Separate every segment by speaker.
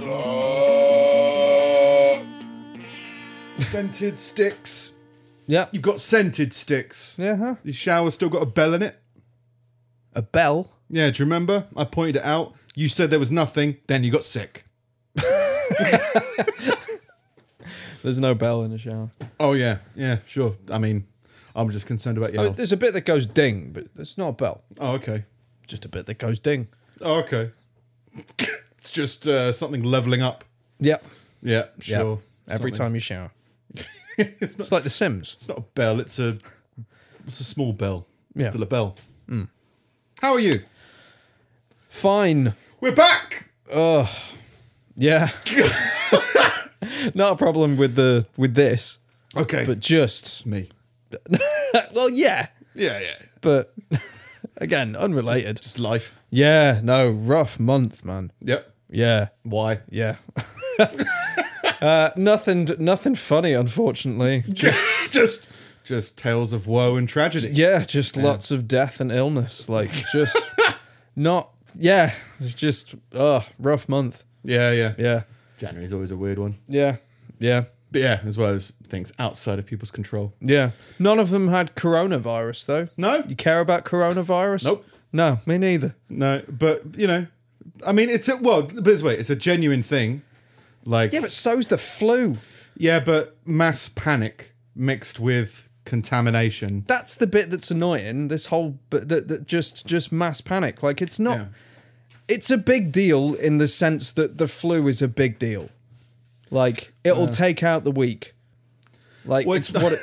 Speaker 1: Oh. scented sticks.
Speaker 2: Yeah.
Speaker 1: You've got scented sticks.
Speaker 2: Yeah. Huh?
Speaker 1: Your shower's still got a bell in it.
Speaker 2: A bell.
Speaker 1: Yeah, do you remember? I pointed it out. You said there was nothing, then you got sick.
Speaker 2: There's no bell in the shower.
Speaker 1: Oh, yeah, yeah, sure. I mean, I'm just concerned about your health.
Speaker 2: There's a bit that goes ding, but it's not a bell.
Speaker 1: Oh, okay.
Speaker 2: Just a bit that goes ding.
Speaker 1: Oh, okay. it's just uh, something leveling up.
Speaker 2: Yep.
Speaker 1: Yeah,
Speaker 2: Yep.
Speaker 1: sure.
Speaker 2: Every
Speaker 1: Something.
Speaker 2: time you shower.
Speaker 1: it's, not,
Speaker 2: It's like The Sims.
Speaker 1: it's not a bell, it's a it's a small bell. It's
Speaker 2: Yeah. Hmm.
Speaker 1: still a bell. How are you?
Speaker 2: Fine.
Speaker 1: We're back!
Speaker 2: Yeah. Not a problem with the with this,
Speaker 1: Okay.
Speaker 2: but just
Speaker 1: me.
Speaker 2: Uh, well, yeah,
Speaker 1: Yeah, yeah.
Speaker 2: but again, unrelated.
Speaker 1: Just life.
Speaker 2: Yeah, no, rough month, man.
Speaker 1: Yep.
Speaker 2: Yeah,
Speaker 1: Why?
Speaker 2: yeah. uh, nothing, nothing funny, unfortunately.
Speaker 1: just just tales of woe and tragedy.
Speaker 2: Yeah, just lots of death and illness. Like just not. Yeah, it's just uh rough month.
Speaker 1: Yeah, yeah.
Speaker 2: Yeah,
Speaker 1: January's always a weird one.
Speaker 2: yeah, yeah,
Speaker 1: But yeah, as well as things outside of people's control.
Speaker 2: yeah. None of them had coronavirus though.
Speaker 1: No,
Speaker 2: You care about coronavirus?
Speaker 1: Nope.
Speaker 2: No, me neither.
Speaker 1: no, but you know, I mean, it's a well, but this way, it's a genuine thing. Like,
Speaker 2: Yeah, but so's the flu.
Speaker 1: yeah, but mass panic mixed with contamination.
Speaker 2: That's the bit that's annoying. This whole but that, that just just mass panic. Like it's not.
Speaker 1: Yeah.
Speaker 2: It's a big deal in the sense that the flu is a big deal. Like it'll take out the weak. Like
Speaker 1: Well,
Speaker 2: it's
Speaker 1: it's not-
Speaker 2: what. It,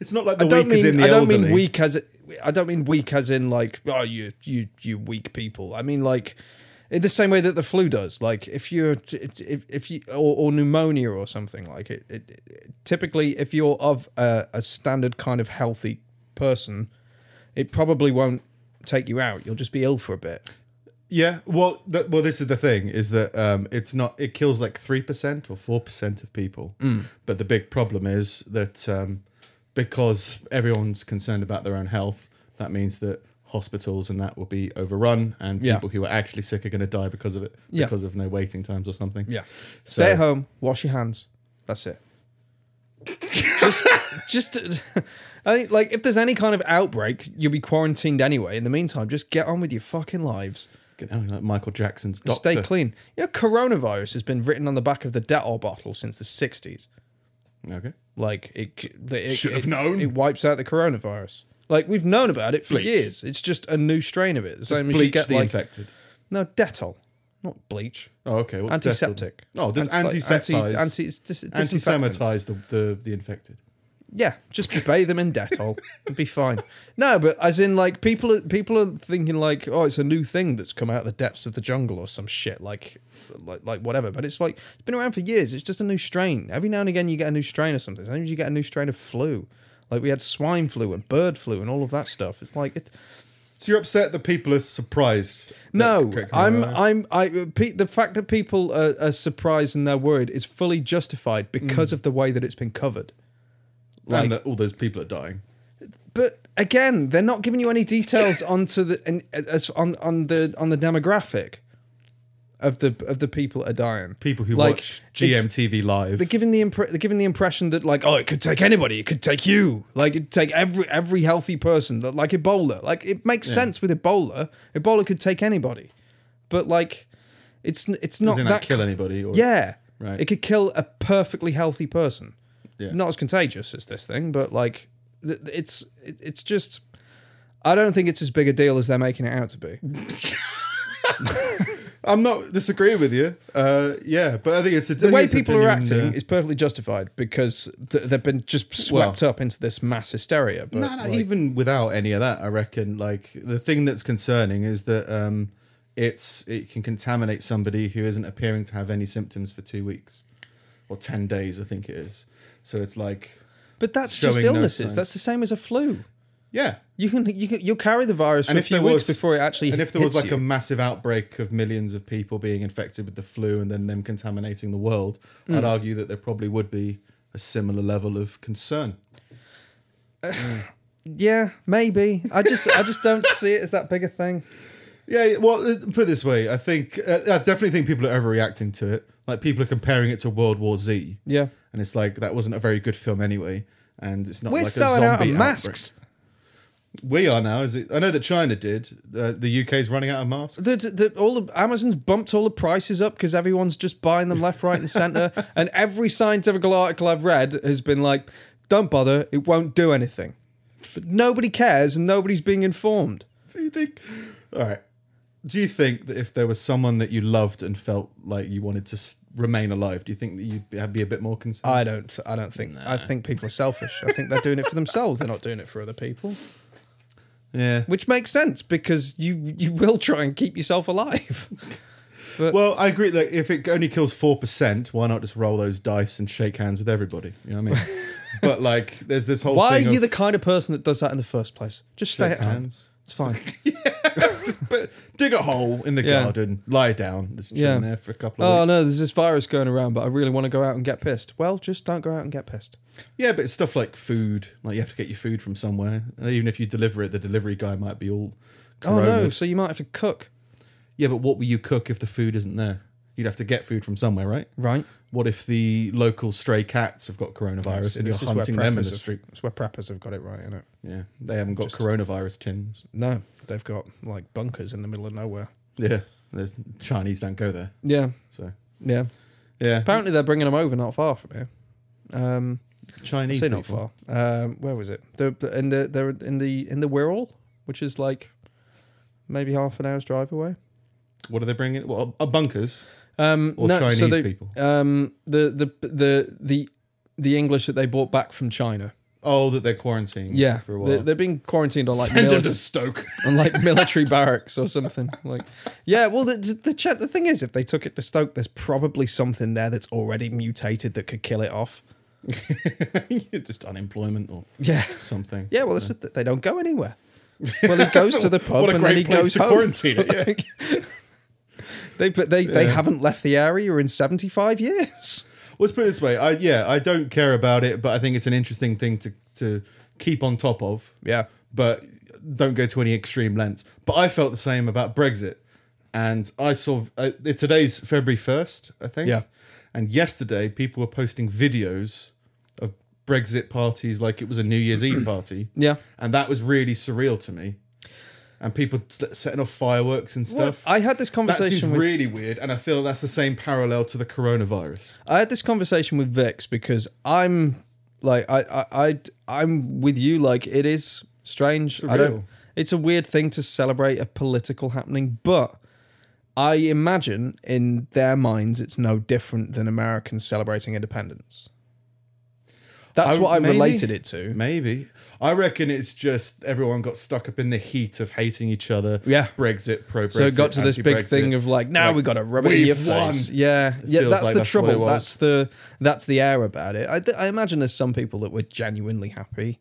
Speaker 1: It's not like
Speaker 2: I
Speaker 1: the
Speaker 2: don't
Speaker 1: weak is
Speaker 2: mean
Speaker 1: in the
Speaker 2: I don't
Speaker 1: elderly.
Speaker 2: mean weak as it, I don't mean weak as in like oh you you you weak people. I mean like in the same way that the flu does. Like if you're if, if you or, or pneumonia or something like it, it, it- Typically, if you're of a, a standard kind of healthy person, it probably won't take you out. You'll just be ill for a bit.
Speaker 1: Yeah, well, th- well, this is the thing is that um, it's not it kills like three percent or four percent of people, but the big problem is that um, because everyone's concerned about their own health, that means that hospitals and that will be overrun, and
Speaker 2: Yeah.
Speaker 1: people who are actually sick are going to die because of it,
Speaker 2: Yeah.
Speaker 1: because of no waiting times or something.
Speaker 2: Stay
Speaker 1: So
Speaker 2: at home, wash your hands. That's it. just, just, I think, like, if there's any kind of outbreak, you'll be quarantined anyway. In the meantime, just get on with your fucking lives.
Speaker 1: get out, like Michael Jackson's
Speaker 2: and
Speaker 1: doctor.
Speaker 2: Stay clean. You know, coronavirus has been written on the back of the Dettol bottle since the 60s.
Speaker 1: Okay.
Speaker 2: Like, it, c- the- it
Speaker 1: Should have
Speaker 2: it-
Speaker 1: known.
Speaker 2: It wipes out the coronavirus. Like, we've known about it for
Speaker 1: Bleach.
Speaker 2: years. It's just a new strain of it. The
Speaker 1: Just
Speaker 2: same as you
Speaker 1: bleach
Speaker 2: get,
Speaker 1: the
Speaker 2: like,
Speaker 1: infected.
Speaker 2: no, Dettol, not bleach.
Speaker 1: Oh, okay. What's Dettol?
Speaker 2: Antiseptic.
Speaker 1: Oh, does
Speaker 2: Anti- like,
Speaker 1: antiseptize,
Speaker 2: Anti, anti, dis- disinfectant.
Speaker 1: anti-semitize the, the the infected?
Speaker 2: Yeah, just bathe them in Dettol and be fine. No, but as in like people are people are thinking like, oh, it's a new thing that's come out of the depths of the jungle or some shit like like like whatever. But it's like it's been around for years. It's just a new strain. Every now and again you get a new strain or something. Sometimes you get a new strain of flu. Like we had swine flu and bird flu and all of that stuff. It's like it,
Speaker 1: So you're upset that people are surprised? that
Speaker 2: no,
Speaker 1: Correct-
Speaker 2: I'm, I'm, I. Pe- the fact that people are, are surprised and they're worried is fully justified because of the way that it's been covered. like-
Speaker 1: and that all those people are dying.
Speaker 2: but again, they're not giving you any details onto the and as on on the on the demographic of the of the people that are dying.
Speaker 1: People who
Speaker 2: Like,
Speaker 1: watch
Speaker 2: it's-
Speaker 1: GMTV live.
Speaker 2: They're giving the impre- they're giving the impression that like oh it could take anybody, it could take you, like it take every every healthy person that like Ebola. Like it makes sense with Ebola. Ebola could take anybody, but like it's n- it's not
Speaker 1: Doesn't
Speaker 2: that
Speaker 1: that kill anybody? Or,
Speaker 2: yeah.
Speaker 1: Right.
Speaker 2: It could kill a perfectly healthy person.
Speaker 1: Yeah.
Speaker 2: Not as contagious as this thing, but like th- th- it's it- it's just I don't think it's as big a deal as they're making it out to be.
Speaker 1: I'm not disagreeing with you. Uh, yeah, but I think it's a
Speaker 2: The way people are acting is perfectly justified because th- they've been just swept up into this mass hysteria. But
Speaker 1: no, no,
Speaker 2: like,
Speaker 1: even without any of that, I reckon. Like the thing that's concerning is that um, it's it can contaminate somebody who isn't appearing to have any symptoms for two weeks or ten days. I think it is. So it's like,
Speaker 2: but that's
Speaker 1: showing
Speaker 2: just
Speaker 1: no
Speaker 2: illnesses.
Speaker 1: signs.
Speaker 2: that's the same as a flu.
Speaker 1: yeah.
Speaker 2: You can you can, you'll carry the virus for
Speaker 1: And
Speaker 2: a
Speaker 1: if
Speaker 2: few
Speaker 1: there
Speaker 2: weeks
Speaker 1: was-
Speaker 2: before it actually
Speaker 1: And if there
Speaker 2: hits
Speaker 1: was like
Speaker 2: you.
Speaker 1: a massive outbreak of millions of people being infected with the flu and then them contaminating the world, I'd argue that there probably would be a similar level of concern.
Speaker 2: yeah maybe I just I just don't see it as that big a thing.
Speaker 1: Yeah, well, uh, put it this way, I think uh, I definitely think people are overreacting to it. Like people are comparing it to World War Z.
Speaker 2: Yeah.
Speaker 1: and it's like that wasn't a very good film anyway, and it's not
Speaker 2: We're
Speaker 1: like a
Speaker 2: selling
Speaker 1: zombie
Speaker 2: out of
Speaker 1: outbreak.
Speaker 2: masks.
Speaker 1: We are now. Is it? I know that China did. Uh, the UK's running out of masks.
Speaker 2: The, the, the- all the, Amazon's bumped all the prices up because everyone's just buying them left, right, and center. and every scientific article I've read has been like, "Don't bother, it won't do anything." But nobody cares, and nobody's being informed.
Speaker 1: Do you think? All right. Do you think that if there was someone that you loved and felt like you wanted to s- remain alive, do you think that you'd be- be a bit more concerned?
Speaker 2: I don't. I don't think. I think people are selfish. I think they're doing it for themselves. They're not doing it for other people,
Speaker 1: yeah.
Speaker 2: which makes sense because you you will try and keep yourself alive. uh,
Speaker 1: Well, I agree. Like, if it only kills four percent, why not just roll those dice and shake hands with everybody? You know what I mean? but like, there's this whole
Speaker 2: Why are
Speaker 1: thing
Speaker 2: you
Speaker 1: of
Speaker 2: the kind of person that does that in the first place? Just stay
Speaker 1: shake
Speaker 2: at home.
Speaker 1: hands.
Speaker 2: It's fine.
Speaker 1: Just put- dig a hole in the
Speaker 2: Yeah.
Speaker 1: garden, lie down, just chill
Speaker 2: Yeah.
Speaker 1: in there for a couple of
Speaker 2: Oh
Speaker 1: weeks.
Speaker 2: no, there's this virus going around, but I really want to go out and get pissed. Well, just don't go out and get pissed.
Speaker 1: Yeah, but it's stuff like food. Like you have to get your food from somewhere. And Even if you deliver it, the delivery guy might be all.
Speaker 2: Oh
Speaker 1: corona.
Speaker 2: no, so you might have to cook,
Speaker 1: Yeah, but what will you cook if the food isn't there? You'd have to get food from somewhere, right?
Speaker 2: right?
Speaker 1: What if the local stray cats have got coronavirus and you're hunting them in the
Speaker 2: have,
Speaker 1: street?
Speaker 2: It's where preppers have got it right, isn't it?
Speaker 1: Yeah, they haven't got coronavirus tins.
Speaker 2: No, they've got like bunkers in the middle of nowhere.
Speaker 1: Yeah, there's Chinese don't go there.
Speaker 2: Yeah,
Speaker 1: So
Speaker 2: yeah.
Speaker 1: yeah,
Speaker 2: Apparently they're bringing them over, not far from here. Um, I
Speaker 1: Chinese
Speaker 2: say not
Speaker 1: people.
Speaker 2: far. Um, where was it? They're they're in the they're in the in the Wirral, which is like maybe half an hour's drive away.
Speaker 1: What are they bringing? Well, uh, bunkers
Speaker 2: Um,
Speaker 1: or
Speaker 2: no,
Speaker 1: Chinese
Speaker 2: so they,
Speaker 1: people?
Speaker 2: Um, the the the the the English that they brought back from China.
Speaker 1: Oh, that they're quarantining.
Speaker 2: Yeah,
Speaker 1: for a
Speaker 2: They,
Speaker 1: while.
Speaker 2: they're being quarantined on like
Speaker 1: Send them
Speaker 2: mili-
Speaker 1: to Stoke.
Speaker 2: on like military barracks or something. Like, yeah. Well, the the, the the thing is, if they took it to Stoke, there's probably something there that's already mutated that could kill it off.
Speaker 1: Just unemployment or
Speaker 2: Yeah.
Speaker 1: something.
Speaker 2: Yeah, well, that's it. They don't go anywhere. Well, he goes to the pub
Speaker 1: what a
Speaker 2: and then he
Speaker 1: great place
Speaker 2: goes
Speaker 1: to
Speaker 2: home.
Speaker 1: quarantine it. Yeah.
Speaker 2: They but they, they
Speaker 1: Yeah.
Speaker 2: haven't left the area in 75 years.
Speaker 1: Let's put it this way. I yeah, I don't care about it, but I think it's an interesting thing to to keep on top of.
Speaker 2: Yeah.
Speaker 1: But don't go to any extreme lengths. But I felt the same about Brexit, and I saw uh, today's February first, I think.
Speaker 2: Yeah.
Speaker 1: And yesterday, people were posting videos of Brexit parties like it was a New Year's Eve party.
Speaker 2: Yeah.
Speaker 1: And that was really surreal to me. And people s- setting off fireworks and stuff.
Speaker 2: I had
Speaker 1: that seems
Speaker 2: this conversation with
Speaker 1: really weird, and I feel that's the same parallel to the coronavirus.
Speaker 2: I had this conversation with Vix because I'm like I I, I I'm with you like it is strange. I
Speaker 1: Surreal.
Speaker 2: don't it's a weird thing to celebrate a political happening, but I imagine in their minds it's no different than Americans celebrating independence. That's
Speaker 1: I-
Speaker 2: what I
Speaker 1: maybe.
Speaker 2: related it to.
Speaker 1: Maybe. I reckon it's just everyone got stuck up in the heat of hating each other.
Speaker 2: Yeah.
Speaker 1: Brexit, pro Brexit.
Speaker 2: So it got to this big thing of like, now
Speaker 1: Like,
Speaker 2: we got to rub it in
Speaker 1: we've
Speaker 2: your face.
Speaker 1: won.
Speaker 2: Yeah, yeah,
Speaker 1: feels
Speaker 2: that's
Speaker 1: like
Speaker 2: the
Speaker 1: that's what it
Speaker 2: trouble.
Speaker 1: was.
Speaker 2: That's the that's the air about it. I, th- I imagine there's some people that were genuinely happy,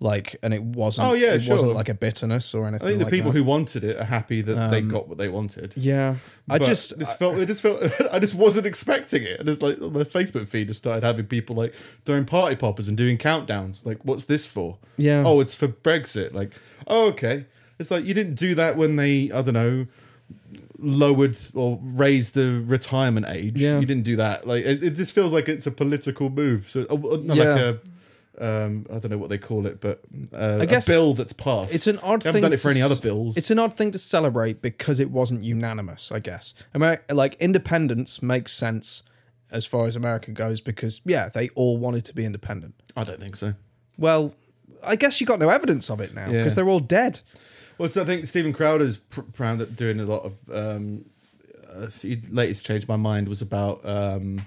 Speaker 2: like, and it wasn't.
Speaker 1: Oh, yeah,
Speaker 2: it
Speaker 1: sure.
Speaker 2: wasn't like a bitterness or anything.
Speaker 1: I think the
Speaker 2: like
Speaker 1: people
Speaker 2: that. Um,
Speaker 1: who wanted it are happy that they got what they wanted.
Speaker 2: yeah, I
Speaker 1: But
Speaker 2: just
Speaker 1: this felt, it just felt, I just wasn't expecting it. And it's like my Facebook feed just started having people like throwing party poppers and doing countdowns. Like, what's this for?
Speaker 2: Yeah.
Speaker 1: Oh, it's for Brexit. Like, oh, okay. It's like you didn't do that when they, I don't know, lowered or raised the retirement age.
Speaker 2: Yeah.
Speaker 1: You didn't do that. Like, it, it just feels like it's a political move. So, uh, uh, not
Speaker 2: Yeah.
Speaker 1: like a. Um, I don't know what they call it, but uh,
Speaker 2: guess
Speaker 1: a bill that's passed.
Speaker 2: it's an odd
Speaker 1: They Haven't
Speaker 2: thing
Speaker 1: done it
Speaker 2: to
Speaker 1: for any
Speaker 2: s-
Speaker 1: other bills.
Speaker 2: It's an odd thing to celebrate because it wasn't unanimous, I guess. Ameri- like independence makes sense as far as America goes because yeah, they all wanted to be independent.
Speaker 1: I don't think so.
Speaker 2: Well, I guess you got no evidence of it now
Speaker 1: Yeah.
Speaker 2: because they're all dead.
Speaker 1: Well, so I think Stephen Crowder's pr- proud at doing a lot of. Um, uh, see, latest changed my mind was about um,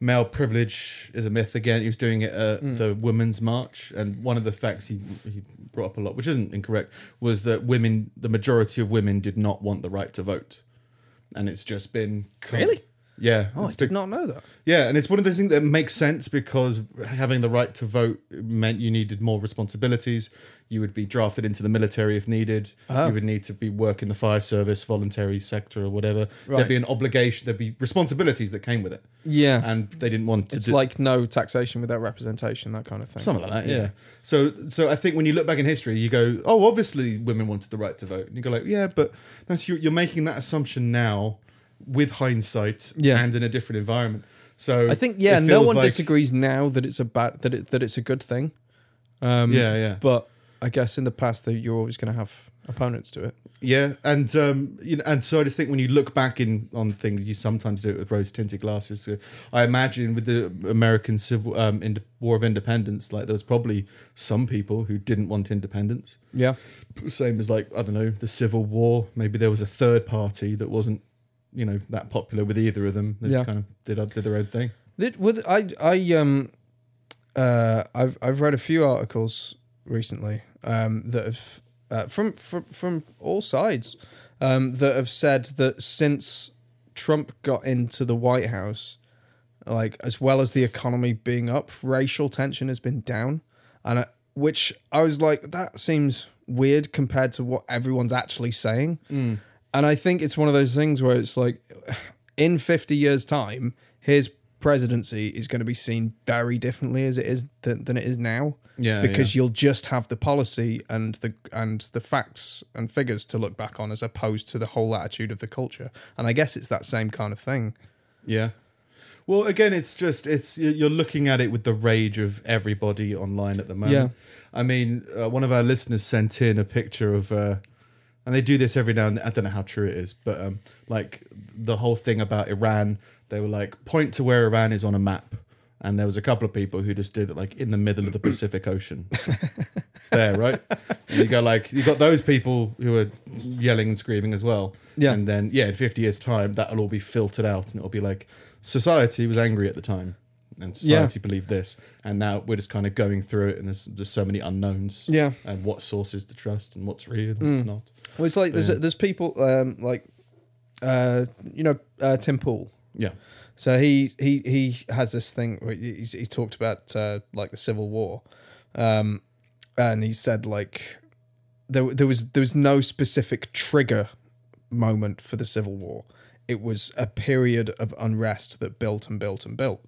Speaker 1: male privilege is a myth again. He was doing it at
Speaker 2: Mm.
Speaker 1: the Women's March, and one of the facts he he brought up a lot, which isn't incorrect, was that women, the majority of women, did not want the right to vote, and it's just been kind of-
Speaker 2: Really?
Speaker 1: yeah,
Speaker 2: Oh, I
Speaker 1: it's
Speaker 2: did
Speaker 1: been-
Speaker 2: not know that.
Speaker 1: yeah, and it's one of those things that makes sense because having the right to vote meant you needed more responsibilities. You would be drafted into the military if needed.
Speaker 2: Ah.
Speaker 1: You would need to be work in the fire service, voluntary sector, or whatever.
Speaker 2: Right.
Speaker 1: There'd be an obligation. There'd be responsibilities that came with it,
Speaker 2: Yeah.
Speaker 1: and they didn't want to
Speaker 2: it's
Speaker 1: do
Speaker 2: like no taxation without representation, that kind of thing.
Speaker 1: something like that. Yeah. So, so I think when you look back in history, you go, "Oh, obviously women wanted the right to vote," and you go, "Like, yeah, but that's you, you're making that assumption now with hindsight
Speaker 2: Yeah.
Speaker 1: and in a different environment." So
Speaker 2: I think yeah,
Speaker 1: it
Speaker 2: no
Speaker 1: feels
Speaker 2: one
Speaker 1: like-
Speaker 2: disagrees now that it's a bad that it that it's a good thing. Um,
Speaker 1: Yeah, yeah,
Speaker 2: but I guess in the past that you're always going to have opponents to it.
Speaker 1: yeah, and um, you know, and so I just think when you look back in on things, you sometimes do it with rose tinted glasses. So I imagine with the American Civil um, in War of Independence, like there was probably some people who didn't want independence.
Speaker 2: Yeah,
Speaker 1: same as like I don't know the Civil War. Maybe there was a third party that wasn't you know that popular with either of them. They
Speaker 2: Yeah.
Speaker 1: just kind of did did their own thing.
Speaker 2: Did- with I I um uh I've I've read a few articles recently um that have uh, from from from all sides um that have said that since Trump got into the White House, like as well as the economy being up, racial tension has been down, and I, which I was like that seems weird compared to what everyone's actually saying.
Speaker 1: Mm.
Speaker 2: And I think it's one of those things where it's like, in 50 years' time, his presidency is going to be seen very differently as it is th- than it is now.
Speaker 1: Yeah,
Speaker 2: because you'll just have the policy and the and the facts and figures to look back on, as opposed to the whole attitude of the culture. And I guess it's that same kind of thing.
Speaker 1: Yeah. Well, again, it's just it's you- you're looking at it with the rage of everybody online at the moment. I mean, uh, one of our listeners sent in a picture of, uh, and they do this every now and then. I don't know how true it is, but um, like the whole thing about Iran, they were like point to where Iran is on a map, and there was a couple of people who just did it like in the middle of the Pacific Ocean. it's there, right? And you go like you got those people who are yelling and screaming as well.
Speaker 2: Yeah.
Speaker 1: And then yeah, in fifty years' time, that'll all be filtered out, and it'll be like society was angry at the time, and society believed this, and now we're just kind of going through it, and there's there's so many unknowns.
Speaker 2: Yeah. Mm.
Speaker 1: And what sources to trust, and what's real, and what's not.
Speaker 2: Well, it's like there's there's people um, like, uh, you know, uh, Tim Pool.
Speaker 1: Yeah.
Speaker 2: So he he he has this thing. Where he's, he's talked about uh, like the Civil War, um, and he said like there there was there was no specific trigger moment for the Civil War. It was a period of unrest that built and built and built.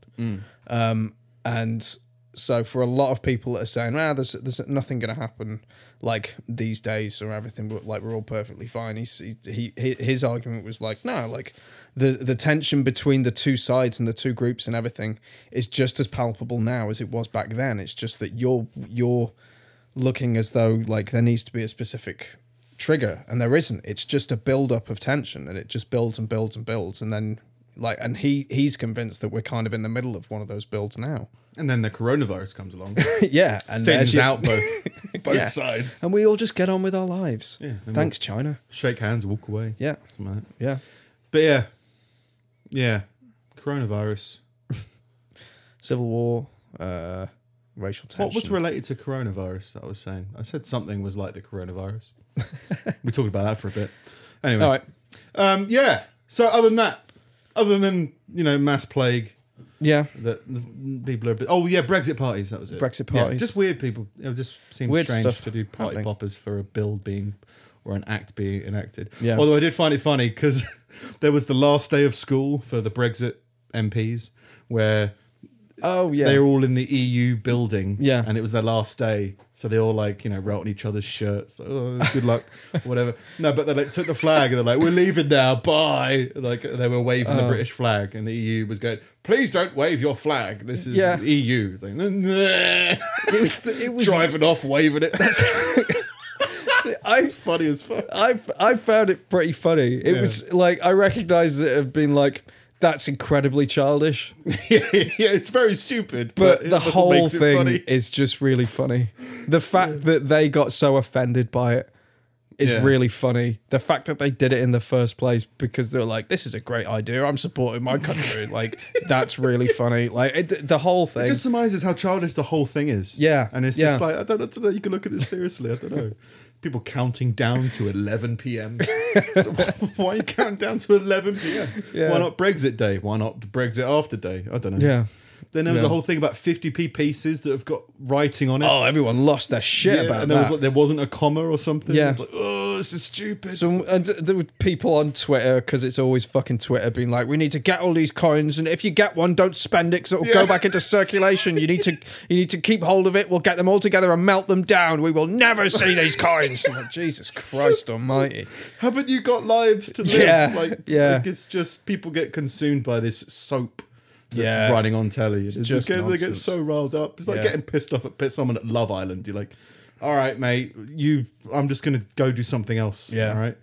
Speaker 2: Um, and so for a lot of people that are saying, "Ah, there's there's nothing going to happen like these days or everything, but like we're all perfectly fine." He's, he he hi- his argument was like, "No, like the the tension between the two sides and the two groups and everything is just as palpable now as it was back then. It's just that you're you're looking as though like there needs to be a specific trigger and there isn't it's just a build up of tension and it just builds and builds and builds and then like and he he's convinced that we're kind of in the middle of one of those builds now
Speaker 1: And then the coronavirus comes along,
Speaker 2: yeah and there's
Speaker 1: thins
Speaker 2: your-
Speaker 1: out both both
Speaker 2: Yeah.
Speaker 1: sides.
Speaker 2: and we all just get on with our lives
Speaker 1: Yeah, and
Speaker 2: thanks china
Speaker 1: Shake hands, walk away.
Speaker 2: yeah
Speaker 1: Something like that.
Speaker 2: yeah
Speaker 1: But yeah, yeah, coronavirus.
Speaker 2: civil war uh racial tension
Speaker 1: What was related to coronavirus? That I was saying. I said something was like the coronavirus. we talked about that for a bit. Anyway,
Speaker 2: all right
Speaker 1: um, yeah. So other than that, other than you know mass plague
Speaker 2: yeah
Speaker 1: that the people are. A bit, oh yeah, Brexit parties. That was it.
Speaker 2: Brexit
Speaker 1: Yeah,
Speaker 2: parties.
Speaker 1: just weird people. It just seemed
Speaker 2: Weird
Speaker 1: strange
Speaker 2: stuff
Speaker 1: to do party
Speaker 2: happening.
Speaker 1: poppers for a bill being or an act being enacted.
Speaker 2: Yeah.
Speaker 1: Although I did find it funny because there was the last day of school for the Brexit MPs where
Speaker 2: oh yeah
Speaker 1: they were all in the EU building.
Speaker 2: Yeah.
Speaker 1: And it was their last day. So they all like, you know, wrote on each other's shirts, like, oh, good luck, whatever. No, but they like took the flag and they're like, we're leaving now, bye. Like they were waving
Speaker 2: Uh.
Speaker 1: the British flag and the EU was going, please don't wave your flag. This is
Speaker 2: Yeah.
Speaker 1: EU. It's like, it was,
Speaker 2: it was-
Speaker 1: driving off, waving it. That's
Speaker 2: i
Speaker 1: funny as fuck.
Speaker 2: I I found it pretty funny. It
Speaker 1: Yeah.
Speaker 2: was like I recognised it of being like that's incredibly childish,
Speaker 1: yeah, it's very stupid.
Speaker 2: but
Speaker 1: it-
Speaker 2: the
Speaker 1: what
Speaker 2: whole
Speaker 1: makes it
Speaker 2: thing
Speaker 1: funny.
Speaker 2: is just really funny. The fact that they got so offended by it is
Speaker 1: Yeah.
Speaker 2: really funny. The fact that they did it in the first place because they're like, "This is a great idea. I'm supporting my country." like that's really funny. Like it, the whole thing.
Speaker 1: just surmises how childish the whole thing is.
Speaker 2: Yeah,
Speaker 1: and it's
Speaker 2: yeah.
Speaker 1: just like I don't, I don't know. You can look at this seriously. I don't know. People counting down to 11 p.m. So why count down to 11 p.m.?
Speaker 2: Yeah.
Speaker 1: Why not Brexit Day? Why not Brexit After Day? I don't know.
Speaker 2: yeah.
Speaker 1: Then there was
Speaker 2: Yeah.
Speaker 1: a whole thing about 50p pieces that have got writing on it.
Speaker 2: Oh, everyone lost their shit
Speaker 1: Yeah,
Speaker 2: about
Speaker 1: and there
Speaker 2: that.
Speaker 1: was like there wasn't a comma or something.
Speaker 2: Yeah.
Speaker 1: It was like, oh, this is stupid.
Speaker 2: Some and there were people on Twitter because it's always fucking Twitter being like, "We need to get all these coins, and if you get one, don't spend it because it'll
Speaker 1: Yeah.
Speaker 2: go back into circulation. You need to, you need to keep hold of it. We'll get them all together and melt them down. We will never see these coins." I'm like, Jesus Christ Almighty!
Speaker 1: Haven't you got lives to live?
Speaker 2: Yeah,
Speaker 1: Like,
Speaker 2: yeah.
Speaker 1: like, it's just people get consumed by this soap that's
Speaker 2: Yeah.
Speaker 1: running on telly. It's,
Speaker 2: just
Speaker 1: just because they get
Speaker 2: nonsense.
Speaker 1: so riled up. It's like
Speaker 2: Yeah.
Speaker 1: getting pissed off at pit someone at Love Island. You're like, all right, mate, you. I'm just gonna go do something else.
Speaker 2: Yeah.
Speaker 1: All right.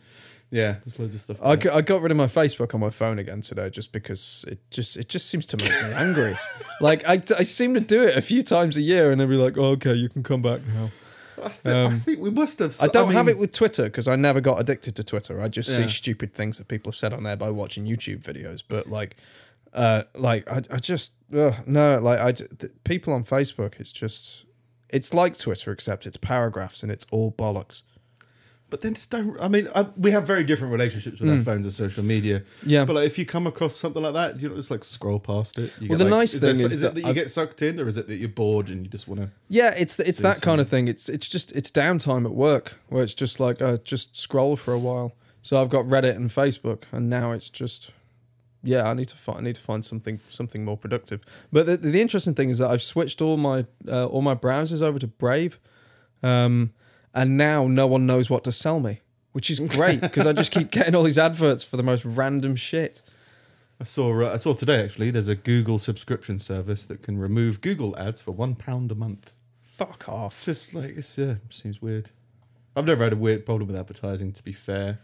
Speaker 1: Yeah. There's loads of stuff.
Speaker 2: I, g- I got rid of my Facebook on my phone again today just because it just it just seems to make me angry. Like I, I seem to do it a few times a year and then be like, oh, okay, you can come back now.
Speaker 1: I, thi- I think we must have.
Speaker 2: um, I don't have
Speaker 1: mean,
Speaker 2: it with Twitter because I never got addicted to Twitter. I just see
Speaker 1: Yeah.
Speaker 2: stupid things that people have said on there by watching YouTube videos. But like, uh, like I, I just ugh, no, like I j- th- people on Facebook. It's just it's like Twitter except it's paragraphs and it's all bollocks.
Speaker 1: But then just don't. I mean, I, we have very different relationships with our phones and social media.
Speaker 2: Hmm. Yeah.
Speaker 1: But like, if you come across something like that, you don't just like scroll past it. You
Speaker 2: Well,
Speaker 1: get,
Speaker 2: the
Speaker 1: like-
Speaker 2: nice
Speaker 1: there
Speaker 2: thing
Speaker 1: so-
Speaker 2: is
Speaker 1: is
Speaker 2: that
Speaker 1: it that you
Speaker 2: I've-
Speaker 1: get sucked in, or is it that you're bored and you just want to?
Speaker 2: Yeah, it's th- it's that kind of thing. It's it's just it's downtime at work where it's just like uh, just scroll for a while. So I've got Reddit and Facebook, and now it's just yeah, I need to find I need to find something something more productive. But the, the interesting thing is that I've switched all my uh, all my browsers over to Brave, um, and now no one knows what to sell me, which is great because I just keep getting all these adverts for the most random shit.
Speaker 1: I saw. Uh, I saw today actually. There's a Google subscription service that can remove Google ads for one pound a month.
Speaker 2: Fuck off.
Speaker 1: It's just like it's yeah, seems weird. I've never had a weird problem with advertising. To be fair,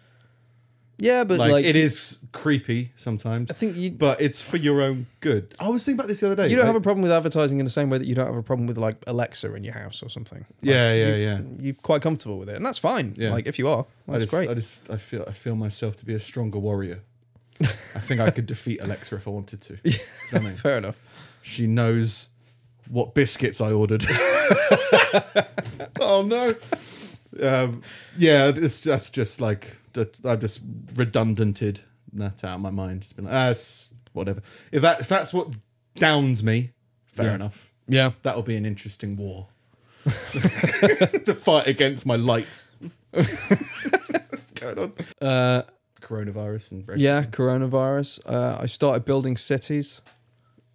Speaker 2: Yeah, but
Speaker 1: like,
Speaker 2: like,
Speaker 1: it is creepy sometimes,
Speaker 2: I think you
Speaker 1: but it's for your own good. I was thinking about this the other day.
Speaker 2: You don't
Speaker 1: right?
Speaker 2: have a problem with advertising in the same way that you don't have a problem with like Alexa in your house or something. Like,
Speaker 1: yeah, yeah, yeah.
Speaker 2: You're quite comfortable with it, and that's fine.
Speaker 1: Yeah.
Speaker 2: Like if you are,
Speaker 1: I
Speaker 2: that's
Speaker 1: just,
Speaker 2: great.
Speaker 1: I just, I feel, I feel myself to be a stronger warrior. I think I could defeat Alexa if I wanted to. You know what I mean?
Speaker 2: Fair enough.
Speaker 1: She knows what biscuits I ordered. oh no! Um, yeah, this that's just like that. I've just redundanted that out of my mind. It's been like, ah, it's whatever. If that, if that's what downs me, fair
Speaker 2: Yeah.
Speaker 1: enough.
Speaker 2: Yeah.
Speaker 1: That'll be an interesting war. the fight against my light. What's going on?
Speaker 2: Uh,
Speaker 1: Coronavirus and Brexit.
Speaker 2: yeah. Coronavirus. Uh, I started building cities,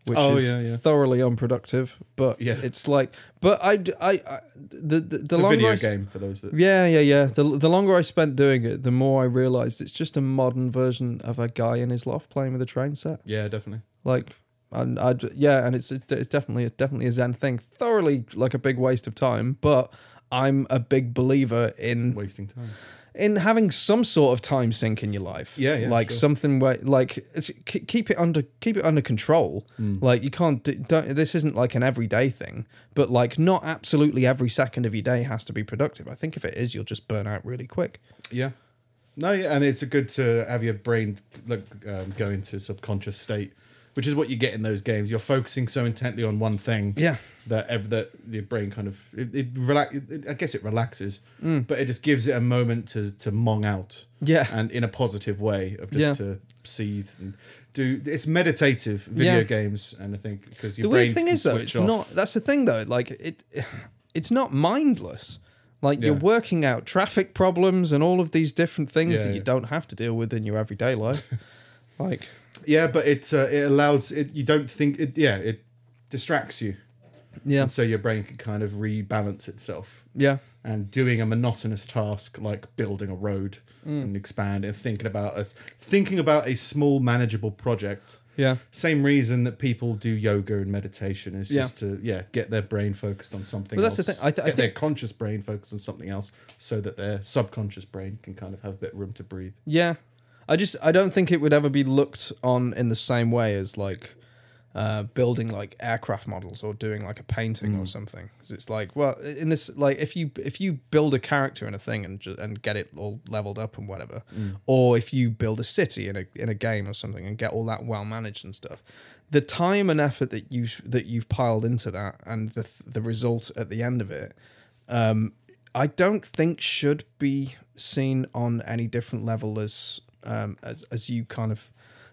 Speaker 2: which
Speaker 1: Oh,
Speaker 2: is
Speaker 1: yeah, yeah.
Speaker 2: thoroughly unproductive. But
Speaker 1: Yeah.
Speaker 2: it's like, but I, I, I the the, the
Speaker 1: It's a
Speaker 2: longer
Speaker 1: video
Speaker 2: I s-
Speaker 1: game for those that.
Speaker 2: Yeah, yeah, yeah. The, the longer I spent doing it, the more I realized it's just a modern version of a guy in his loft playing with a train set.
Speaker 1: Yeah, definitely.
Speaker 2: like and I yeah, and it's it's definitely definitely a Zen thing. Thoroughly like a big waste of time, but I'm a big believer in
Speaker 1: Wasting time.
Speaker 2: in having some sort of time sink in your life.
Speaker 1: Yeah, yeah,
Speaker 2: like
Speaker 1: sure.
Speaker 2: something where like it's, k- keep it under keep it under control.
Speaker 1: Mm.
Speaker 2: Like you can't do, don't this isn't like an everyday thing, but like not absolutely every second of your day has to be productive. I think if it is, you'll just burn out really quick.
Speaker 1: Yeah. No, yeah, and it's good to have your brain like um, go into a subconscious state, which is what you get in those games. You're focusing so intently on one thing.
Speaker 2: Yeah.
Speaker 1: That ev- that your brain kind of it, it relax. It, I guess it relaxes, but it just gives it a moment to to mong out.
Speaker 2: Mm. Yeah.
Speaker 1: And in a positive way of just
Speaker 2: Yeah.
Speaker 1: to seethe and do. It's meditative video
Speaker 2: Yeah.
Speaker 1: games, and I think because your
Speaker 2: the
Speaker 1: brain
Speaker 2: weird thing
Speaker 1: can
Speaker 2: is though
Speaker 1: switch
Speaker 2: it's
Speaker 1: off.
Speaker 2: not that's the thing though like it it's not mindless like you're
Speaker 1: Yeah.
Speaker 2: working out traffic problems and all of these different things
Speaker 1: Yeah,
Speaker 2: that you
Speaker 1: yeah.
Speaker 2: don't have to deal with in your everyday life like
Speaker 1: Yeah, but it uh, it allows it. You don't think it. Yeah, it distracts you.
Speaker 2: yeah
Speaker 1: and so your brain can kind of rebalance itself.
Speaker 2: yeah
Speaker 1: And doing a monotonous task like building a road
Speaker 2: Mm.
Speaker 1: and expand and thinking about us thinking about a small manageable project.
Speaker 2: yeah
Speaker 1: Same reason that people do yoga and meditation is
Speaker 2: Yeah.
Speaker 1: just to yeah get their brain focused on something.
Speaker 2: Well, that's the
Speaker 1: else,
Speaker 2: thing. I th- I
Speaker 1: get their conscious brain focused on something else, so that their subconscious brain can kind of have a bit of room to breathe.
Speaker 2: yeah i just i don't think it would ever be looked on in the same way as like uh, building like aircraft models or doing like a painting or something 'Cause it's like well in this like if you if you build a character in a thing and ju- and get it all leveled up and whatever or if you build a city in a in a game or something and get all that well managed and stuff the time and effort that you that you've piled into that and the th- the result at the end of it um i don't think should be seen on any different level as um as as you kind of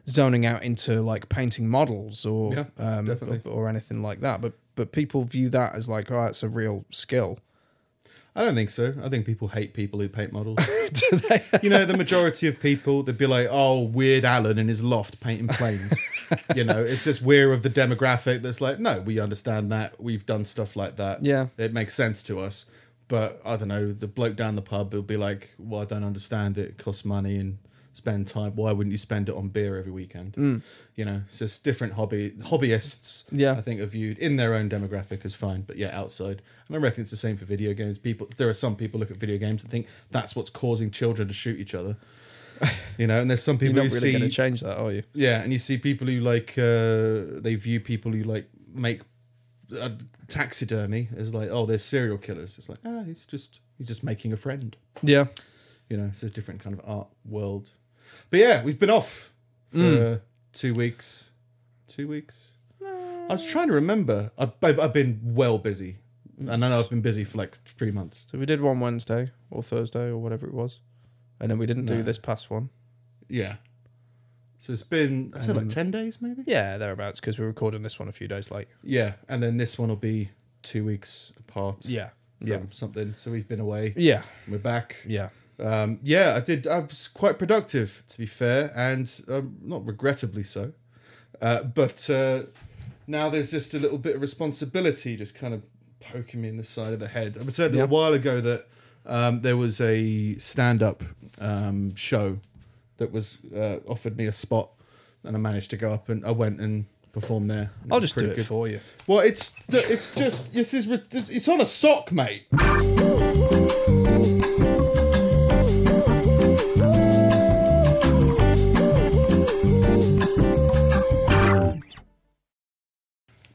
Speaker 2: zoning out into like painting models or
Speaker 1: Yeah,
Speaker 2: um,
Speaker 1: definitely.
Speaker 2: or, or anything like that. But but people view that as like, oh, it's a real skill.
Speaker 1: I don't think so. I think people hate people who paint models.
Speaker 2: Do they?
Speaker 1: you know, the majority of people, they'd be like, oh, Weird Allen in his loft painting planes. you know, it's just we're of the demographic that's like, no, we understand that. We've done stuff like that.
Speaker 2: Yeah.
Speaker 1: It makes sense to us. But I don't know, the bloke down the pub will be like, well, I don't understand it. It costs money and spend time. Why wouldn't you spend it on beer every weekend? You know, it's just different hobby hobbyists.
Speaker 2: Mm. Yeah.
Speaker 1: I think are viewed in their own demographic as fine, but yeah, outside. And I reckon it's the same for video games. People, there are some people look at video games and think that's what's causing children to shoot each other. You know, and there's some
Speaker 2: You're
Speaker 1: people
Speaker 2: not
Speaker 1: who
Speaker 2: really
Speaker 1: see
Speaker 2: going to change that, are you?
Speaker 1: yeah, and you see people who like uh, they view people who like make uh, taxidermy as like oh they're serial killers. It's like ah he's just he's just making a friend.
Speaker 2: Yeah.
Speaker 1: You know, it's a different kind of art world. But yeah, we've been off for uh, two weeks. Two weeks. I was trying to remember. I've, I've, I've been well busy, and I know I've been busy for like three months.
Speaker 2: So we did one Wednesday or Thursday or whatever it was, and then we didn't
Speaker 1: No.
Speaker 2: do this past one.
Speaker 1: Yeah. So it's been I'd say like
Speaker 2: Um,
Speaker 1: ten days maybe.
Speaker 2: Yeah, thereabouts because we're recording this one a few days late.
Speaker 1: Yeah, and then this one will be two weeks apart.
Speaker 2: Yeah. Yeah.
Speaker 1: yeah. something. So we've been away.
Speaker 2: Yeah.
Speaker 1: We're back.
Speaker 2: Yeah.
Speaker 1: Um, yeah, I did. I was quite productive, to be fair, and um, not regrettably so. Uh, but uh, now there's just a little bit of responsibility just kind of poking me in the side of the head. I said
Speaker 2: Yeah.
Speaker 1: a while ago that um, there was a stand up um, show that was uh, offered me a spot, and I managed to go up and I went and performed there. and
Speaker 2: I'll
Speaker 1: was
Speaker 2: just do
Speaker 1: pretty
Speaker 2: it
Speaker 1: good.
Speaker 2: for you.
Speaker 1: Well, it's it's just this is it's on a sock, mate.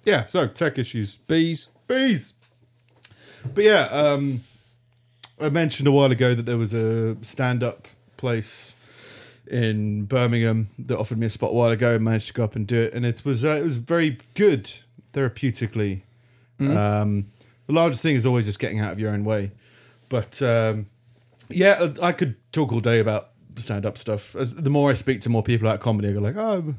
Speaker 1: Yeah, so tech issues,
Speaker 2: Bees.
Speaker 1: bees. But yeah, um, I mentioned a while ago that there was a stand-up place in Birmingham that offered me a spot a while ago. and managed to go up and do it, and it was uh, it was very good therapeutically. Um, the largest thing is always just getting out of your own way. But um, yeah, I could talk all day about stand-up stuff. As the more I speak to more people about comedy, I go like, oh,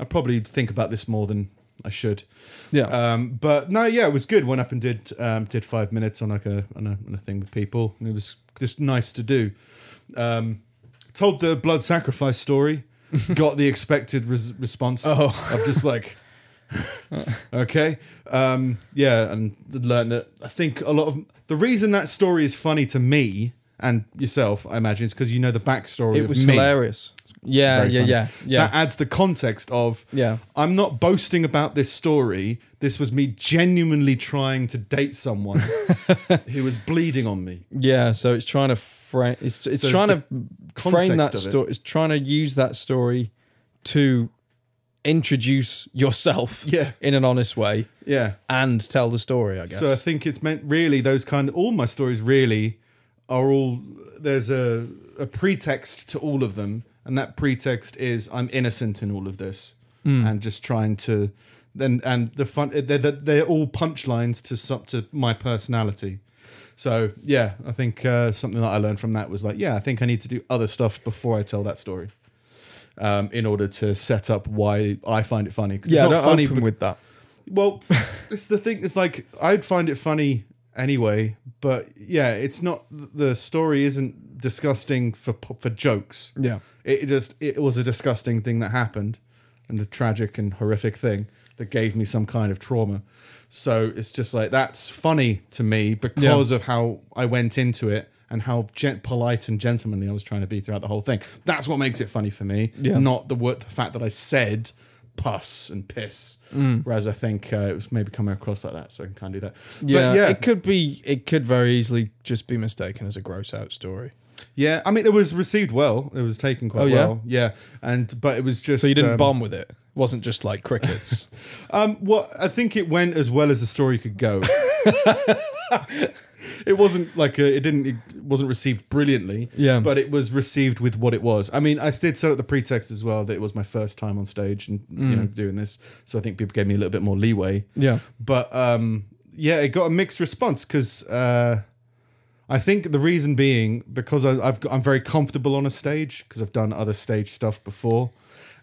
Speaker 1: I probably think about this more than I should.
Speaker 2: Yeah.
Speaker 1: Um, but no, yeah, it was good. Went up and did um, did five minutes on like a on a, on a thing with people, and it was just nice to do. Um, told the blood sacrifice story, got the expected res- response
Speaker 2: Oh.
Speaker 1: of just like. okay. Um, yeah, and learned that I think a lot of the reason that story is funny to me and yourself, I imagine, is because you know the backstory.
Speaker 2: it
Speaker 1: of
Speaker 2: was
Speaker 1: me.
Speaker 2: hilarious. Yeah.
Speaker 1: Very
Speaker 2: yeah.
Speaker 1: funny.
Speaker 2: Yeah. Yeah.
Speaker 1: That adds the context of
Speaker 2: yeah.
Speaker 1: I'm not boasting about this story. This was me genuinely trying to date someone who was bleeding on me.
Speaker 2: Yeah, so it's trying to frame. It's it's
Speaker 1: So
Speaker 2: trying
Speaker 1: the
Speaker 2: to frame that
Speaker 1: context of it-
Speaker 2: story. It's trying to use that story to introduce yourself.
Speaker 1: Yeah.
Speaker 2: in an honest way
Speaker 1: Yeah.
Speaker 2: and tell the story. I guess.
Speaker 1: So I think it's meant really those kind all my stories really are all there's a a pretext to all of them and that pretext is I'm innocent in all of this
Speaker 2: Hmm.
Speaker 1: and just trying to then and the fun they're, they're, they're all punchlines to sup to my personality. So yeah, I think uh, something that I learned from that was like yeah, I think I need to do other stuff before I tell that story. Um, in order to set up why I find it funny, 'Cause
Speaker 2: yeah,
Speaker 1: it's not
Speaker 2: don't
Speaker 1: funny
Speaker 2: open with that.
Speaker 1: well, it's the thing. It's like I'd find it funny anyway, but yeah, it's not. The story isn't disgusting for for jokes.
Speaker 2: Yeah,
Speaker 1: It just it was a disgusting thing that happened, and a tragic and horrific thing that gave me some kind of trauma. So it's just like that's funny to me because of how I went into it and how gent- polite and gentlemanly I was trying to be throughout the whole thing. That's what makes it funny for me,
Speaker 2: Yeah.
Speaker 1: not the word, the fact that I said pus and piss.
Speaker 2: Mm.
Speaker 1: Whereas I think uh, it was maybe coming across like that, so I can kind of do that.
Speaker 2: yeah,
Speaker 1: but yeah,
Speaker 2: It could be. It could very easily just be mistaken as a gross out story.
Speaker 1: yeah. I mean, it was received well. It was taken quite
Speaker 2: Oh, yeah?
Speaker 1: well. Yeah, and but it was just
Speaker 2: So you didn't
Speaker 1: um,
Speaker 2: bomb with it. It wasn't just like crickets.
Speaker 1: Um, well, I think it went as well as the story could go. it wasn't like a, it didn't it wasn't received brilliantly.
Speaker 2: Yeah.
Speaker 1: but it was received with what it was. I mean, I did set up the pretext as well that it was my first time on stage and you know doing this, so I think people gave me a little bit more leeway.
Speaker 2: yeah,
Speaker 1: But um, yeah, it got a mixed response because uh, I think the reason being because I, I've got, I'm very comfortable on a stage because I've done other stage stuff before,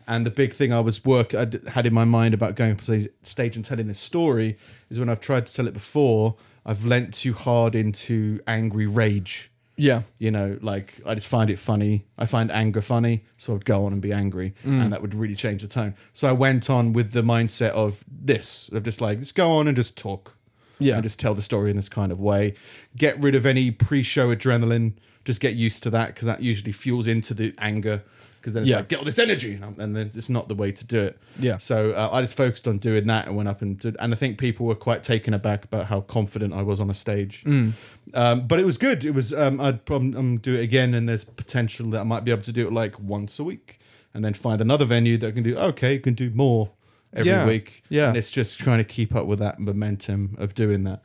Speaker 1: and the big thing I was work I d- had in my mind about going up on stage- stage and telling this story is when I've tried to tell it before, I've lent too hard into angry rage
Speaker 2: yeah,
Speaker 1: you know, like I just find it funny. I find anger funny, so I'd go on and be angry,
Speaker 2: Mm.
Speaker 1: and that would really change the tone. So I went on with the mindset of this, of just like just go on and just talk,
Speaker 2: Yeah.
Speaker 1: and just tell the story in this kind of way. Get rid of any pre-show adrenaline. Just get used to that because that usually fuels into the anger. Because then it's
Speaker 2: Yeah.
Speaker 1: like get all this energy, and, I'm- and then it's not the way to do it.
Speaker 2: Yeah.
Speaker 1: So uh, I just focused on doing that and went up and did, and I think people were quite taken aback about how confident I was on a stage.
Speaker 2: Mm.
Speaker 1: Um, but it was good. It was. Um, I'd probably um, do it again, and there's potential that I might be able to do it like once a week, and then find another venue that can do. Okay, you can do more every
Speaker 2: Yeah.
Speaker 1: week.
Speaker 2: Yeah.
Speaker 1: And it's just trying to keep up with that momentum of doing that.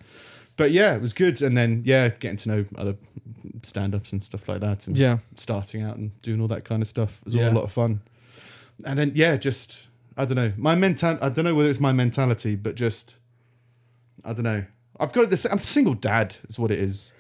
Speaker 1: But yeah, it was good. And then yeah, getting to know other stand-ups and stuff like that, and
Speaker 2: Yeah.
Speaker 1: starting out and doing all that kind of stuff was
Speaker 2: Yeah.
Speaker 1: all a lot of fun. And then yeah, just I don't know. My mental I don't know whether it's my mentality, but just I don't know. I've got this I'm a single dad is what it is.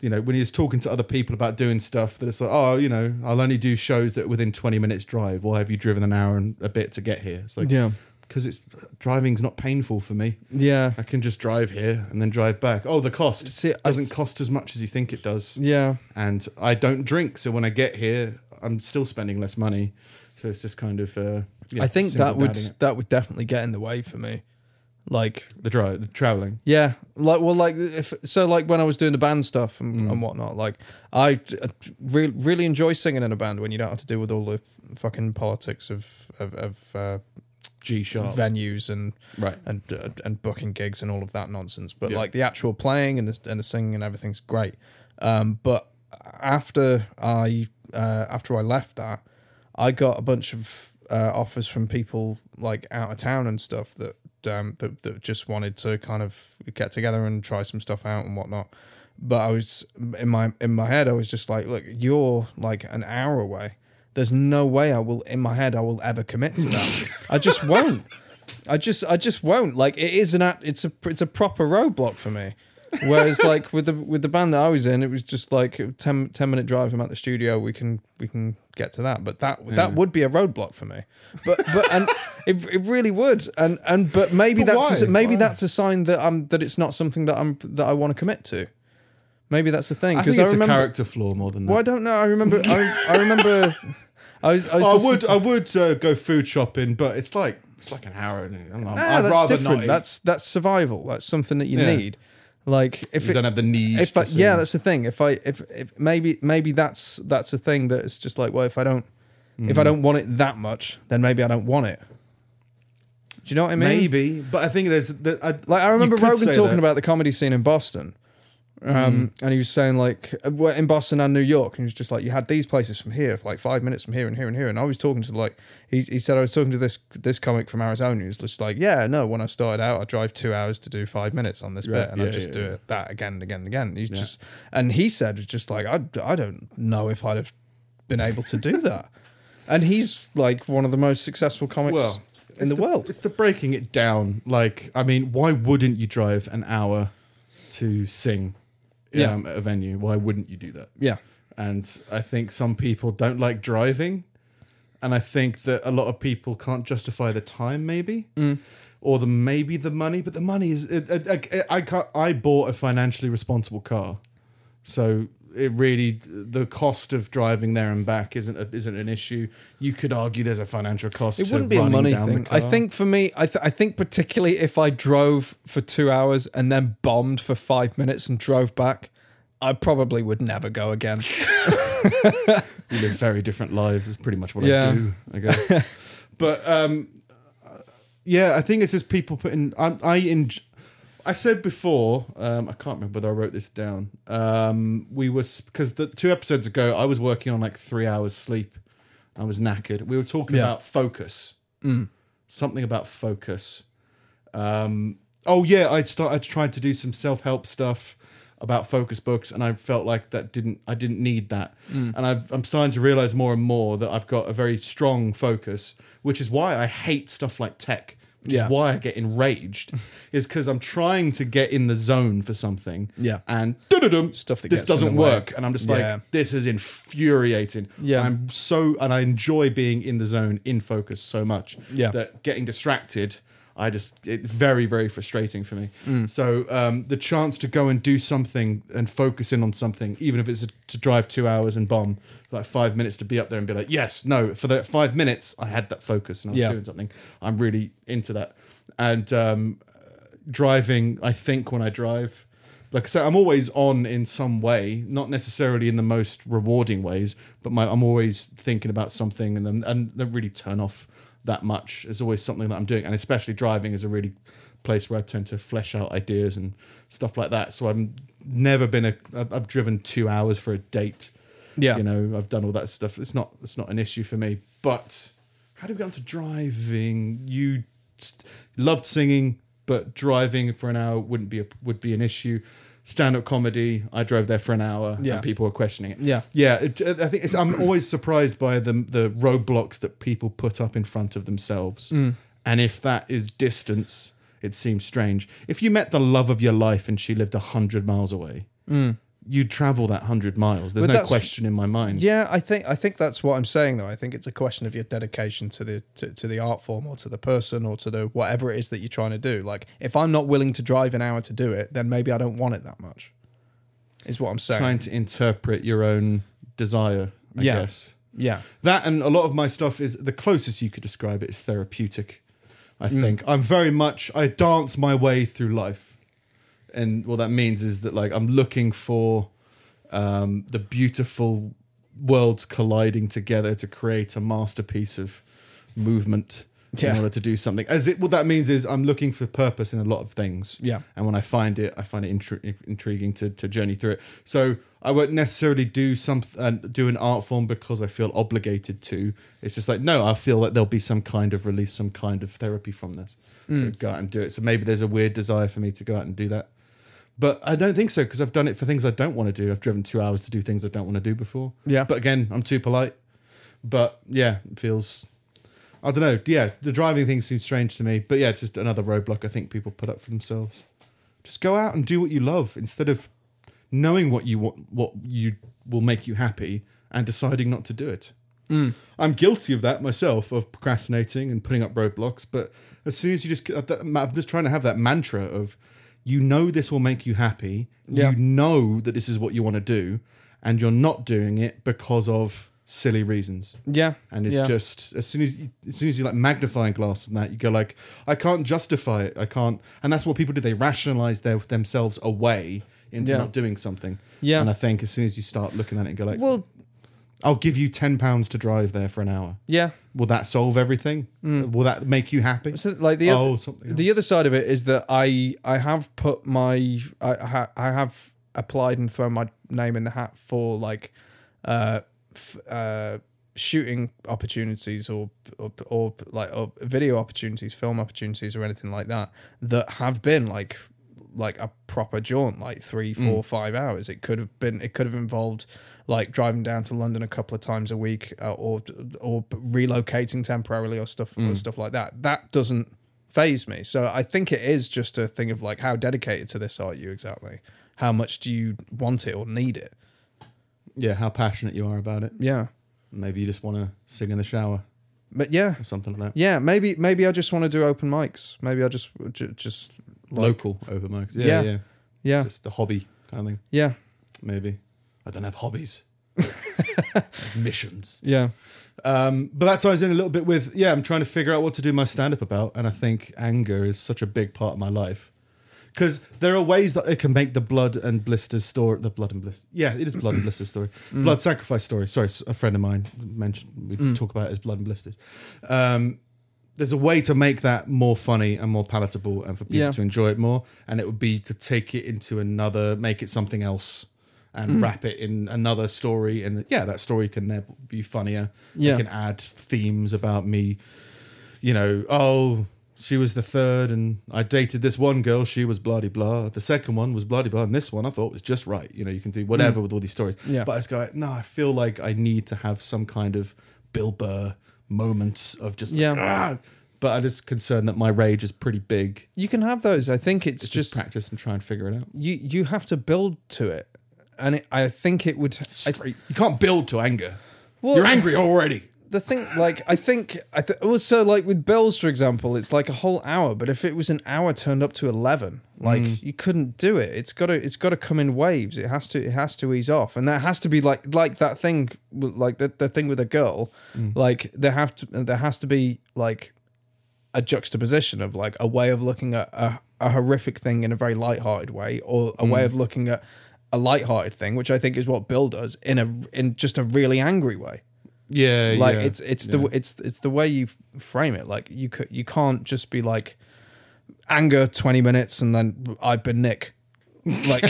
Speaker 1: You know, when he's talking to other people about doing stuff that it's like, oh, you know, I'll only do shows that are within 20 minutes drive. Why have you driven an hour and a bit to get here? It's like
Speaker 2: Yeah.
Speaker 1: because it's driving's not painful for me.
Speaker 2: Yeah.
Speaker 1: I can just drive here and then drive back. Oh, the cost
Speaker 2: See, I
Speaker 1: doesn't
Speaker 2: th-
Speaker 1: cost as much as you think it does.
Speaker 2: Yeah.
Speaker 1: And I don't drink, so when I get here, I'm still spending less money. So it's just kind of. Uh, yeah,
Speaker 2: I think
Speaker 1: single
Speaker 2: that would
Speaker 1: dadding it.
Speaker 2: that would definitely get in the way for me. Like
Speaker 1: the drive, the traveling.
Speaker 2: yeah, like well, like if so, like when I was doing the band stuff and, and whatnot, like I really really enjoy singing in a band when you don't have to deal with all the fucking politics of of, of uh,
Speaker 1: G sharp.
Speaker 2: venues and
Speaker 1: Right.
Speaker 2: and uh, and booking gigs and all of that nonsense. But
Speaker 1: Yeah.
Speaker 2: like the actual playing and the, and the singing and everything's great. Um, but after I uh, after I left that, I got a bunch of uh, offers from people like out of town and stuff that um, that that just wanted to kind of get together and try some stuff out and whatnot. But I was in my in my head, I was just like, look, you're like an hour away. There's no way I will in my head I will ever commit to that. I just won't. I just I just won't like it is an act- it's a it's a proper roadblock for me. Whereas like with the with the band that I was in, it was just like a 10, 10 minute drive. I'm at the studio. We can we can get to that. But that that would be a roadblock for me. But but and it, it really would. And and but maybe
Speaker 1: But
Speaker 2: that's a-
Speaker 1: why?
Speaker 2: maybe
Speaker 1: Why?
Speaker 2: that's a sign that I'm that it's not something that I'm that I want to commit to. Maybe that's the thing
Speaker 1: I think
Speaker 2: because
Speaker 1: it's
Speaker 2: I,
Speaker 1: a
Speaker 2: remember.
Speaker 1: character flaw more than that.
Speaker 2: well, I don't know. I remember. I, I remember. I was. I, was
Speaker 1: I
Speaker 2: listening
Speaker 1: would, I would uh, go food shopping, but it's like it's like an hour. And, I don't know,
Speaker 2: Ah,
Speaker 1: I'd
Speaker 2: that's
Speaker 1: rather
Speaker 2: different.
Speaker 1: not.
Speaker 2: That's that's survival. That's something that you
Speaker 1: Yeah.
Speaker 2: need. Like if
Speaker 1: you
Speaker 2: it,
Speaker 1: don't have the need.
Speaker 2: if I,
Speaker 1: to
Speaker 2: yeah,
Speaker 1: sing.
Speaker 2: that's the thing. If I if, if maybe maybe that's that's a thing that it's just like well if I don't
Speaker 1: Mm.
Speaker 2: if I don't want it that much then maybe I don't want it. Do you know what I mean?
Speaker 1: maybe, but I think there's. The, I,
Speaker 2: Like I
Speaker 1: you
Speaker 2: remember
Speaker 1: could
Speaker 2: Rogan
Speaker 1: say
Speaker 2: talking
Speaker 1: that. Hmm.
Speaker 2: about the comedy scene in Boston, um, and he was saying like uh, well, in Boston and New York, and he was just like you had these places from here, like five minutes from here and here and here. And I was talking to like he, he said I was talking to this this comic from Arizona who's just like yeah no when I started out I drive two hours to do five minutes on this bit and I
Speaker 1: yeah,
Speaker 2: just
Speaker 1: yeah,
Speaker 2: do
Speaker 1: yeah.
Speaker 2: it that again and again and again. He's just and he said it's just like I I don't know if I'd have been able to do that. And he's like one of the most successful comics
Speaker 1: well
Speaker 2: in
Speaker 1: it's
Speaker 2: the, world.
Speaker 1: It's the breaking it down. Like, I mean, why wouldn't you drive an hour to sing
Speaker 2: Yeah.
Speaker 1: um, at a venue? Why wouldn't you do that?
Speaker 2: Yeah.
Speaker 1: And I think some people don't like driving, and I think that a lot of people can't justify the time, maybe.
Speaker 2: Mm.
Speaker 1: Or the maybe the money, but the money is. It, it, it- I can't, I bought a financially responsible car, so it really the cost of driving there and back isn't a, isn't an issue. You could argue there's a financial cost.
Speaker 2: It
Speaker 1: to
Speaker 2: wouldn't be a
Speaker 1: running
Speaker 2: money
Speaker 1: down the
Speaker 2: thing. I
Speaker 1: car.
Speaker 2: think for me, I, th- I think particularly if I drove for two hours and then bombed for five minutes and drove back, I probably would never go again.
Speaker 1: we live very different lives. Is pretty much what
Speaker 2: Yeah.
Speaker 1: I do, I guess. but um, yeah, I think it's just people putting. I, I enj- I said before, um, I can't remember whether I wrote this down. Um, we were because the two episodes ago, I was working on like three hours sleep. I was knackered. We were talking
Speaker 2: Yeah. Mm.
Speaker 1: about focus. Something about focus. Um, oh yeah, I started trying to do some self help stuff about focus books, and I felt like that didn't I didn't need that,
Speaker 2: Mm.
Speaker 1: and I've, I'm starting to realize more and more that I've got a very strong focus, which is why I hate stuff like tech. Which
Speaker 2: Yeah.
Speaker 1: is why I get enraged, is because I'm trying to get in the zone for something.
Speaker 2: Yeah.
Speaker 1: and dum
Speaker 2: Stuff that
Speaker 1: this
Speaker 2: gets in the
Speaker 1: doesn't
Speaker 2: way.
Speaker 1: work, and I'm just like,
Speaker 2: Yeah.
Speaker 1: this is infuriating.
Speaker 2: Yeah.
Speaker 1: I'm so and I enjoy being in the zone, in focus so much.
Speaker 2: Yeah.
Speaker 1: that getting distracted, I just it's very very frustrating for me.
Speaker 2: Mm.
Speaker 1: So um, the chance to go and do something and focus in on something, even if it's to drive two hours and bomb like five minutes to be up there and be like, yes, no, for that five minutes I had that focus and I was
Speaker 2: Yeah.
Speaker 1: doing something. I'm really into that, and um, driving, I think when I drive, like I said, I'm always on in some way, not necessarily in the most rewarding ways, but my I'm always thinking about something, and then and they really turn off that much. There's always something that I'm doing, and especially driving is a really place where I tend to flesh out ideas and stuff like that. So I've never been a I've I've driven two hours for a date.
Speaker 2: Yeah.
Speaker 1: you know, I've done all that stuff. It's not it's not an issue for me. But how do we get onto driving? You st- loved singing, but driving for an hour wouldn't be a, would be an issue. Stand up comedy. I drove there for an hour,
Speaker 2: Yeah.
Speaker 1: and people were questioning it.
Speaker 2: Yeah.
Speaker 1: yeah. It, uh, I think it's, I'm always surprised by the the roadblocks that people put up in front of themselves.
Speaker 2: Mm.
Speaker 1: And if that is distance, it seems strange. If you met the love of your life and she lived hundred miles away, you travel that hundred miles. There's
Speaker 2: Mm.
Speaker 1: no
Speaker 2: But that's-
Speaker 1: question in my mind.
Speaker 2: Yeah, I think I think that's what I'm saying though. I think it's a question of your dedication to the to, to the art form or to the person or to the whatever it is that you're trying to do. Like if I'm not willing to drive an hour to do it, then maybe I don't want it that much. Is what I'm saying.
Speaker 1: Trying to interpret your own desire, I
Speaker 2: Yeah.
Speaker 1: guess.
Speaker 2: yeah.
Speaker 1: That and a lot of my stuff is the closest you could describe it is therapeutic. I
Speaker 2: Mm.
Speaker 1: think I'm very much I dance my way through life, and what that means is that like I'm looking for um, the beautiful worlds colliding together to create a masterpiece of movement
Speaker 2: Yeah.
Speaker 1: in order to do something. As it what that means is I'm looking for purpose in a lot of things.
Speaker 2: Yeah.
Speaker 1: and when I find it, I find it intri- intriguing to, to journey through it. So I won't necessarily do some uh, do an art form because I feel obligated to. It's just like no, I feel that there'll be some kind of release, some kind of therapy from this.
Speaker 2: Hmm.
Speaker 1: So go out and do it. So maybe there's a weird desire for me to go out and do that, but I don't think so because I've done it for things I don't want to do. I've driven two hours to do things I don't want to do before.
Speaker 2: Yeah.
Speaker 1: but again, I'm too polite. But yeah, it feels. I don't know. Yeah, the driving thing seems strange to me, but yeah, it's just another roadblock I think people put up for themselves. Just go out and do what you love instead of knowing what you want, what you will make you happy, and deciding not to do it. I'm guilty of that myself, of procrastinating and putting up roadblocks. But as soon as you just, I'm just trying to have that mantra of, you know, this will make you happy.
Speaker 2: Yeah.
Speaker 1: You know that this is what you want to do, and you're not doing it because of silly reasons
Speaker 2: Yeah.
Speaker 1: and it's
Speaker 2: yeah.
Speaker 1: just as soon as you, as soon as you like magnifying glass on that, you go like, I can't justify it. I can't, and that's what people do. They rationalize their themselves away into
Speaker 2: Yeah.
Speaker 1: not doing something.
Speaker 2: Yeah.
Speaker 1: and I think as soon as you start looking at it and go like,
Speaker 2: Well,
Speaker 1: I'll give you ten pounds to drive there for an hour.
Speaker 2: yeah.
Speaker 1: Will that solve everything? Will that make you happy?
Speaker 2: Mm. So like the
Speaker 1: oh, something.
Speaker 2: the other side of it is that I I have put my I ha, I have applied and thrown my name in the hat for like uh f- uh shooting opportunities or or, or like or video opportunities, film opportunities or anything like that that have been like like a proper jaunt, like three, four, five hours. It could have been, it could have involved like driving down to London a couple of times a week, uh, or or relocating temporarily, or stuff, or stuff like that. That doesn't phase me. So I think it is just a thing of like how dedicated to this are you exactly? How much do you want it or need it?
Speaker 1: yeah, how passionate you are about it.
Speaker 2: Yeah,
Speaker 1: Maybe you just want to sing in the shower
Speaker 2: but yeah,
Speaker 1: or something like that.
Speaker 2: yeah. Maybe maybe I just want to do open mics. Maybe I just ju- just like-
Speaker 1: Local over mics.
Speaker 2: Yeah.
Speaker 1: Yeah, yeah,
Speaker 2: Yeah,
Speaker 1: just the hobby kind of thing.
Speaker 2: yeah,
Speaker 1: Maybe I don't have hobbies. I have missions.
Speaker 2: yeah,
Speaker 1: Um, but that ties in a little bit with yeah, I'm trying to figure out what to do my stand up about, and I think anger is such a big part of my life because there are ways that it can make the blood and blisters story, the blood and blister, yeah, it is blood and blisters story, blood sacrifice story. Sorry, s- a friend of mine mentioned we talk about it as blood and blisters. Um, there's a way to make that more funny and more palatable, and for people
Speaker 2: Yeah.
Speaker 1: to enjoy it more. And it would be to take it into another, make it something else, and
Speaker 2: Mm.
Speaker 1: wrap it in another story. And yeah, that story can then be funnier.
Speaker 2: Yeah.
Speaker 1: I can add themes about me you know, oh, she was the third, and I dated this one girl. She was bloody blah. The second one was bloody blah, and this one I thought was just right. You know, you can do whatever with all these stories.
Speaker 2: Mm. Yeah.
Speaker 1: But it's like, no, I feel like I need to have some kind of Bill Burr moments of just like,
Speaker 2: Yeah.
Speaker 1: ah. But I'm just concerned that my rage is pretty big.
Speaker 2: You can have those. I think it's,
Speaker 1: It's just,
Speaker 2: just
Speaker 1: practice and try and figure it out.
Speaker 2: you you have to build to it and it, i think it would I,
Speaker 1: you can't build to anger.
Speaker 2: Well-
Speaker 1: You're angry already.
Speaker 2: the thing like i think i th- also like with bills for example it's like a whole hour but if it was an hour turned up to 11 like you couldn't do it it's got to it's got to come in waves it has to it has to ease off and that has to be like like that thing with- like the, the thing with a girl like there have to there has to be like a juxtaposition of like a way of looking at a, a horrific thing in a very light-hearted way, or a way of looking at a light-hearted thing, which I think is what Bill does in a in just a really angry way.
Speaker 1: Yeah,
Speaker 2: Like
Speaker 1: yeah.
Speaker 2: it's it's the it's it's the way you f- frame it. Like you could you can't just be like anger twenty minutes and then I've been Nick. Like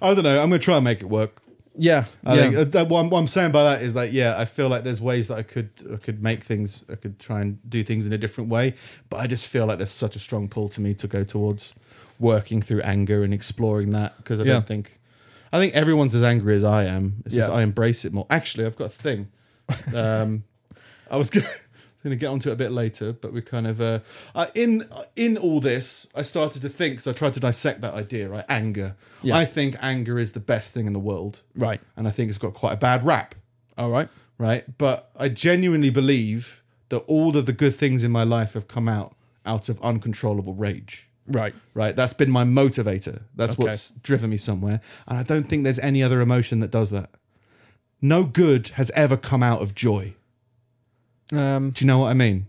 Speaker 1: I don't know. I'm gonna try and make it work.
Speaker 2: yeah,
Speaker 1: I
Speaker 2: yeah.
Speaker 1: think uh, that, what, I'm, what I'm saying by that is like, yeah, I feel like there's ways that I could I could make things, I could try and do things in a different way, but I just feel like there's such a strong pull to me to go towards working through anger and exploring that because I
Speaker 2: Yeah.
Speaker 1: don't think I think everyone's as angry as I am. It's just
Speaker 2: Yeah.
Speaker 1: I embrace it more. Actually, I've got a thing. Um, I was going to get onto it a bit later, but we kind of uh, uh, in in all this, I started to think. So I tried to dissect that idea, right? Anger.
Speaker 2: Yeah.
Speaker 1: I think anger is the best thing in the world
Speaker 2: right.
Speaker 1: and I think it's got quite a bad rap,
Speaker 2: All right.
Speaker 1: right? But I genuinely believe that all of the good things in my life have come out out of uncontrollable rage,
Speaker 2: Right.
Speaker 1: right? That's been my motivator. That's
Speaker 2: Okay.
Speaker 1: what's driven me somewhere, and I don't think there's any other emotion that does that. No good has ever come out of joy.
Speaker 2: Um
Speaker 1: Do you know what I mean?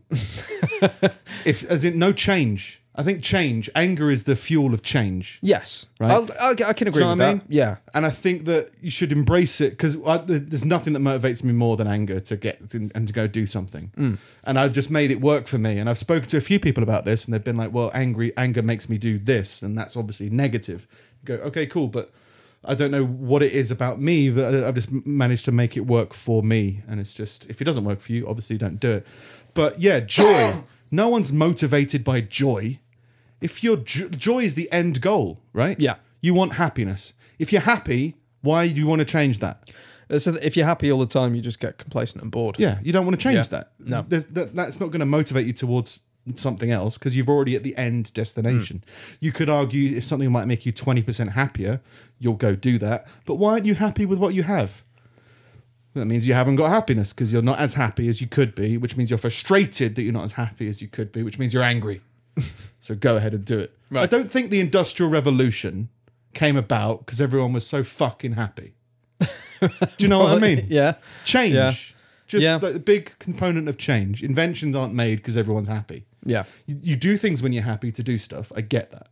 Speaker 1: if as in no change. I think change, anger is the fuel of change.
Speaker 2: yes.
Speaker 1: Right.
Speaker 2: I'll, I'll, I can agree
Speaker 1: know
Speaker 2: with
Speaker 1: what I
Speaker 2: that.
Speaker 1: mean?
Speaker 2: Yeah.
Speaker 1: and I think that you should embrace it because there's nothing that motivates me more than anger to get and and to go do something.
Speaker 2: Mm.
Speaker 1: And I've just made it work for me. And I've spoken to a few people about this, and they've been like, "Well, angry anger makes me do this," and that's obviously negative. You go, okay, cool, but I don't know what it is about me, but I- I've just m- managed to make it work for me. And it's just if it doesn't work for you, obviously don't do it. But yeah, joy. no one's motivated by joy. If your jo- joy is the end goal, right?
Speaker 2: Yeah.
Speaker 1: You want happiness. If you're happy, why do you want to change that?
Speaker 2: So that if you're happy all the time, you just get complacent and bored.
Speaker 1: Yeah, you don't want to change
Speaker 2: Yeah.
Speaker 1: that.
Speaker 2: No.
Speaker 1: There's, that, that's not going to motivate you towards something else because you've already at the end destination.
Speaker 2: Hmm.
Speaker 1: You could argue if something might make you 20% happier, you'll go do that. But why aren't you happy with what you have? That means you haven't got happiness because you're not as happy as you could be, which means you're frustrated that you're not as happy as you could be, which means you're angry. so go ahead and do it. I don't think the Industrial Revolution came about because everyone was so fucking happy. do you know what I mean?
Speaker 2: Yeah.
Speaker 1: change
Speaker 2: Yeah.
Speaker 1: just
Speaker 2: Yeah.
Speaker 1: the big component of change inventions aren't made because everyone's happy
Speaker 2: Yeah.
Speaker 1: you, you do things when you're happy to do stuff i get that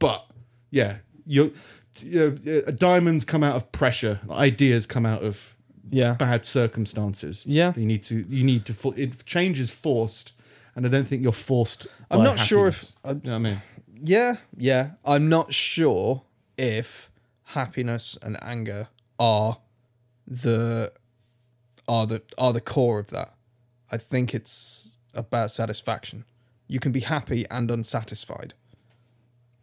Speaker 1: but yeah you're, you know, uh, diamonds come out of pressure ideas come out of
Speaker 2: Yeah.
Speaker 1: bad circumstances
Speaker 2: Yeah.
Speaker 1: you need to you need to fo- it, change is forced and i don't think you're forced
Speaker 2: I'm
Speaker 1: by
Speaker 2: not sure if-
Speaker 1: happiness. you know what i mean
Speaker 2: Yeah. Yeah. I'm not sure if happiness and anger are the are the are the core of that. I think it's about satisfaction. You can be happy and unsatisfied.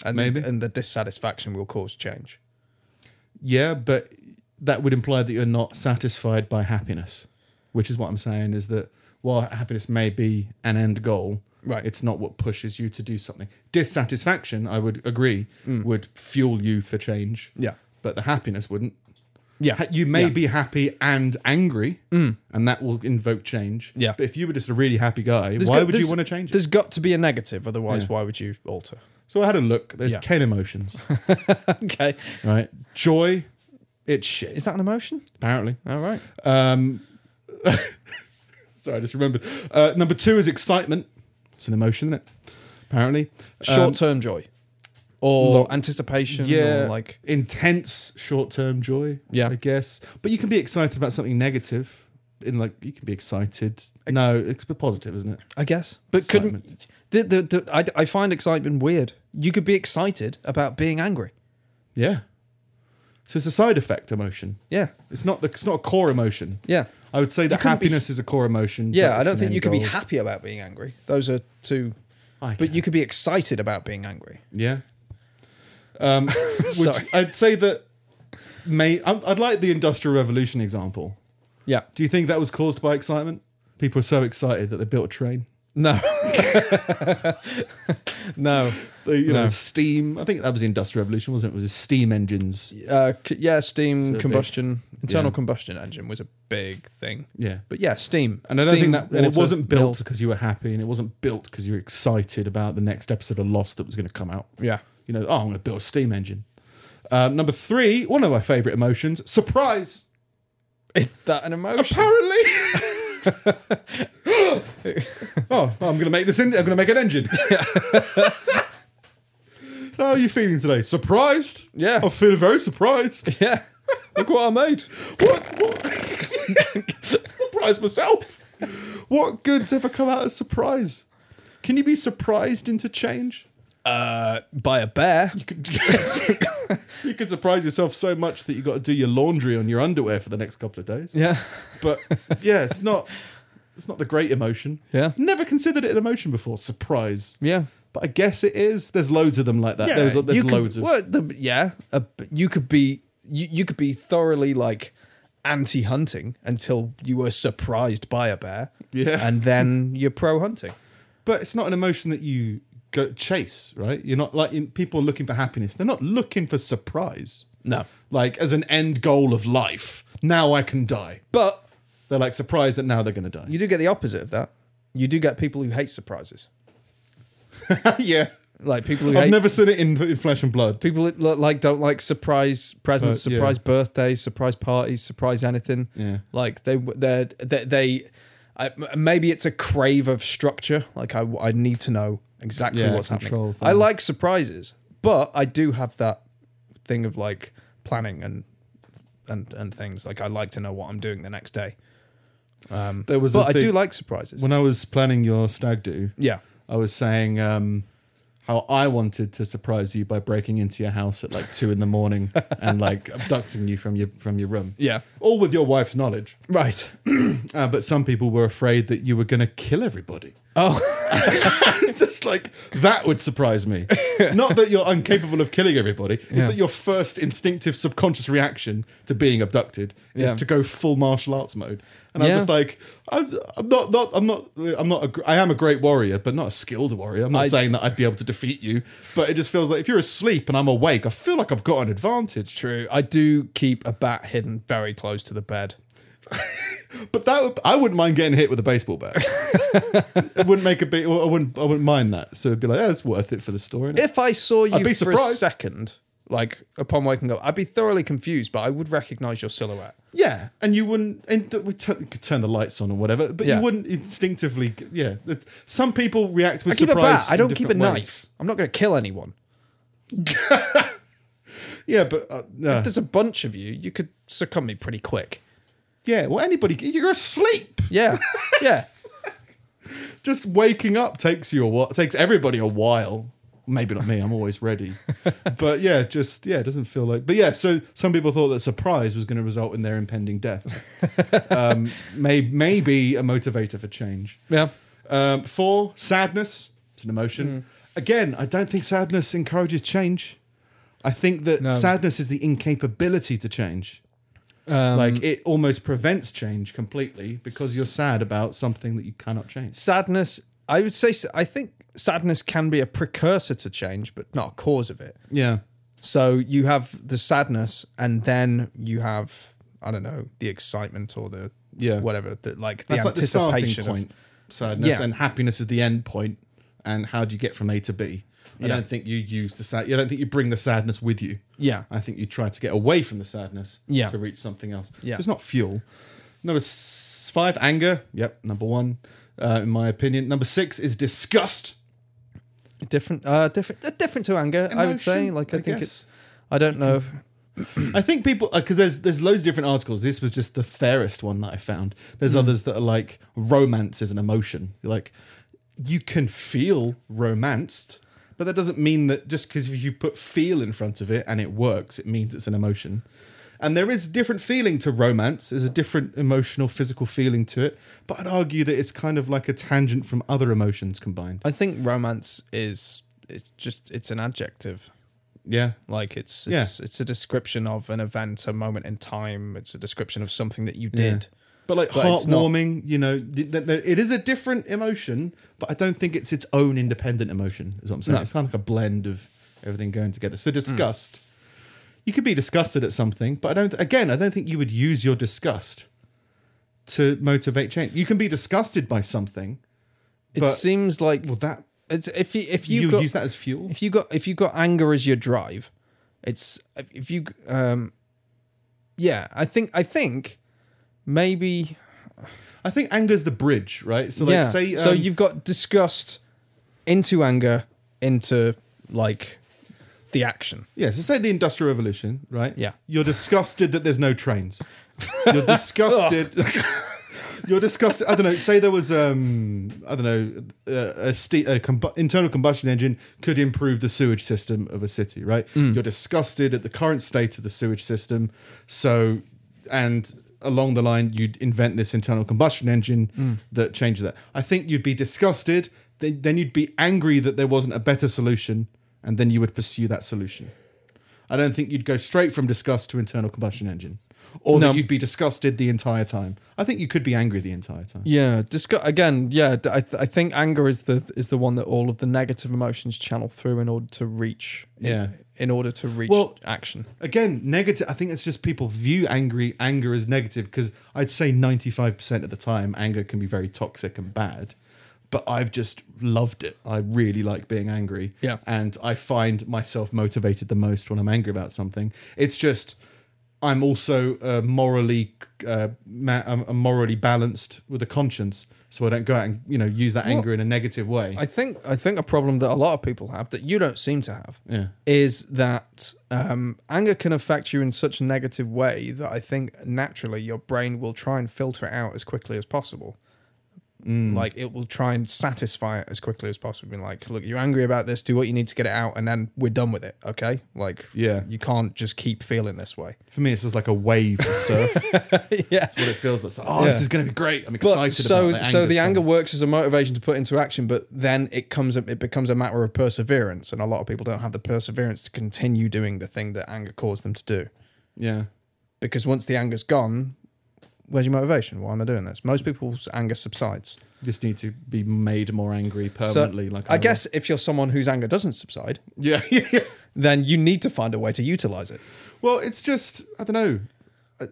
Speaker 2: And
Speaker 1: Maybe.
Speaker 2: and the dissatisfaction will cause change.
Speaker 1: Yeah, but that would imply that you're not satisfied by happiness, which is what I'm saying is that while happiness may be an end goal,
Speaker 2: Right.
Speaker 1: it's not what pushes you to do something. Dissatisfaction, I would agree, would fuel you for change.
Speaker 2: Mm. Yeah.
Speaker 1: But the happiness wouldn't.
Speaker 2: Yeah.
Speaker 1: Ha- You may
Speaker 2: Yeah. Mm.
Speaker 1: be happy and angry, and that will invoke change.
Speaker 2: Yeah.
Speaker 1: But if you were just a really happy guy,
Speaker 2: There's
Speaker 1: why
Speaker 2: got-
Speaker 1: would you
Speaker 2: there's-
Speaker 1: want to change it?
Speaker 2: There's got to be a negative, otherwise, why would you alter?
Speaker 1: So I had a look. There's
Speaker 2: Yeah.
Speaker 1: 10 emotions,
Speaker 2: Okay.
Speaker 1: right? Joy, it's shit,
Speaker 2: Is that an emotion?
Speaker 1: apparently.
Speaker 2: All right.
Speaker 1: Um, sorry, I just remembered. Uh, number two is excitement. It's an emotion, isn't it? Apparently. Um,
Speaker 2: Short term joy. Or
Speaker 1: Long-
Speaker 2: anticipation.
Speaker 1: yeah,
Speaker 2: Or like
Speaker 1: intense short-term joy.
Speaker 2: Yeah.
Speaker 1: I guess. But you can be excited about something negative. In like, you can be excited. No, it's positive, isn't it?
Speaker 2: I guess. But couldn't the, the, the I, I find excitement weird. You could be excited about being angry.
Speaker 1: Yeah. So it's a side effect emotion.
Speaker 2: Yeah.
Speaker 1: It's not the. It's not a core emotion.
Speaker 2: Yeah.
Speaker 1: I would say that
Speaker 2: couldn't be-
Speaker 1: happiness is a core emotion. but
Speaker 2: Yeah, I
Speaker 1: it's
Speaker 2: don't
Speaker 1: an
Speaker 2: think
Speaker 1: end
Speaker 2: you could be
Speaker 1: goal.
Speaker 2: happy about being angry. Those are two
Speaker 1: I
Speaker 2: but you could be excited about being angry.
Speaker 1: Yeah. Um, which
Speaker 2: Sorry.
Speaker 1: I'd say that may I'm- I'd like the Industrial Revolution example.
Speaker 2: Yeah.
Speaker 1: Do you think that was caused by excitement? People were so excited that they built a train.
Speaker 2: No. no.
Speaker 1: They, you know,
Speaker 2: No.
Speaker 1: steam. I think that was the Industrial Revolution, wasn't it? It was steam engines.
Speaker 2: Uh, c- yeah, steam
Speaker 1: big-
Speaker 2: combustion, internal
Speaker 1: yeah.
Speaker 2: combustion engine was a big thing.
Speaker 1: Yeah.
Speaker 2: But yeah, steam.
Speaker 1: And I don't
Speaker 2: Steam,
Speaker 1: think that, and it
Speaker 2: water,
Speaker 1: wasn't built because you were happy, and it wasn't built because you were excited about the next episode of Lost that was going to come out.
Speaker 2: milk. Yeah.
Speaker 1: You know, oh, I'm going to build a steam engine. Um, number three, one of my favorite emotions, surprise.
Speaker 2: Is that an emotion?
Speaker 1: Apparently. oh, I'm going to make this. In- I'm going to make an engine. How are you feeling today? Surprised?
Speaker 2: Yeah.
Speaker 1: I feel very surprised.
Speaker 2: Yeah. Look what I made.
Speaker 1: What? what? surprised myself. What goods ever come out as surprise? Can you be surprised into change?
Speaker 2: Uh, by a bear.
Speaker 1: You can surprise yourself so much that you got to do your laundry on your underwear for the next couple of days.
Speaker 2: Yeah.
Speaker 1: But yeah, it's not. It's not the great emotion.
Speaker 2: Yeah.
Speaker 1: Never considered it an emotion before. Surprise.
Speaker 2: Yeah.
Speaker 1: But I guess it is. There's loads of them like that. there's there's
Speaker 2: you
Speaker 1: loads
Speaker 2: could,
Speaker 1: of.
Speaker 2: Well, the, yeah, a, you could be you, you could be thoroughly like anti-hunting until you were surprised by a bear.
Speaker 1: Yeah.
Speaker 2: and then you're pro-hunting.
Speaker 1: But it's not an emotion that you go chase, right? You're not like you- people are looking for happiness. They're not looking for surprise,
Speaker 2: No,
Speaker 1: like as an end goal of life. Now I can die.
Speaker 2: but
Speaker 1: They're like surprised that now they're going to die.
Speaker 2: you do get the opposite of that. You do get people who hate surprises,
Speaker 1: yeah.
Speaker 2: like people who
Speaker 1: I've
Speaker 2: hate
Speaker 1: never seen it in, in flesh and blood.
Speaker 2: people that look like don't like surprise presents,
Speaker 1: Uh, yeah.
Speaker 2: surprise birthdays, surprise parties, surprise anything.
Speaker 1: Yeah.
Speaker 2: like they they they. they I, maybe it's a crave of structure. Like I, I need to know exactly
Speaker 1: Yeah,
Speaker 2: what's happening.
Speaker 1: control thing.
Speaker 2: I like surprises, but I do have that thing of like planning and and and things. Like I like to know what I'm doing the next day. Um,
Speaker 1: There was a
Speaker 2: but I
Speaker 1: thing-
Speaker 2: do like surprises.
Speaker 1: When I was planning your stag do,
Speaker 2: yeah,
Speaker 1: I was saying um, how I wanted to surprise you by breaking into your house at like two in the morning and like abducting you from your from your room.
Speaker 2: yeah,
Speaker 1: All with your wife's knowledge.
Speaker 2: right.
Speaker 1: Uh, but some people were afraid that you were going to kill everybody.
Speaker 2: Oh,
Speaker 1: It's just like that would surprise me. Not that you're incapable of killing everybody. It's
Speaker 2: Yeah.
Speaker 1: that your first instinctive subconscious reaction to being abducted
Speaker 2: Yeah.
Speaker 1: is to go full martial arts mode. And I
Speaker 2: Yeah.
Speaker 1: was just like, I'm I'm not, not, I'm not, I'm not, a, gr- I am a great warrior, but not a skilled warrior. I'm not
Speaker 2: I-
Speaker 1: saying that I'd be able to defeat you, but it just feels like if you're asleep and I'm awake, I feel like I've got an advantage.
Speaker 2: true. I do keep a bat hidden very close to the bed.
Speaker 1: But that would, I wouldn't mind getting hit with a baseball bat. it wouldn't make a big. I wouldn't. I wouldn't mind that. So it'd be like, oh, it's worth it for the story.
Speaker 2: if I saw you
Speaker 1: I'd be
Speaker 2: for a
Speaker 1: surprised.
Speaker 2: second, like upon waking up, I'd be thoroughly confused, but I would recognize your silhouette.
Speaker 1: Yeah, and you wouldn't, and th- we t- could turn the lights on or whatever, but
Speaker 2: Yeah.
Speaker 1: you wouldn't instinctively. g- Yeah, It's- some people react with
Speaker 2: Keep a
Speaker 1: surprise.
Speaker 2: bat. I
Speaker 1: in
Speaker 2: don't keep a
Speaker 1: different ways.
Speaker 2: knife. I'm not going to kill anyone.
Speaker 1: Yeah, but uh, no.
Speaker 2: There's a bunch of you. You could succumb me pretty quick.
Speaker 1: yeah. Well, anybody, you're asleep.
Speaker 2: Yeah, yeah.
Speaker 1: Just waking up takes you a while. Takes everybody a while. Maybe not me. I'm always ready. but yeah, just yeah, it doesn't feel like. But yeah, so some people thought that surprise was going to result in their impending death. um, may maybe a motivator for change.
Speaker 2: Yeah.
Speaker 1: Um, four, sadness. It's an emotion. Again, I don't think sadness encourages change. I think that sadness is the incapability to change. like it almost prevents change completely because you're sad about something that you cannot change.
Speaker 2: Sadness. I would say. s- I think sadness can be a precursor to change, but not a cause of it.
Speaker 1: Yeah.
Speaker 2: So you have the sadness, and then you have I don't know the excitement or the
Speaker 1: Yeah.
Speaker 2: whatever the, like the
Speaker 1: That's like the
Speaker 2: anticipation
Speaker 1: starting
Speaker 2: of-
Speaker 1: point. Sadness
Speaker 2: Yeah.
Speaker 1: and happiness is the end point. And how do you get from A to B? I
Speaker 2: Yeah.
Speaker 1: don't think you use the sad. I don't think you bring the sadness with you.
Speaker 2: yeah.
Speaker 1: I think you try to get away from the sadness
Speaker 2: Yeah.
Speaker 1: to reach something else.
Speaker 2: Yeah.
Speaker 1: So it's not fuel. Number s- five, anger. Yep, number one, uh, in my opinion. Number six is disgust.
Speaker 2: different uh different uh, different to anger i would say
Speaker 1: Emotion,
Speaker 2: like i,
Speaker 1: I
Speaker 2: think
Speaker 1: guess.
Speaker 2: it's i don't know if,
Speaker 1: I think people because there's there's loads of different articles. This was just the fairest one that I found. There's others that are like romance is an emotion. Like you can feel romanced, but that doesn't mean that just because you put feel in front of it and it works, it means it's an emotion. And there is different feeling to romance. There's a different emotional, physical feeling to it. But I'd argue that it's kind of like a tangent from other emotions combined.
Speaker 2: i think romance is it's just it's an adjective
Speaker 1: Yeah.
Speaker 2: like it's it's, it's a description of an event a moment in time it's a description of something that you did
Speaker 1: But like
Speaker 2: But it's not-
Speaker 1: heartwarming, you know, th- th- th- it is a different emotion, but I don't think it's its own independent emotion. Is what I'm saying.
Speaker 2: No.
Speaker 1: It's kind of like a blend of everything going together. So disgust, you could be disgusted at something, but I don't. Again, I don't think you would use your disgust to motivate change. You can be disgusted by something.
Speaker 2: it
Speaker 1: But-
Speaker 2: seems like
Speaker 1: Well, that
Speaker 2: it's if you if
Speaker 1: you
Speaker 2: you
Speaker 1: would
Speaker 2: got,
Speaker 1: use that as fuel.
Speaker 2: if you got if you got anger as your drive it's if you um yeah i think i think maybe
Speaker 1: I think anger's the bridge, right? So like,
Speaker 2: yeah.
Speaker 1: say um,
Speaker 2: so you've got disgust into anger into like the action.
Speaker 1: Yeah, so say the Industrial Revolution, right?
Speaker 2: Yeah.
Speaker 1: You're disgusted that there's no trains. You're disgusted. You're disgusted. I don't know. Say there was, um, I don't know, uh, a, ste- a combu- internal combustion engine could improve the sewage system of a city, right? You're disgusted at the current state of the sewage system. So, and along the line, you'd invent this internal combustion engine that changes that. I think you'd be disgusted. Then, then you'd be angry that there wasn't a better solution, and then you would pursue that solution. I don't think you'd go straight from disgust to internal combustion engine, or
Speaker 2: No.
Speaker 1: that you'd be disgusted the entire time. I think you could be angry the entire time.
Speaker 2: Yeah, disgust again. Yeah, d- I, th- I think anger is the is the one that all of the negative emotions channel through in order to reach. in-
Speaker 1: Yeah.
Speaker 2: in order to reach
Speaker 1: Well-
Speaker 2: action.
Speaker 1: Again, negative. I think it's just people view angry anger as negative because I'd say ninety five percent of the time, anger can be very toxic and bad. But I've just loved it. I really like being angry.
Speaker 2: Yeah.
Speaker 1: and I find myself motivated the most when I'm angry about something. It's just I'm also uh, morally uh, ma- I'm I'm morally balanced with a conscience, so I don't go out and you know use that anger in a negative way.
Speaker 2: I think I think a problem that a lot of people have that you don't seem to have
Speaker 1: yeah,
Speaker 2: is that um, anger can affect you in such a negative way that I think naturally your brain will try and filter it out as quickly as possible.
Speaker 1: Mm.
Speaker 2: Like it will try and satisfy it as quickly as possible. Being like, look, you're angry about this, do what you need to get it out, and then we're done with it. Okay, like
Speaker 1: Yeah.
Speaker 2: you can't just keep feeling this way.
Speaker 1: for me, it's just like a wave to surf.
Speaker 2: yeah.
Speaker 1: That's what it feels like. It's like, Oh,
Speaker 2: Yeah.
Speaker 1: this is going to be great. I'm
Speaker 2: But
Speaker 1: excited
Speaker 2: so
Speaker 1: about
Speaker 2: so
Speaker 1: anger's
Speaker 2: the anger
Speaker 1: coming.
Speaker 2: works as a motivation to put into action, but then it comes it becomes a matter of perseverance, and a lot of people don't have the perseverance to continue doing the thing that anger caused them to do.
Speaker 1: Yeah.
Speaker 2: Because once the anger's gone, where's your motivation? Why am I doing this? Most people's anger subsides.
Speaker 1: Just need to be made more angry
Speaker 2: So
Speaker 1: permanently. like
Speaker 2: I
Speaker 1: another-
Speaker 2: guess if you're someone whose anger doesn't subside,
Speaker 1: Yeah, yeah, yeah.
Speaker 2: then you need to find a way to utilize it.
Speaker 1: Well, it's just I don't know. I,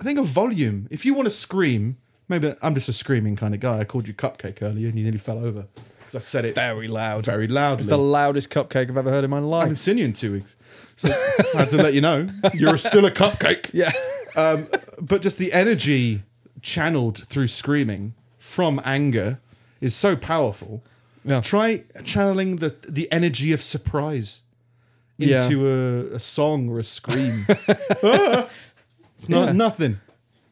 Speaker 1: I think of volume. If you want to scream, maybe I'm just a screaming kind of guy. I called you cupcake earlier, and you nearly fell over because I said it
Speaker 2: Very loud.
Speaker 1: very loudly.
Speaker 2: It's the loudest cupcake I've ever heard in my
Speaker 1: I haven't
Speaker 2: life.
Speaker 1: seen you in two weeks, so I had to let you know you're still a cupcake.
Speaker 2: Yeah.
Speaker 1: um, but just the energy channeled through screaming from anger is so powerful.
Speaker 2: Yeah.
Speaker 1: Try channeling the the energy of surprise
Speaker 2: Yeah.
Speaker 1: into a, a song or a scream. Ah! it's not
Speaker 2: Yeah.
Speaker 1: nothing.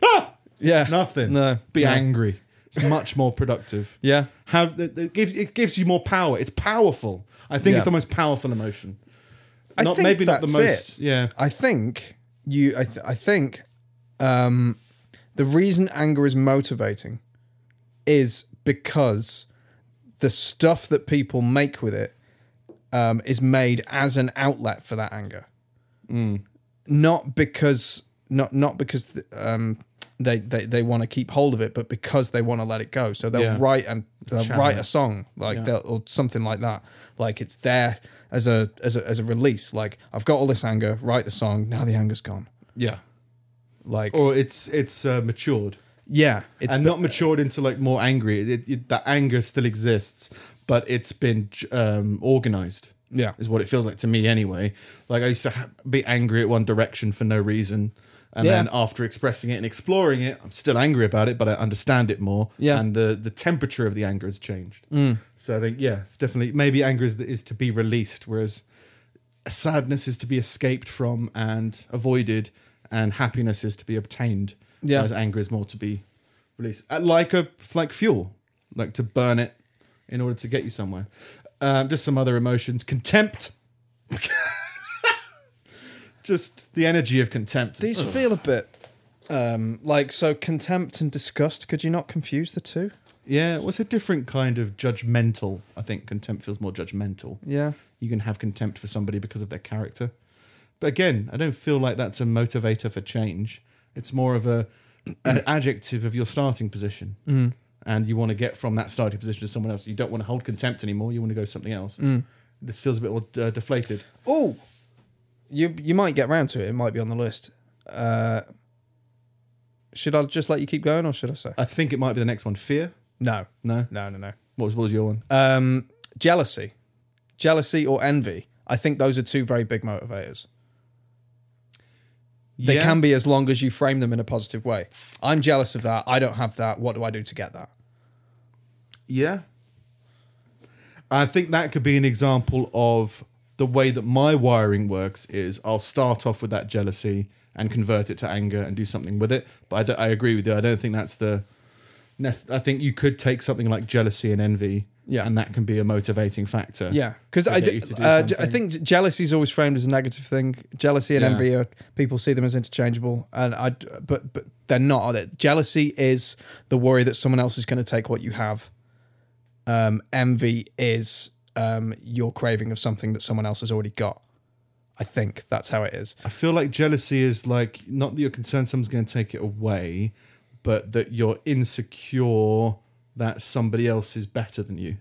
Speaker 1: Ah!
Speaker 2: Yeah.
Speaker 1: Nothing.
Speaker 2: No.
Speaker 1: Be
Speaker 2: No.
Speaker 1: angry. It's much more productive.
Speaker 2: Yeah.
Speaker 1: Have it it gives it gives you more power. It's powerful. I think
Speaker 2: Yeah.
Speaker 1: it's the most powerful emotion.
Speaker 2: I
Speaker 1: not
Speaker 2: think
Speaker 1: maybe not the
Speaker 2: that's
Speaker 1: most.
Speaker 2: it.
Speaker 1: Yeah.
Speaker 2: I think you. I, th- I think um, the reason anger is motivating is because the stuff that people make with it um, is made as an outlet for that anger, Mm. not because not not because th- um, they they, they want to keep hold of it, but because they want to let it go. So they'll
Speaker 1: Yeah.
Speaker 2: write and they'll
Speaker 1: Channel
Speaker 2: write
Speaker 1: it.
Speaker 2: a song like they'll or something like that. Like it's there as a as a as a release. Like I've got all this anger, write the song. Now the anger's gone.
Speaker 1: Yeah.
Speaker 2: Like
Speaker 1: Or it's it's uh, matured.
Speaker 2: yeah, it's
Speaker 1: and not matured into like more angry. It, it, it, that anger still exists, but it's been um, organized.
Speaker 2: yeah.
Speaker 1: Is what it feels like to me anyway. Like I used to ha- be angry at One Direction for no reason, and
Speaker 2: Yeah.
Speaker 1: then after expressing it and exploring it, I'm still angry about it, but I understand it more.
Speaker 2: Yeah. Mm.
Speaker 1: and the the temperature of the anger has changed. So I think yeah, it's definitely maybe anger is is to be released, whereas sadness is to be escaped from and avoided, and happiness is to be obtained.
Speaker 2: Yeah.
Speaker 1: Whereas anger is more to be released, Uh, like a like fuel, like to burn it in order to get you somewhere. Um, just some other emotions: contempt. just the energy of contempt.
Speaker 2: These
Speaker 1: Ugh.
Speaker 2: feel a bit um, like so contempt and disgust. Could you not confuse the two?
Speaker 1: yeah, what's a different kind of judgmental? I think contempt feels more judgmental.
Speaker 2: Yeah.
Speaker 1: You can have contempt for somebody because of their character. But again, I don't feel like that's a motivator for change. It's more of a an adjective of your starting position.
Speaker 2: Mm.
Speaker 1: And you want to get from that starting position to someone else. You don't want to hold contempt anymore. You want to go something else.
Speaker 2: Mm.
Speaker 1: This feels a bit more uh, deflated.
Speaker 2: Oh, you you might get round to it. It might be on the list. Uh, should I just let you keep going, or should I say
Speaker 1: I think it might be the next one. Fear?
Speaker 2: no?
Speaker 1: No.
Speaker 2: No, no, no.
Speaker 1: What was, what was your one?
Speaker 2: Um, jealousy, jealousy, or envy. I think those are two very big motivators. They
Speaker 1: Yeah.
Speaker 2: can be as long as you frame them in a positive way. I'm jealous of that. I don't have that. What do I do to get that?
Speaker 1: Yeah. I think that could be an example of the way that my wiring works is I'll start off with that jealousy and convert it to anger and do something with it. But I, don't- I agree with you. I don't think that's the. nes- I think you could take something like jealousy and envy,
Speaker 2: Yeah.
Speaker 1: and that can be a motivating factor.
Speaker 2: Yeah, because
Speaker 1: to
Speaker 2: I,
Speaker 1: get
Speaker 2: d-
Speaker 1: you to do
Speaker 2: uh, j- I
Speaker 1: something.
Speaker 2: think jealousy is always framed as a negative thing. Jealousy and
Speaker 1: Yeah.
Speaker 2: envy are people see them as interchangeable, and I d- but but they're not. Are they? Jealousy is the worry that someone else is going to take what you have. Um, envy is um, your craving of something that someone else has already got. I think that's how it is.
Speaker 1: I feel like jealousy is like not that you're concerned someone's going to take it away, but that you're insecure that somebody else is better than you.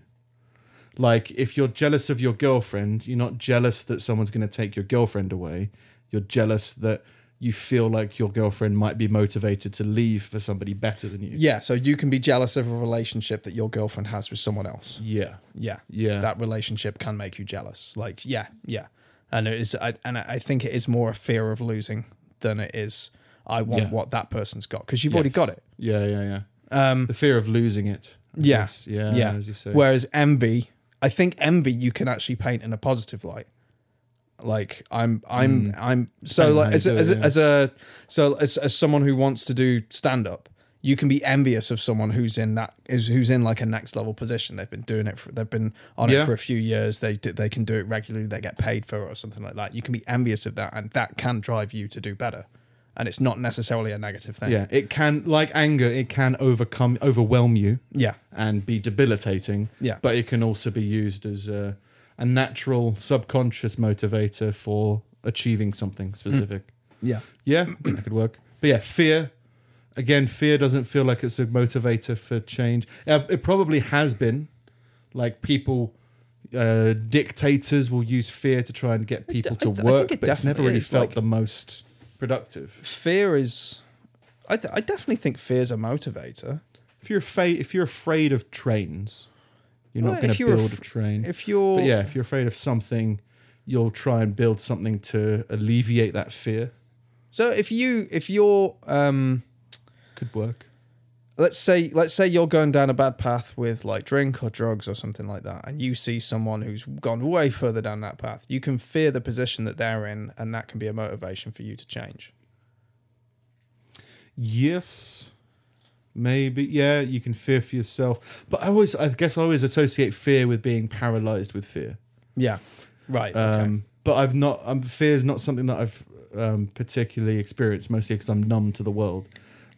Speaker 1: Like if you're jealous of your girlfriend, you're not jealous that someone's going to take your girlfriend away. You're jealous that you feel like your girlfriend might be motivated to leave for somebody better than you.
Speaker 2: Yeah, so you can be jealous of a relationship that your girlfriend has with someone else.
Speaker 1: Yeah.
Speaker 2: Yeah.
Speaker 1: Yeah.
Speaker 2: That relationship can make you jealous. Like, yeah, yeah. And it is I, and I think it is more a fear of losing than it is I want
Speaker 1: Yeah.
Speaker 2: what that person's got because you've already
Speaker 1: Yes.
Speaker 2: got it.
Speaker 1: Yeah, yeah, yeah.
Speaker 2: Um
Speaker 1: The fear of losing it. I
Speaker 2: yeah.
Speaker 1: guess. Yeah,
Speaker 2: Yeah.
Speaker 1: as you say.
Speaker 2: Whereas envy, I think envy you can actually paint in a positive light. Like I'm, I'm,
Speaker 1: Mm.
Speaker 2: I'm. So
Speaker 1: Depending
Speaker 2: like
Speaker 1: how you
Speaker 2: as a,
Speaker 1: do it,
Speaker 2: as, a,
Speaker 1: yeah.
Speaker 2: as a so as, as someone who wants to do stand up, you can be envious of someone who's in that is who's in like a next level position. They've been doing it. For, they've been on it
Speaker 1: Yeah.
Speaker 2: for a few years. They do, they can do it regularly. They get paid for it or something like that. You can be envious of that, and that can drive you to do better. And it's not necessarily a negative thing.
Speaker 1: yeah, it can like anger, it can overcome overwhelm you.
Speaker 2: Yeah.
Speaker 1: and be debilitating.
Speaker 2: Yeah.
Speaker 1: But it can also be used as a, a natural subconscious motivator for achieving something
Speaker 2: Mm.
Speaker 1: specific.
Speaker 2: Yeah.
Speaker 1: Yeah, I think that could work. But yeah, fear. Again, fear doesn't feel like it's a motivator for change. Uh, It probably has been. Like people, uh, dictators will use fear to try and get people to
Speaker 2: I- I
Speaker 1: work,
Speaker 2: think it
Speaker 1: but it's never
Speaker 2: definitely
Speaker 1: really
Speaker 2: is,
Speaker 1: felt
Speaker 2: like-
Speaker 1: the most productive.
Speaker 2: fear is I, d- I definitely think fear's a motivator
Speaker 1: If you're afraid, if you're afraid of trains, you're
Speaker 2: Well,
Speaker 1: not
Speaker 2: if
Speaker 1: going to
Speaker 2: you're af-
Speaker 1: build a train.
Speaker 2: if you're
Speaker 1: But yeah, if you're afraid of something, you'll try and build something to alleviate that fear.
Speaker 2: so if you if you're um
Speaker 1: Could work.
Speaker 2: let's say let's say you're going down a bad path with like drink or drugs or something like that and you see someone who's gone way further down that path you can fear the position that they're in and that can be a motivation for you to change
Speaker 1: Yes. Maybe. Yeah, you can fear for yourself. But I always, I guess I always associate fear with being paralyzed with fear.
Speaker 2: yeah right
Speaker 1: Um, But I've not, um, fear is not something that I've um, particularly experienced, mostly because I'm numb to the world.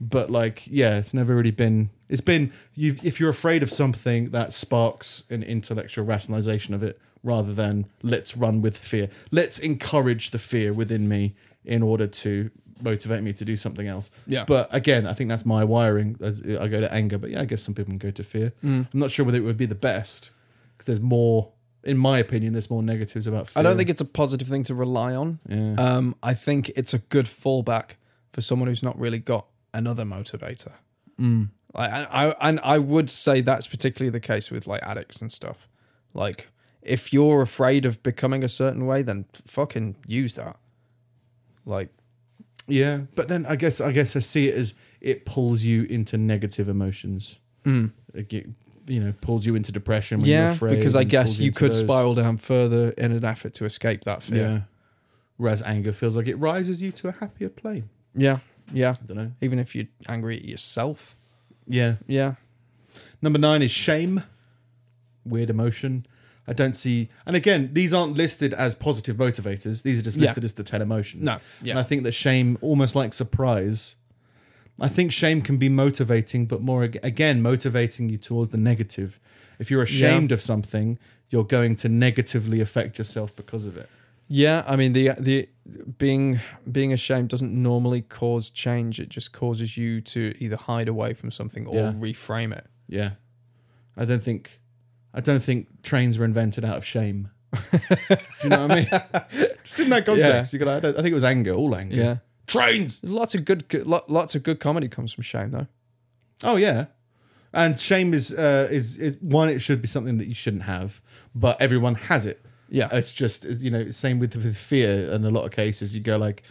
Speaker 1: But like, yeah, it's never really been, it's been, you've, if you're afraid of something, that sparks an intellectual rationalization of it rather than let's run with fear. Let's encourage the fear within me in order to motivate me to do something else.
Speaker 2: Yeah.
Speaker 1: But again, I think that's my wiring. As I go to anger, but yeah, I guess some people can go to fear.
Speaker 2: Mm.
Speaker 1: I'm not sure whether it would be the best because there's more, in my opinion, there's more negatives about fear.
Speaker 2: I don't think it's a positive thing to rely on.
Speaker 1: Yeah.
Speaker 2: Um, I think it's a good fallback for someone who's not really got another motivator.
Speaker 1: Mm.
Speaker 2: I, I, I- and I would say that's particularly the case with like addicts and stuff. Like, if you're afraid of becoming a certain way, then fucking use that. Like,
Speaker 1: Yeah, but then I guess I guess I see it as it pulls you into negative emotions. It get- you know, pulls you into depression. When you're
Speaker 2: Mm. yeah,
Speaker 1: afraid
Speaker 2: because I
Speaker 1: and
Speaker 2: guess
Speaker 1: pulls
Speaker 2: you
Speaker 1: into
Speaker 2: could
Speaker 1: those.
Speaker 2: spiral down further in an effort to escape that
Speaker 1: Yeah.
Speaker 2: fear.
Speaker 1: Whereas anger feels like it rises you to a happier plane.
Speaker 2: Yeah, yeah.
Speaker 1: I don't know.
Speaker 2: Even if you're angry at yourself.
Speaker 1: Yeah.
Speaker 2: Yeah,
Speaker 1: Number nine is shame. Weird emotion. I don't see, and again, these aren't listed as positive motivators. These are just
Speaker 2: Yeah.
Speaker 1: listed as the ten emotions.
Speaker 2: No, yeah.
Speaker 1: and I think that shame, almost like surprise, I think shame can be motivating, but more ag- again motivating you towards the negative. If you're ashamed of something, you're going to negatively affect yourself because of it.
Speaker 2: Yeah, I mean the the being being ashamed doesn't normally cause change. It just causes you to either hide away from something or
Speaker 1: Yeah.
Speaker 2: reframe it.
Speaker 1: Yeah, I don't think, I don't think trains were invented out of shame. Do you know what I mean? Just in that context, you got. I, don't- I think it was anger, all anger. trains.
Speaker 2: There's lots of good good- lo- lots of good comedy comes from shame though.
Speaker 1: Oh yeah, and shame is uh, is is one. It should be something that you shouldn't have, but everyone has it.
Speaker 2: Yeah.
Speaker 1: It's just you know same with with fear. In a lot of cases, you go like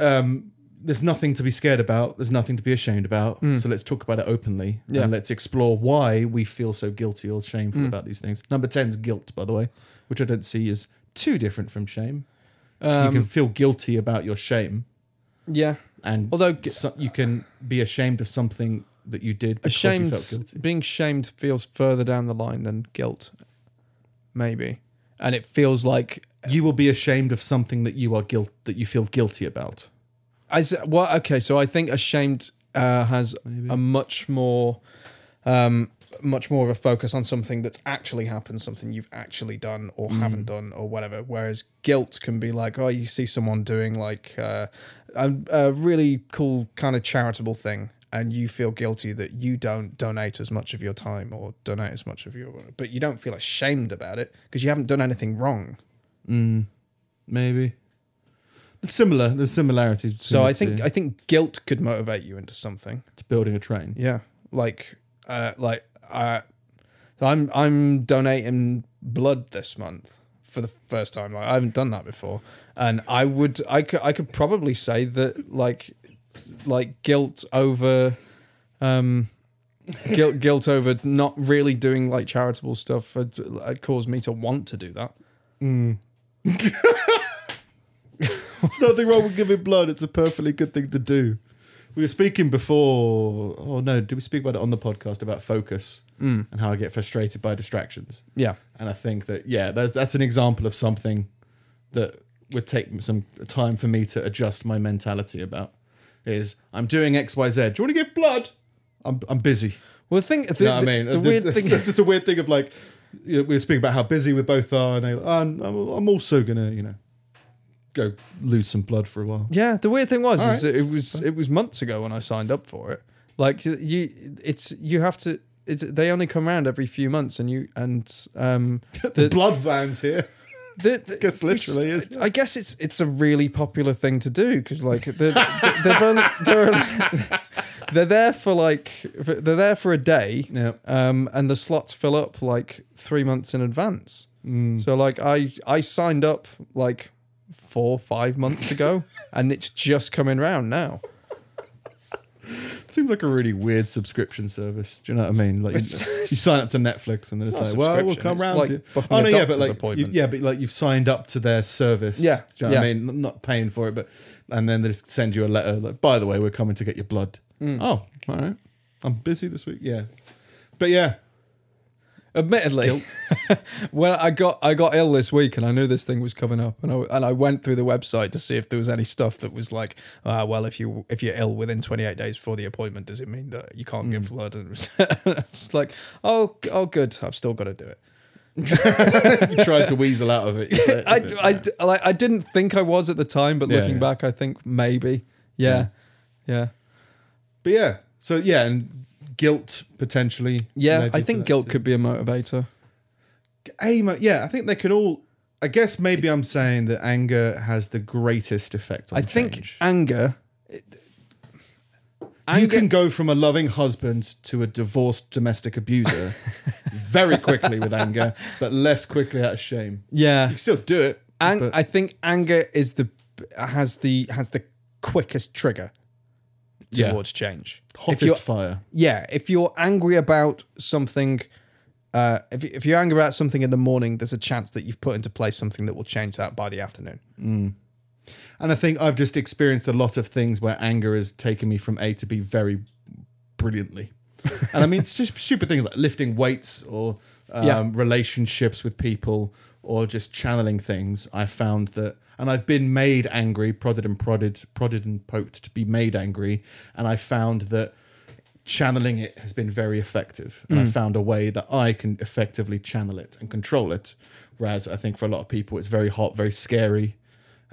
Speaker 1: um, there's nothing to be scared about. There's nothing to be ashamed about. So let's talk about it openly
Speaker 2: Hmm. Yeah. Hmm.
Speaker 1: and let's explore why we feel so guilty or shameful about these things. Number 10's guilt, by the way, which I don't see is too different from shame. 'Cause
Speaker 2: Um,
Speaker 1: you can feel guilty about your shame,
Speaker 2: Yeah.
Speaker 1: and
Speaker 2: Although gu-
Speaker 1: so- you can be ashamed of something that you did because you
Speaker 2: Ashamed,
Speaker 1: felt guilty.
Speaker 2: being shamed feels further down the line than guilt, maybe, and it feels like
Speaker 1: You will be ashamed of something that you are guilt that you feel guilty about.
Speaker 2: I s- well okay so I think ashamed uh, has a much more um, much more of a focus on something that's actually happened something you've actually done or haven't done or whatever whereas guilt can be like oh you see someone doing like uh, a, a really cool kind of charitable thing and you feel guilty that you don't donate as much of your time or donate as much of your but you don't feel ashamed about it because you haven't done anything wrong
Speaker 1: Maybe similar. There's similarities. Between
Speaker 2: so
Speaker 1: the
Speaker 2: i think
Speaker 1: two.
Speaker 2: i think guilt could motivate you into something
Speaker 1: it's building a train.
Speaker 2: Yeah, like, uh, like uh, I'm I'm donating blood this month for the first time. Like, I haven't done that before, and I would I could I could probably say that like like guilt over um guilt guilt over not really doing like charitable stuff had, had caused me to want to do that.
Speaker 1: There's nothing wrong with giving blood. It's a perfectly good thing to do. We were speaking before. Oh no, did we speak about it on the podcast about focus
Speaker 2: Mm.
Speaker 1: and how I get frustrated by distractions?
Speaker 2: Yeah.
Speaker 1: And I think that yeah, that's, that's an example of something that would take some time for me to adjust my mentality about. Is I'm doing X Y Z. Do you want to give blood? I'm I'm busy.
Speaker 2: Well, the thing, the,
Speaker 1: You know what
Speaker 2: the-
Speaker 1: I mean?
Speaker 2: the weird thing
Speaker 1: it's
Speaker 2: is,
Speaker 1: just a weird thing of like you know, we were speaking about how busy we both are, and they, oh, I'm I'm also gonna you know go lose some blood for a while.
Speaker 2: Yeah, the weird thing was
Speaker 1: All
Speaker 2: is
Speaker 1: right.
Speaker 2: that it was it was months ago when I signed up for it. Like you, it's you have to. It's they only come around every few months, and you and um
Speaker 1: the,
Speaker 2: the,
Speaker 1: blood van's here.
Speaker 2: the, the
Speaker 1: Guess literally,
Speaker 2: it's-
Speaker 1: isn't
Speaker 2: I guess it's it's a really popular thing to do because like they're they're, only, they're, only- they're there for like for- they're there for a day,
Speaker 1: Yeah.
Speaker 2: um, and the slots fill up like three months in advance. So like I I signed up like four five months ago, and it's just coming round now.
Speaker 1: Seems like a really weird subscription service. Do you know what I mean? Like you,
Speaker 2: It's-
Speaker 1: you sign up to Netflix and then it's
Speaker 2: Not
Speaker 1: like, well, we'll
Speaker 2: subscription,
Speaker 1: come
Speaker 2: it's
Speaker 1: round
Speaker 2: like
Speaker 1: to you.
Speaker 2: booking
Speaker 1: Oh
Speaker 2: a
Speaker 1: no, yeah, but
Speaker 2: doctor's
Speaker 1: like, you,
Speaker 2: appointment.
Speaker 1: yeah, but like you've signed up to their service.
Speaker 2: Yeah,
Speaker 1: do you know what I
Speaker 2: yeah.
Speaker 1: mean? I'm not paying for it, but and then they just send you a letter like, by the way, we're coming to get your blood.
Speaker 2: Mm.
Speaker 1: Oh, all right. I'm busy this week. Yeah, but yeah,
Speaker 2: Admittedly, when I got I got ill this week and I knew this thing was coming up and I and I went through the website to see if there was any stuff that was like, ah, well, if you if you're ill within 28 days before the appointment, does it mean that you can't give blood? And it was it's like, oh, g- oh, good, I've still got to do it.
Speaker 1: you tried to weasel out of it. You tried-
Speaker 2: I, I, d- like I didn't think I was at the time, but
Speaker 1: Yeah,
Speaker 2: looking
Speaker 1: yeah.
Speaker 2: back, I think maybe, yeah, yeah,
Speaker 1: but yeah, so yeah, and guilt potentially.
Speaker 2: yeah.
Speaker 1: led you
Speaker 2: I
Speaker 1: to
Speaker 2: think
Speaker 1: that
Speaker 2: guilt
Speaker 1: too.
Speaker 2: could be a motivator.
Speaker 1: aim at- yeah i think they can all i guess maybe i'm saying that anger has the greatest effect on
Speaker 2: I think
Speaker 1: change.
Speaker 2: anger.
Speaker 1: you can go from a loving husband to a divorced domestic abuser very quickly with anger but less quickly out of shame
Speaker 2: Yeah,
Speaker 1: you can still do it
Speaker 2: Ang-
Speaker 1: but
Speaker 2: I think anger is the has the has the quickest trigger
Speaker 1: Yeah.
Speaker 2: towards change. If
Speaker 1: hottest
Speaker 2: you're,
Speaker 1: fire
Speaker 2: yeah, if you're angry about something, uh, if you- if you're angry about something in the morning, there's a chance that you've put into place something that will change that by the afternoon.
Speaker 1: and i think i've just experienced a lot of things where anger has taken me from a to b very brilliantly and i mean it's just stupid things like lifting weights or um,
Speaker 2: Yeah.
Speaker 1: relationships with people or just channeling things i found that and i've been made angry prodded and prodded prodded and poked to be made angry and i found that channeling it has been very effective and i found a way that i can effectively channel it and control it whereas i think for a lot of people it's very hot very scary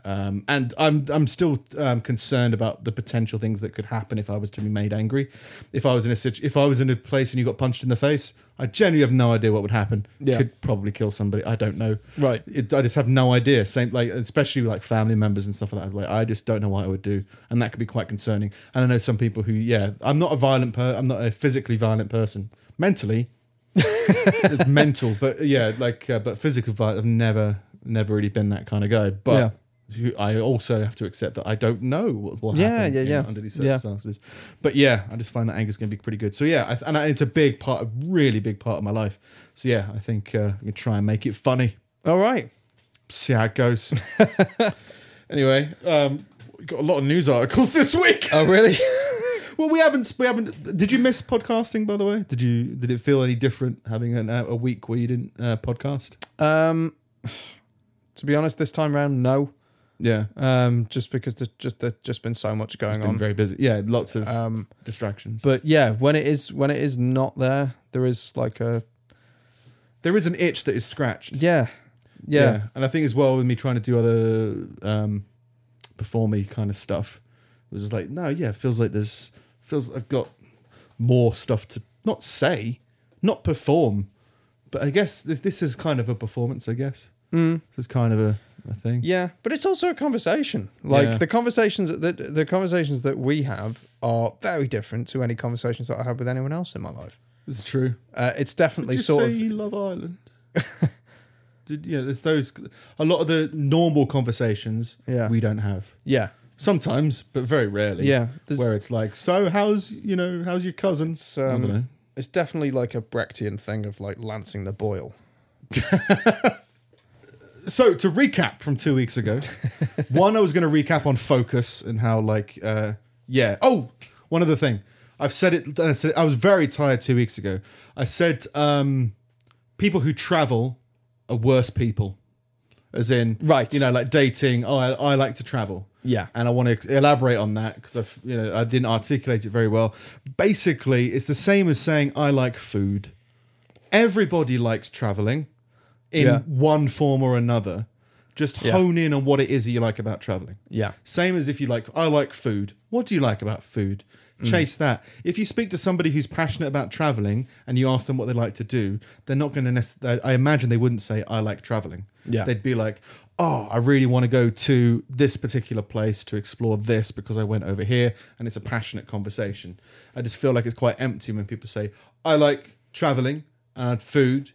Speaker 1: um, and I'm I'm still um, concerned about the potential things that could happen if I was to be made angry. If I was in a situ- if I was in a place and you got punched in the face, I genuinely have no idea what would happen.
Speaker 2: Yeah.
Speaker 1: Could probably kill somebody. I don't know.
Speaker 2: Right.
Speaker 1: It, I just have no idea. Same like especially like family members and stuff like that. Like I just don't know what I would do, and that could be quite concerning. And I know some people who yeah, I'm not a violent per. I'm not a physically violent person. Mentally, it's mental, but yeah, like uh, but physical violence. I've never never really been that kind of guy. But
Speaker 2: Yeah.
Speaker 1: who I also have to accept that I don't know what will
Speaker 2: Yeah,
Speaker 1: happen
Speaker 2: yeah,
Speaker 1: in-
Speaker 2: yeah.
Speaker 1: under these
Speaker 2: Yeah.
Speaker 1: circumstances. But yeah, I just find that anger's going to be pretty good. So yeah, I th- and I, it's a big part, a really big part of my life. So yeah, I think uh, I'm going to try and make it funny.
Speaker 2: All right.
Speaker 1: See how it goes. anyway, um, we got a lot of news articles this week.
Speaker 2: Oh, really?
Speaker 1: Well, we haven't. We haven't. Did you miss podcasting? By the way, did you? Did it feel any different having an, uh, a week where you didn't uh, podcast?
Speaker 2: um, to be honest, this time round, no.
Speaker 1: Yeah,
Speaker 2: Um, just because there's just there's just been so much going
Speaker 1: been
Speaker 2: on.
Speaker 1: very busy. Yeah, lots of
Speaker 2: um,
Speaker 1: distractions. But
Speaker 2: but yeah, when it is when it is not there, there is like a
Speaker 1: there is an itch that is scratched.
Speaker 2: yeah, yeah.
Speaker 1: and I think as well with me trying to do other um, performy kind of stuff, it was like no, yeah, it feels like there's feels like I've got more stuff to not say, not perform. But I guess this, this is kind of a performance. I guess
Speaker 2: Mm.
Speaker 1: this is kind of a, a thing.
Speaker 2: Yeah, but it's also a conversation. Like
Speaker 1: Yeah.
Speaker 2: the conversations that the conversations that we have are very different to any conversations that I have with anyone else in my life.
Speaker 1: It's true.
Speaker 2: Uh, it's definitely
Speaker 1: Just
Speaker 2: sort
Speaker 1: say
Speaker 2: of
Speaker 1: you love Ireland. Did yeah? There's those a lot of the normal conversations
Speaker 2: Yeah.
Speaker 1: we don't have
Speaker 2: yeah,
Speaker 1: sometimes, but very rarely.
Speaker 2: yeah. There's,
Speaker 1: where it's like, so how's you know how's your cousin?
Speaker 2: it's,
Speaker 1: I don't
Speaker 2: um,
Speaker 1: know.
Speaker 2: it's definitely like a Brechtian thing of like lancing the boil.
Speaker 1: So to recap from two weeks ago, one I was going to recap on focus and how like uh, yeah. Oh, one other thing. I've said it. I, said, I was very tired two weeks ago. I said um, people who travel are worse people, as in
Speaker 2: Right.
Speaker 1: You know, like dating. Oh, I, I like to travel.
Speaker 2: Yeah.
Speaker 1: and I want to elaborate on that because I've you know I didn't articulate it very well. Basically, it's the same as saying I like food. Everybody likes traveling in
Speaker 2: Yeah.
Speaker 1: one form or another. Just
Speaker 2: Yeah.
Speaker 1: hone in on what it is that you like about traveling.
Speaker 2: Yeah.
Speaker 1: Same as if you like, I like food. What do you like about food?
Speaker 2: Mm.
Speaker 1: Chase that. If you speak to somebody who's passionate about traveling and you ask them what they like to do, they're not going to necessarily, I imagine they wouldn't say, I like traveling.
Speaker 2: Yeah.
Speaker 1: They'd be like, oh, I really want to go to this particular place to explore this because I went over here and it's a passionate conversation. I just feel like it's quite empty when people say, I like traveling and food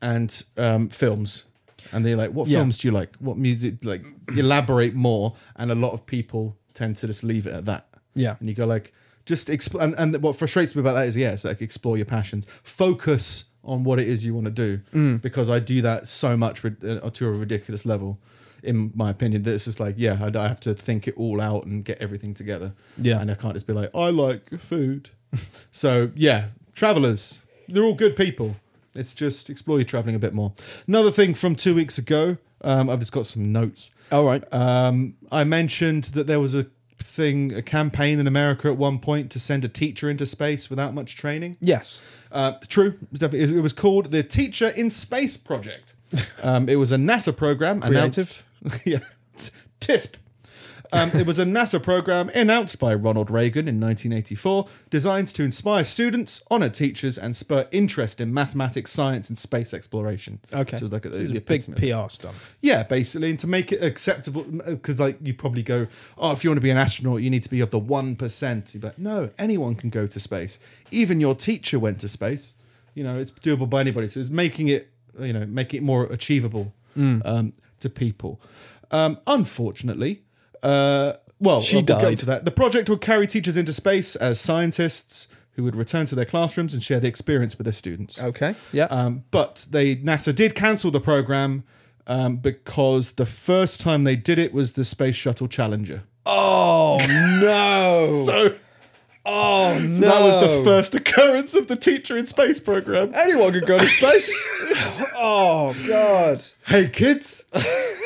Speaker 1: and um, films. And they're like, what
Speaker 2: Yeah.
Speaker 1: films do you like? What music? Like, elaborate more. And a lot of people tend to just leave it at that.
Speaker 2: Yeah.
Speaker 1: And you go like, just explore. And, and what frustrates me about that is, yeah, it's like explore your passions, focus on what it is you want to do.
Speaker 2: Mm.
Speaker 1: Because I do that so much rid- uh, to a ridiculous level, in my opinion, that it's just like, yeah, I, I have to think it all out and get everything together.
Speaker 2: Yeah.
Speaker 1: And I can't just be like, I like food. so yeah, travelers, they're all good people. It's just explore your traveling a bit more. Another thing from two weeks ago, um, I've just got some notes.
Speaker 2: All right. Uh,
Speaker 1: Um, I mentioned that there was a thing, a campaign in America at one point to send a teacher into space without much training.
Speaker 2: Yes.
Speaker 1: Uh, true, it was definitely- it was called the Teacher in Space Project. Um, it was a NASA program
Speaker 2: Creative.
Speaker 1: announced. yeah, TISP. Um, it was a NASA program announced by Ronald Reagan in 1984, designed to inspire students, honor teachers, and spur interest in mathematics, science, and space exploration.
Speaker 2: Okay.
Speaker 1: so it was like a,
Speaker 2: It's
Speaker 1: the
Speaker 2: a big
Speaker 1: epitome of
Speaker 2: PR stunt.
Speaker 1: yeah, basically, and to make it acceptable, because like you probably go, oh, if you want to be an astronaut, you need to be of the one percent. But no, anyone can go to space. Even your teacher went to space. You know, it's doable by anybody. So it's making it, you know, make it more achievable
Speaker 2: Mm.
Speaker 1: um, to people. Um, unfortunately, uh, well,
Speaker 2: She
Speaker 1: we'll get
Speaker 2: died.
Speaker 1: to that. The project would carry teachers into space as scientists who would return to their classrooms and share the experience with their students.
Speaker 2: Okay. Yeah.
Speaker 1: Um, but they NASA did cancel the program um, because the first time they did it was the Space Shuttle Challenger.
Speaker 2: oh no.
Speaker 1: So
Speaker 2: oh no.
Speaker 1: that was the first occurrence of the Teacher in Space program.
Speaker 2: Anyone could go to space. oh god.
Speaker 1: Hey kids,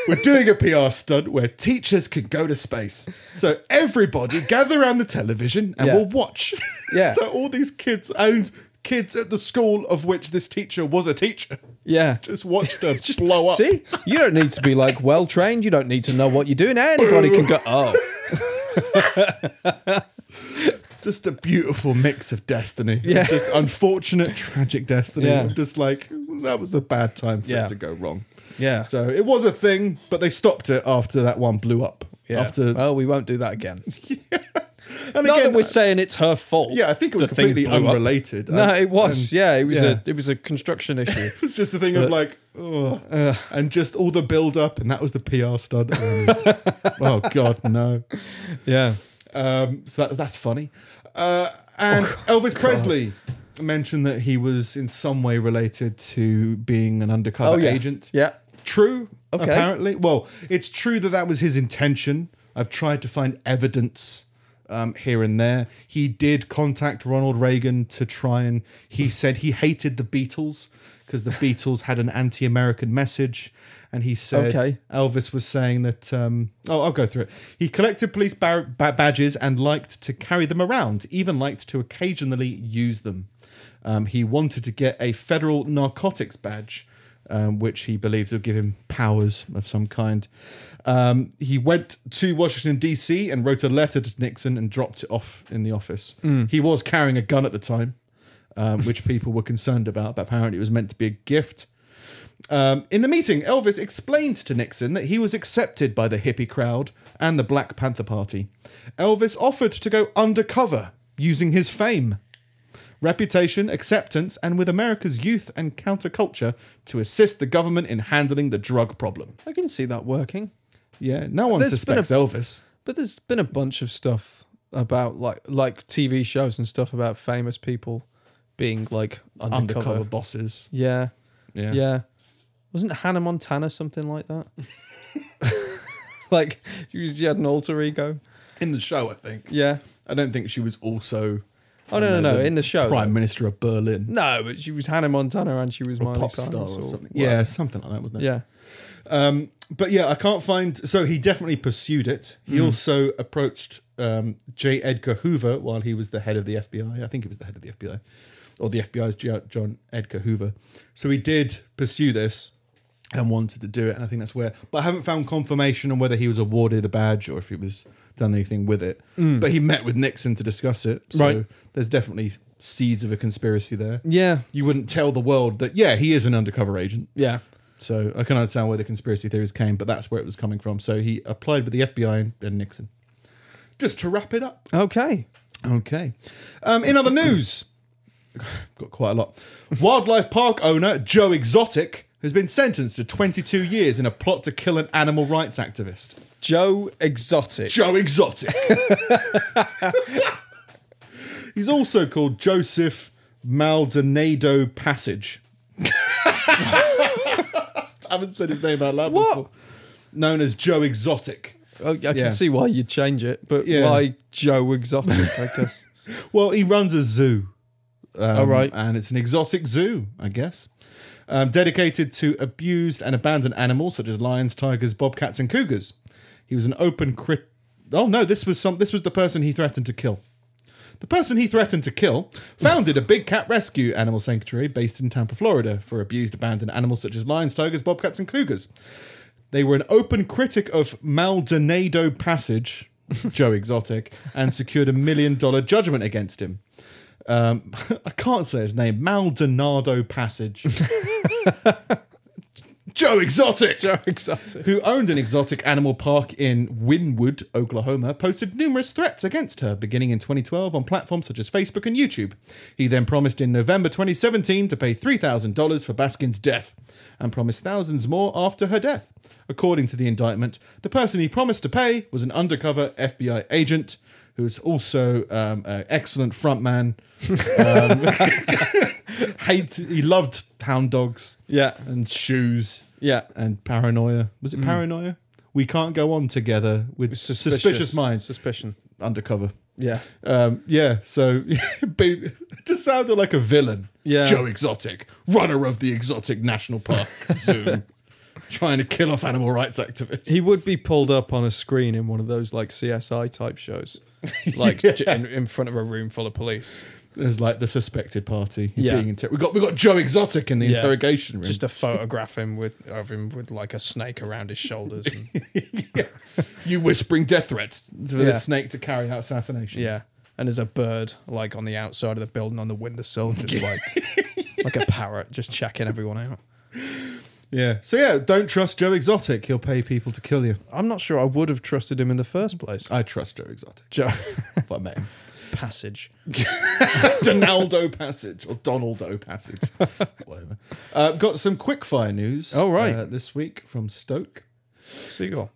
Speaker 1: we're doing a PR stunt where teachers can go to space. So everybody gather around the television and
Speaker 2: Yeah.
Speaker 1: we'll watch.
Speaker 2: Yeah.
Speaker 1: so all these kids and kids at the school of which this teacher was a teacher
Speaker 2: Yeah.
Speaker 1: just watched her blow up.
Speaker 2: See, you don't need to be like well trained. You don't need to know what you're doing. Anybody can go. Oh,
Speaker 1: just a beautiful mix of destiny.
Speaker 2: Yeah.
Speaker 1: Just unfortunate, tragic destiny.
Speaker 2: Yeah.
Speaker 1: Just like that was the bad time for
Speaker 2: Yeah.
Speaker 1: it to go wrong.
Speaker 2: yeah.
Speaker 1: So it was a thing, but they stopped it after that one blew up.
Speaker 2: yeah.
Speaker 1: After
Speaker 2: well, we won't do that again. uh,
Speaker 1: And
Speaker 2: Not
Speaker 1: again,
Speaker 2: that we're saying it's her fault.
Speaker 1: yeah, I think it was
Speaker 2: the thing
Speaker 1: completely
Speaker 2: blew up.
Speaker 1: unrelated.
Speaker 2: No,
Speaker 1: And-
Speaker 2: it was.
Speaker 1: and
Speaker 2: yeah, it was
Speaker 1: yeah.
Speaker 2: a it was a construction issue.
Speaker 1: It was just a
Speaker 2: Uh,
Speaker 1: thing of like, oh, and just all the build up, and that was the PR stunt. oh God, no.
Speaker 2: yeah.
Speaker 1: Um, so that, that's funny. Uh, and
Speaker 2: Oh,
Speaker 1: Elvis Presley mentioned that he was in some way related to being an undercover
Speaker 2: Oh, yeah.
Speaker 1: agent.
Speaker 2: Yeah.
Speaker 1: True,
Speaker 2: Okay.
Speaker 1: apparently. Well, it's true that that was his intention. I've tried to find evidence um, here and there. He did contact Ronald Reagan to try and he said he hated the Beatles because the Beatles had an anti-American message, and he said
Speaker 2: Okay.
Speaker 1: Elvis was saying that. Um, oh, I'll go through it. He collected police bar- ba- badges and liked to carry them around, even liked to occasionally use them. Um, he wanted to get a federal narcotics badge, um, which he believed would give him powers of some kind. Um, he went to Washington, D.C., and wrote a letter to Nixon and dropped it off in the office. He was carrying a gun at the time, um, which people were concerned about, but apparently it was meant to be a gift. Um, in the meeting, Elvis explained to Nixon that he was accepted by the hippie crowd and the Black Panther Party. Elvis offered to go undercover using his fame, reputation, acceptance, and with America's youth and counterculture to assist the government in handling the drug problem.
Speaker 2: I can see that working.
Speaker 1: Yeah, no one
Speaker 2: There's been a-
Speaker 1: suspects Elvis.
Speaker 2: But there's been a bunch of stuff about like like TV shows and stuff about famous people being like undercover.
Speaker 1: Undercover bosses.
Speaker 2: Yeah,
Speaker 1: Yeah.
Speaker 2: yeah. Wasn't Hannah Montana something like that? like she, was, she had an alter ego.
Speaker 1: In the show, I think.
Speaker 2: Yeah.
Speaker 1: I don't think she was also.
Speaker 2: Oh no no no!
Speaker 1: the
Speaker 2: In the show,
Speaker 1: Prime Minister of Berlin.
Speaker 2: no, but she was Hannah Montana and she was Miley
Speaker 1: Pop
Speaker 2: Cyrus
Speaker 1: star or something. Yeah, something like that, wasn't it?
Speaker 2: yeah.
Speaker 1: Um, but yeah, I can't find. So he definitely pursued it. He
Speaker 2: Hmm.
Speaker 1: also approached um, J. Edgar Hoover while he was the head of the FBI. I think he was the head of the FBI, or the FBI's J- John Edgar Hoover. So he did pursue this and wanted to do it, and I think that's where. But I haven't found confirmation on whether he was awarded a badge or if he was done anything with it. But he met with Nixon to discuss it. So
Speaker 2: Hmm. Right.
Speaker 1: There's definitely seeds of a conspiracy there.
Speaker 2: Yeah.
Speaker 1: You wouldn't tell the world that yeah, he is an undercover agent.
Speaker 2: Yeah.
Speaker 1: So I can understand where the conspiracy theories came, but that's where it was coming from. So he applied with the FBI and, and Nixon. Just to wrap it up.
Speaker 2: Okay.
Speaker 1: Okay. Um, in other news, got quite a lot. Wildlife park owner Joe Exotic has been sentenced to 22 years in a plot to kill an animal rights activist.
Speaker 2: Joe Exotic.
Speaker 1: Joe Exotic. He's also called Joseph Maldonado Passage. I haven't said his name out loud
Speaker 2: What?
Speaker 1: before. Known as Joe Exotic.
Speaker 2: I, I can
Speaker 1: Yeah.
Speaker 2: see why you'd change it, but
Speaker 1: Yeah.
Speaker 2: why Joe Exotic? I guess.
Speaker 1: Well, he runs a zoo. Um,
Speaker 2: All right.
Speaker 1: And it's an exotic zoo, I guess. Um, dedicated to abused and abandoned animals such as lions, tigers, bobcats, and cougars. He was an open crit. Oh no, this was some. This was the person he threatened to kill. The person he threatened to kill founded a big cat rescue animal sanctuary based in Tampa, Florida, for abused, abandoned animals such as lions, tigers, bobcats, and cougars. They were an open critic of Maldonado Passage, Joe Exotic, and secured a million dollar judgment against him. Um, I can't say his name. Maldonado Passage. Joe Exotic
Speaker 2: Joe Exotic.
Speaker 1: who owned an exotic animal park in Winwood, Oklahoma, posted numerous threats against her beginning in 2012 on platforms such as Facebook and YouTube. He then promised in November 2017 to pay $3,000 for Baskin's death and promised thousands more after her death. According to the indictment, the person he promised to pay was an undercover FBI agent who is also um, an excellent frontman. Um, hate, he loved hound dogs
Speaker 2: Yeah.
Speaker 1: and shoes
Speaker 2: Yeah.
Speaker 1: and paranoia. Was
Speaker 2: Mm.
Speaker 1: it paranoia? We can't go on together with suspicious, minds.
Speaker 2: Suspicion.
Speaker 1: Undercover.
Speaker 2: Yeah.
Speaker 1: Um, yeah, so babe, it just sounded like a villain.
Speaker 2: Yeah.
Speaker 1: Joe Exotic, runner of the Exotic National Park Zoo, trying to kill off animal rights activists.
Speaker 2: He would be pulled up on a screen in one of those like CSI type shows, like j in, in front of a room full of police.
Speaker 1: There's like the suspected party
Speaker 2: Yeah.
Speaker 1: being inter- we got we got Joe Exotic in the
Speaker 2: Yeah.
Speaker 1: interrogation room.
Speaker 2: Just to photograph him with of him with like a snake around his shoulders. and-
Speaker 1: you whispering death threats for
Speaker 2: Yeah.
Speaker 1: the snake to carry out assassinations.
Speaker 2: yeah. And there's a bird like on the outside of the building on the windowsill, just like like a parrot, just checking everyone out.
Speaker 1: Yeah. So yeah, don't trust Joe Exotic. He'll pay people to kill you.
Speaker 2: I'm not sure I would have trusted him in the first place.
Speaker 1: I trust Joe Exotic.
Speaker 2: Joe
Speaker 1: if I met him.
Speaker 2: Passage.
Speaker 1: Donaldo Passage or Donaldo Passage, whatever. Uh, got some quickfire news.
Speaker 2: Oh, right.
Speaker 1: uh, this week from Stoke.
Speaker 2: Seagull.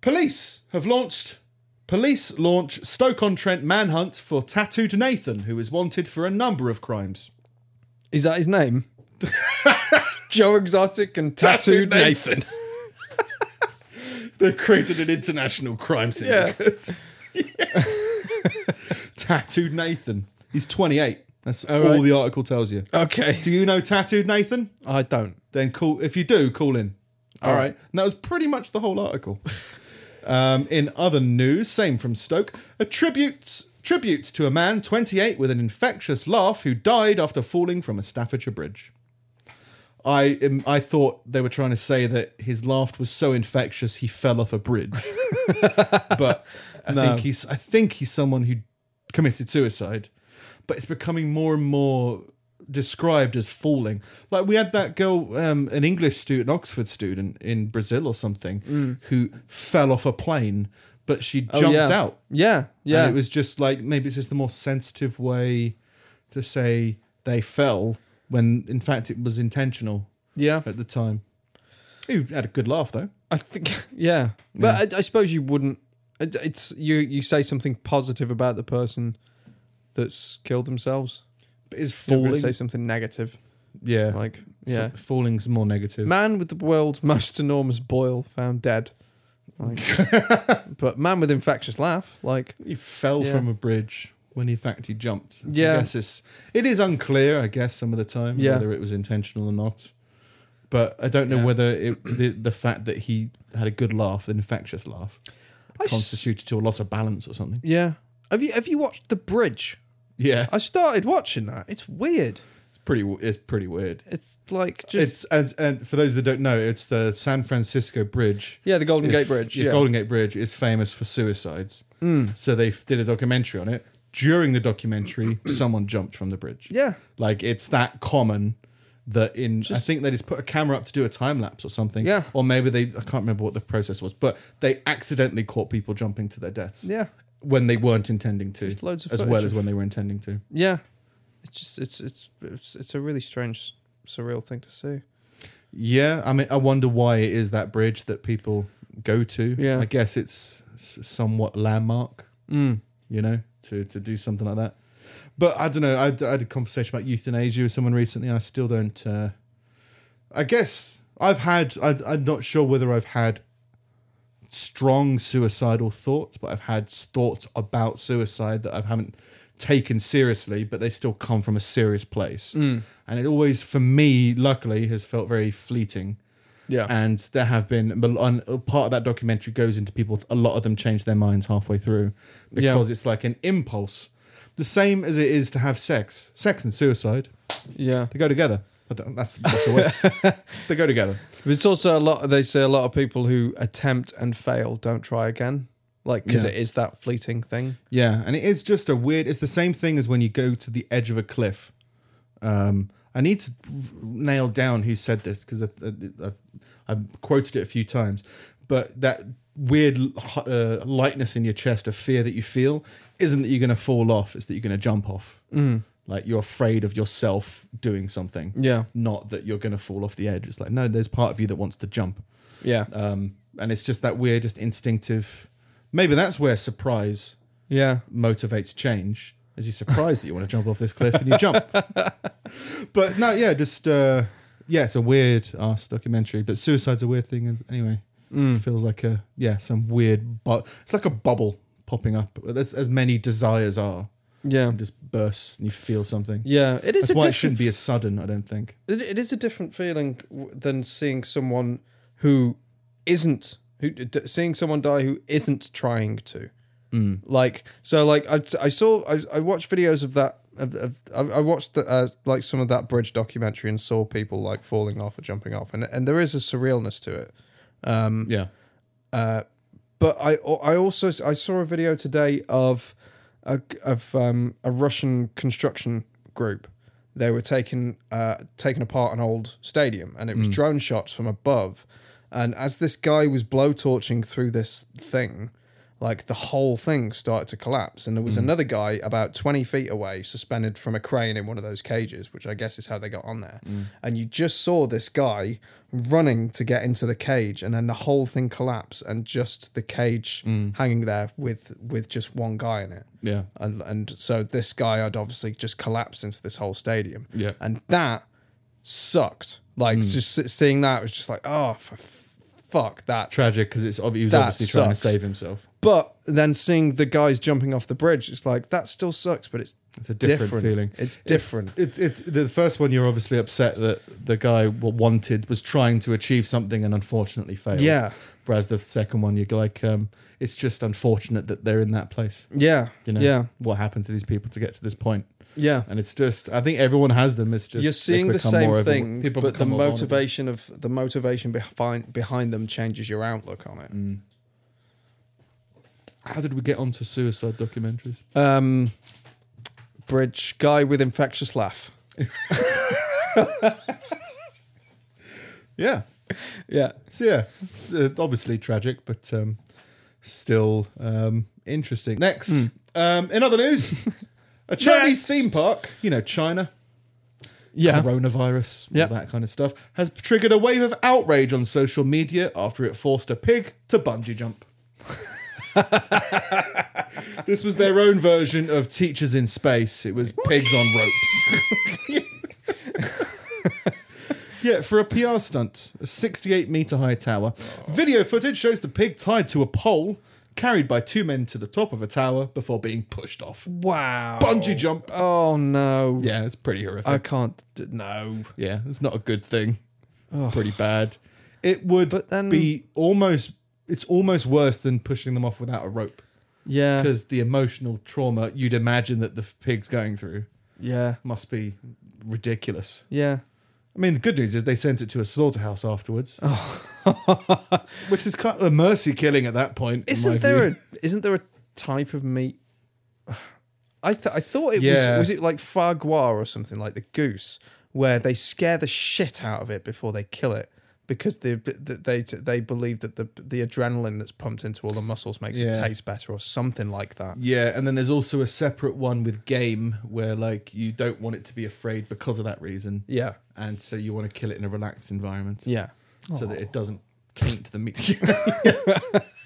Speaker 1: Police have launched. Police launch Stoke on Trent manhunt for tattooed Nathan, who is wanted for a number of crimes.
Speaker 2: Is that his name? Joe Exotic and
Speaker 1: Tattooed
Speaker 2: Tattooed Nathan.
Speaker 1: They've created an international crime syndicate. tattooed Nathan. He's 28. That's all,
Speaker 2: Oh, right.
Speaker 1: the article tells you.
Speaker 2: Okay.
Speaker 1: Do you know tattooed Nathan?
Speaker 2: I don't.
Speaker 1: Then call. If you do, call in. All
Speaker 2: right.
Speaker 1: right. And that was pretty much the whole article. um, in other news, same from Stoke, a tribute tributes to a man 28 with an infectious laugh who died after falling from a Staffordshire bridge. I am- I thought they were trying to say that his laugh was so infectious he fell off a bridge, but I think he's I think he's someone who committed suicide, but it's becoming more and more described as falling. Like we had that girl, um, an English student, Oxford student in Brazil or something, who fell off a plane, but she jumped
Speaker 2: Mm. Oh, yeah.
Speaker 1: out.
Speaker 2: Yeah. Yeah.
Speaker 1: And it was just like maybe it's just the more sensitive way to say they fell when in fact it was intentional
Speaker 2: yeah.
Speaker 1: at the time. Who had a good laugh though.
Speaker 2: I think. Yeah. But I, I suppose you wouldn't. it- It's you. You say something positive about the person that's killed themselves.
Speaker 1: But is
Speaker 2: You're going
Speaker 1: falling
Speaker 2: to say something negative,
Speaker 1: yeah
Speaker 2: like
Speaker 1: So
Speaker 2: yeah.
Speaker 1: falling's more negative.
Speaker 2: Man with the world's most enormous boil found dead. Like, but man with infectious laugh, like
Speaker 1: He fell
Speaker 2: Yeah.
Speaker 1: from a bridge when in fact he jumped.
Speaker 2: Yeah.
Speaker 1: I guess it's, it is unclear, I guess, some of the time
Speaker 2: Yeah.
Speaker 1: whether it was intentional or not. But I don't know
Speaker 2: Yeah.
Speaker 1: whether it, the, the fact that he had a good laugh, an infectious laugh,
Speaker 2: I s-
Speaker 1: constituted to a loss of balance or something.
Speaker 2: yeah. Have you have you watched The Bridge?
Speaker 1: Yeah,
Speaker 2: I started watching that. It's weird.
Speaker 1: it's pretty. w- It's pretty weird.
Speaker 2: It's like just
Speaker 1: it's and, and for those that don't know, it's the San Francisco Bridge.
Speaker 2: yeah, the Golden
Speaker 1: is
Speaker 2: Gate
Speaker 1: f-
Speaker 2: Bridge.
Speaker 1: yeah,
Speaker 2: Yeah, Hmm.
Speaker 1: Golden Gate Bridge is famous for suicides. So they f- did a documentary on it. During the documentary, someone jumped from the bridge.
Speaker 2: yeah,
Speaker 1: Like it's that common that in I think they just put a camera up to do a time lapse or something.
Speaker 2: Yeah.
Speaker 1: Or maybe they I can't remember what the process was, but they accidentally caught people jumping to their deaths.
Speaker 2: yeah,
Speaker 1: When they weren't intending to.
Speaker 2: loads of
Speaker 1: as
Speaker 2: footage
Speaker 1: well
Speaker 2: of-
Speaker 1: as when they were intending to.
Speaker 2: yeah. It's just it's it's it's, it's a really strange, surreal thing to see.
Speaker 1: Yeah, I mean I wonder why it is that bridge that people go to.
Speaker 2: Yeah.
Speaker 1: I guess it's s- somewhat landmark. you know, to to do something like that. But I don't know. I, I had a conversation about euthanasia with someone recently. I still don't. Uh, I guess I've had. I, I'm not sure whether I've had strong suicidal thoughts, but I've had thoughts about suicide that I haven't taken seriously, but they still come from a serious place. And it always, for me, luckily, has felt very fleeting.
Speaker 2: Yeah,
Speaker 1: And there have been but on part of that documentary goes into people. A lot of them change their minds halfway through
Speaker 2: Yeah.
Speaker 1: because it's like an impulse, the same as it is to have sex. Sex and suicide,
Speaker 2: yeah.
Speaker 1: they go together. I don't- That's, that's the way. they go together.
Speaker 2: But it's also a lot. They say a lot of people who attempt and fail don't try again, like because
Speaker 1: Yeah.
Speaker 2: it is that fleeting thing.
Speaker 1: Yeah, and it is just a weird. It's the same thing as when you go to the edge of a cliff. Um, I need to nail down who said this because I, I, I, have quoted it a few times, but that weird uh, lightness in your chest of fear that you feel isn't that you're going to fall off; it's that you're going to jump off. Like you're afraid of yourself doing something,
Speaker 2: Yeah,
Speaker 1: not that you're going to fall off the edge. It's like no, there's part of you that wants to jump
Speaker 2: yeah,
Speaker 1: um, and it's just that weird, just instinctive. Maybe that's where surprise
Speaker 2: yeah.
Speaker 1: motivates change. Is you surprised that you want to jump off this cliff and you jump? but no, yeah, just uh, yeah, it's a weird ass documentary. But suicide's a weird thing anyway.
Speaker 2: Mm.
Speaker 1: Feels like a yeah, some weird but it's like a bubble popping up. There's as many desires are,
Speaker 2: Yeah,
Speaker 1: and just bursts and you feel something.
Speaker 2: yeah. It is
Speaker 1: That's
Speaker 2: a
Speaker 1: why it
Speaker 2: different.
Speaker 1: shouldn't be as sudden. I don't think.
Speaker 2: It, it is a different feeling w- than seeing someone who isn't who d- seeing someone die who isn't trying to. Like so, like I, I saw I, I watched videos of that. Of, of, I I watched the, uh, like some of that bridge documentary and saw people like falling off or jumping off, and and there is a surrealness to it. Mm,
Speaker 1: Yeah,
Speaker 2: but I I also I saw a video today of a of um, a Russian construction group they were taking uh, taking apart an old stadium, and it was drone shots from above. And as this guy was blowtorching through this thing, like the whole thing started to collapse. And there was another guy about twenty feet away, suspended from a crane in one of those cages, which I guess is how they got on there. And you just saw this guy running to get into the cage, and then the whole thing collapsed, and just the cage hanging there with with just one guy in it
Speaker 1: Yeah.
Speaker 2: and and so this guy had obviously just collapsed into this whole stadium.
Speaker 1: Yeah.
Speaker 2: and that sucked. Like just s- seeing that was just like, oh, for f- fuck that.
Speaker 1: Tragic because it's obvi- he was
Speaker 2: That
Speaker 1: obviously trying to
Speaker 2: sucks.
Speaker 1: save himself.
Speaker 2: But then seeing the guys jumping off the bridge, it's like that still sucks, but it's
Speaker 1: It's a different feeling.
Speaker 2: It's different.
Speaker 1: It, it, the first one, you're obviously upset that the guy wa- wanted was trying to achieve something and unfortunately failed.
Speaker 2: Yeah.
Speaker 1: Whereas the second one, you're like, um, it's just unfortunate that they're in that place.
Speaker 2: yeah,
Speaker 1: You know,
Speaker 2: yeah,
Speaker 1: what happened to these people to get to this point?
Speaker 2: yeah.
Speaker 1: And it's just, I think everyone has them. It's just
Speaker 2: You're seeing
Speaker 1: they
Speaker 2: the
Speaker 1: become
Speaker 2: same
Speaker 1: more over-
Speaker 2: thing,
Speaker 1: people
Speaker 2: but the
Speaker 1: become more vulnerable.
Speaker 2: motivation of the motivation behind behind them changes your outlook on it.
Speaker 1: Mm. How did we get onto suicide documentaries?
Speaker 2: Um, bridge guy with infectious laugh.
Speaker 1: Yeah.
Speaker 2: Yeah,
Speaker 1: So yeah, uh, obviously tragic, but um, still um, interesting. Next, um, in other news, a Chinese
Speaker 2: Next.
Speaker 1: theme park, you know, China,
Speaker 2: yeah.
Speaker 1: coronavirus,
Speaker 2: Yep.
Speaker 1: all that kind of stuff, has triggered a wave of outrage on social media after it forced a pig to bungee jump. this was their own version of Teachers in Space. It was pigs on ropes. Yeah, for a PR stunt, a 68 meter high tower. Video footage shows the pig tied to a pole, carried by two men to the top of a tower before being pushed off.
Speaker 2: Wow.
Speaker 1: Bungee jump.
Speaker 2: Oh no.
Speaker 1: Yeah, it's pretty horrific.
Speaker 2: I can't. D- no.
Speaker 1: Yeah, it's not a good thing. Pretty bad. It would
Speaker 2: But then-
Speaker 1: be almost. It's almost worse than pushing them off without a rope
Speaker 2: Yeah.
Speaker 1: because the emotional trauma you'd imagine that the pig's going through
Speaker 2: Yeah.
Speaker 1: must be ridiculous.
Speaker 2: Yeah.
Speaker 1: I mean, the good news is they sent it to a slaughterhouse afterwards, which is kind of a mercy killing at that point. in my
Speaker 2: Isn't there
Speaker 1: view.
Speaker 2: a isn't there a type of meat? I th- I thought it
Speaker 1: Yeah.
Speaker 2: was was it like fagua or something like the goose where they scare the shit out of it before they kill it because they that they they believe that the the adrenaline that's pumped into all the muscles makes
Speaker 1: Yeah.
Speaker 2: it taste better or something like that.
Speaker 1: Yeah, and then there's also a separate one with game where like you don't want it to be afraid because of that reason,
Speaker 2: Yeah.
Speaker 1: and so you want to kill it in a relaxed environment.
Speaker 2: Yeah.
Speaker 1: so
Speaker 2: Oh.
Speaker 1: that it doesn't taint the meat.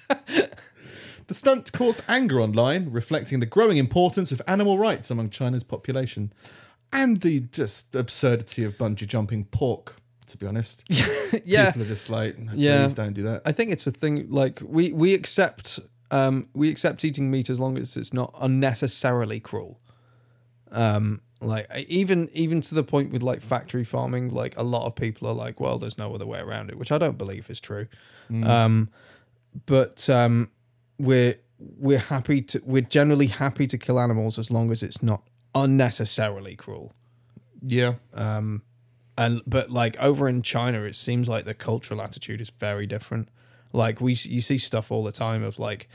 Speaker 1: the stunt caused anger online, reflecting the growing importance of animal rights among China's population and the just absurdity of bungee jumping pork, to be honest.
Speaker 2: yeah.
Speaker 1: People are just like, "No,
Speaker 2: Yeah.
Speaker 1: please don't do that.
Speaker 2: I think it's a thing like we we accept um we accept eating meat as long as it's not unnecessarily cruel. Um like I- even even to the point with like factory farming like a lot of people are like well there's no other way around it which I don't believe is true. Um but um we're we're happy to we're generally happy to kill animals as long as it's not unnecessarily cruel.
Speaker 1: Yeah.
Speaker 2: and but like over in China, it seems like the cultural attitude is very different. Like we, you see stuff all the time of like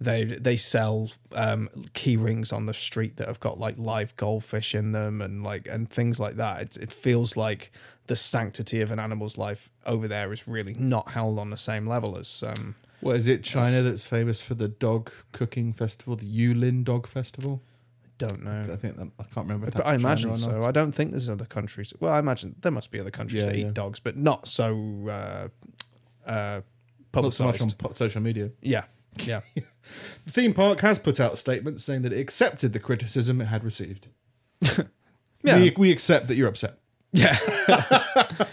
Speaker 2: they they sell um, key rings on the street that have got like live goldfish in them and like and things like that. It it feels like the sanctity of an animal's life over there is really not held on the same level as um,
Speaker 1: What is it, China, that's famous for the dog cooking festival, the Yulin Dog Festival?
Speaker 2: don't know.
Speaker 1: I think that, I can't remember. If
Speaker 2: But
Speaker 1: that's
Speaker 2: I
Speaker 1: in China
Speaker 2: imagine
Speaker 1: or not.
Speaker 2: so. I don't think there's other countries. Well, I imagine there must be other countries
Speaker 1: Yeah,
Speaker 2: that
Speaker 1: yeah.
Speaker 2: eat dogs, but not so uh, uh,
Speaker 1: Not so
Speaker 2: publicized.
Speaker 1: much on po- social media.
Speaker 2: yeah, yeah.
Speaker 1: The theme park has put out statements saying that it accepted the criticism it had received.
Speaker 2: Yeah.
Speaker 1: We, we accept that you're upset.
Speaker 2: Yeah.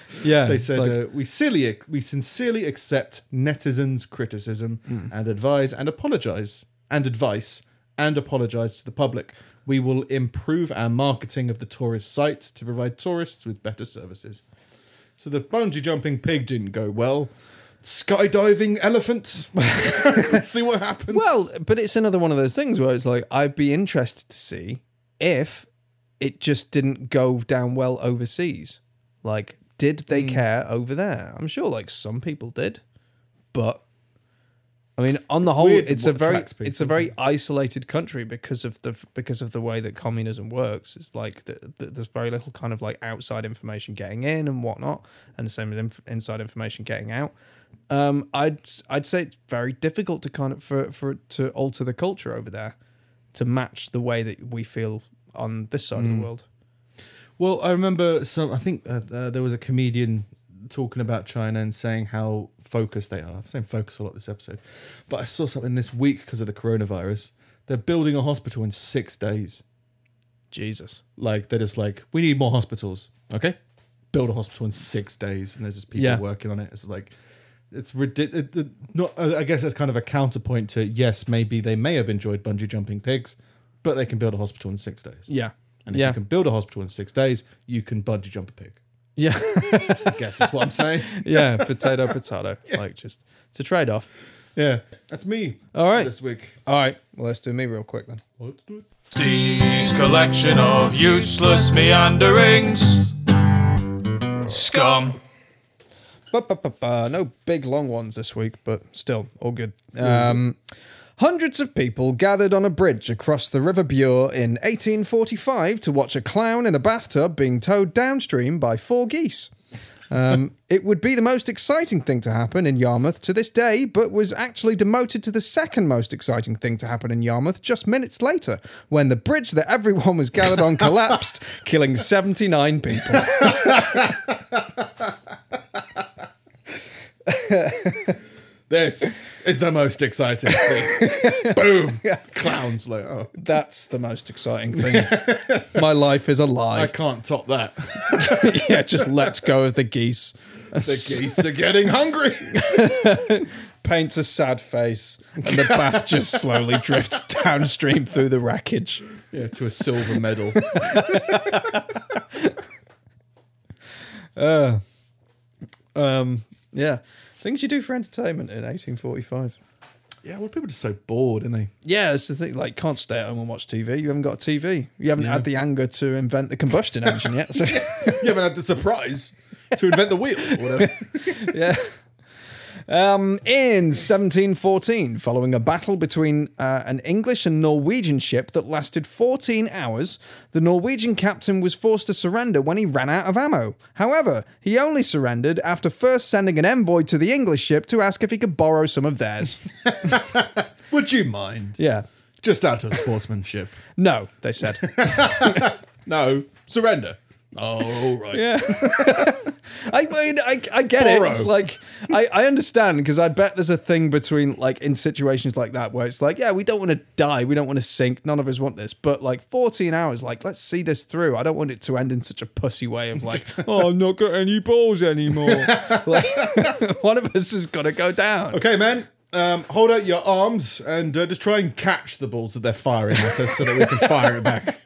Speaker 2: yeah.
Speaker 1: They said
Speaker 2: like,
Speaker 1: uh, we silly, we sincerely accept netizens' criticism
Speaker 2: Hmm.
Speaker 1: and advise and apologize and advice and apologize to the public. We will improve our marketing of the tourist site to provide tourists with better services. So the bungee jumping pig didn't go well. Skydiving elephant. Let's see what happens.
Speaker 2: well, but it's another one of those things where it's like, I'd be interested to see if it just didn't go down well overseas. Like,
Speaker 1: Hmm.
Speaker 2: did they care over there? I'm sure, like, some people did, but I mean, on the whole,
Speaker 1: weird
Speaker 2: it's
Speaker 1: what
Speaker 2: a very
Speaker 1: attracts people,
Speaker 2: it's a very isolated country because of the because of the way that communism works. It's like th th there's very little kind of like outside information getting in and whatnot, and the same as inf- inside information getting out. Um, I'd I'd say it's very difficult to kind of for for it to alter the culture over there to match the way that we feel on this side of the world.
Speaker 1: Well, I remember some. I think uh, uh, there was a comedian talking about China and saying how focused they are. I'm saying focus a lot this episode, but I saw something this week because of the coronavirus. They're building a hospital in six days.
Speaker 2: Jesus.
Speaker 1: Like they're just like, we need more hospitals. Okay, build a hospital in six days, and there's just people
Speaker 2: Yeah.
Speaker 1: working on it. It's like. It's ridiculous. Not, uh, I guess that's kind of a counterpoint to yes, maybe they may have enjoyed bungee jumping pigs, but they can build a hospital in six days.
Speaker 2: Yeah.
Speaker 1: And if
Speaker 2: yeah.
Speaker 1: you can build a hospital in six days, you can bungee jump a pig.
Speaker 2: yeah.
Speaker 1: I guess that's what I'm saying.
Speaker 2: yeah. Potato. Potato. Like just it's a trade off.
Speaker 1: Yeah, that's me.
Speaker 2: All right.
Speaker 1: this week.
Speaker 2: All right. Well, let's do me real quick then.
Speaker 1: Let's do it.
Speaker 3: Steve's collection of useless meanderings. Scum.
Speaker 2: Ba-ba-ba-ba. No big long ones this week, but still, all good. Um, hundreds of people gathered on a bridge across the River Bure in 1845 to watch a clown in a bathtub being towed downstream by four geese. Um, it would be the most exciting thing to happen in Yarmouth to this day, but was actually demoted to the second most exciting thing to happen in Yarmouth just minutes later, when the bridge that everyone was gathered on collapsed, killing 79 people.
Speaker 1: This is the most exciting thing. Boom! Clowns like, oh,
Speaker 2: That's the most exciting thing. My life is a
Speaker 1: I
Speaker 2: lie.
Speaker 1: can't top that.
Speaker 2: yeah, just let go of the geese.
Speaker 1: The geese are getting hungry.
Speaker 2: Paints a sad face, and the bath just slowly drifts downstream through the wreckage.
Speaker 1: yeah, to a silver medal.
Speaker 2: Um, yeah, things you do for entertainment in 1845.
Speaker 1: yeah, well, people are just so bored, aren't they?
Speaker 2: Yeah, it's the thing. Like, can't stay at home and watch TV. You haven't got a TV. You haven't had the anger to invent the combustion engine yet. So.
Speaker 1: You haven't had the surprise to invent the wheel. Or whatever.
Speaker 2: yeah. Um, in 1714, following a battle between uh, an English and Norwegian ship that lasted 14 hours, the Norwegian captain was forced to surrender when he ran out of ammo. However, he only surrendered after first sending an envoy to the English ship to ask if he could borrow some of theirs.
Speaker 1: Would you mind?
Speaker 2: yeah.
Speaker 1: Just out of sportsmanship.
Speaker 2: No, they said.
Speaker 1: No, surrender. Oh, all right.
Speaker 2: Yeah. I mean, I, I get
Speaker 1: Borrow.
Speaker 2: it. It's like, I, I understand because I bet there's a thing between, like, in situations like that where it's like, yeah, we don't want to die. We don't want to sink. None of us want this. But, like, 14 hours, like, let's see this through. I don't want it to end in such a pussy way of, like, oh, I've not got any balls anymore. like, one of us has got to go down.
Speaker 1: Okay, man. Um, hold out your arms and uh, just try and catch the balls that they're firing at us so that we can fire it back.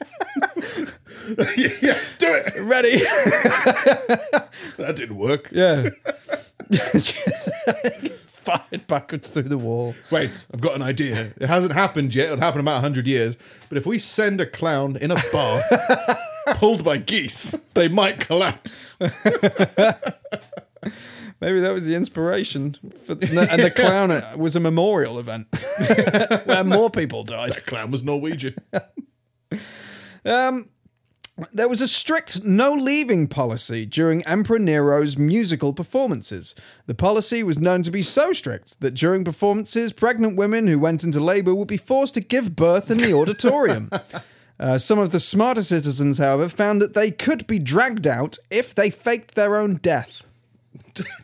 Speaker 1: yeah, do it.
Speaker 2: Ready?
Speaker 1: That didn't work.
Speaker 2: yeah. Fired backwards through the wall.
Speaker 1: Wait, I've got an idea. It hasn't happened yet. It'll happen in about 100 years. But if we send a clown in a bath pulled by geese, they might collapse.
Speaker 2: Maybe that was the inspiration for the, and, the, and the clown was a memorial event where more people died.
Speaker 1: That clown was Norwegian.
Speaker 2: There was a strict no leaving policy during Emperor Nero's musical performances. The policy was known to be so strict that during performances, pregnant women who went into labor would be forced to give birth in the auditorium. Uh, some of the smarter citizens, however, found that they could be dragged out if they faked their own death.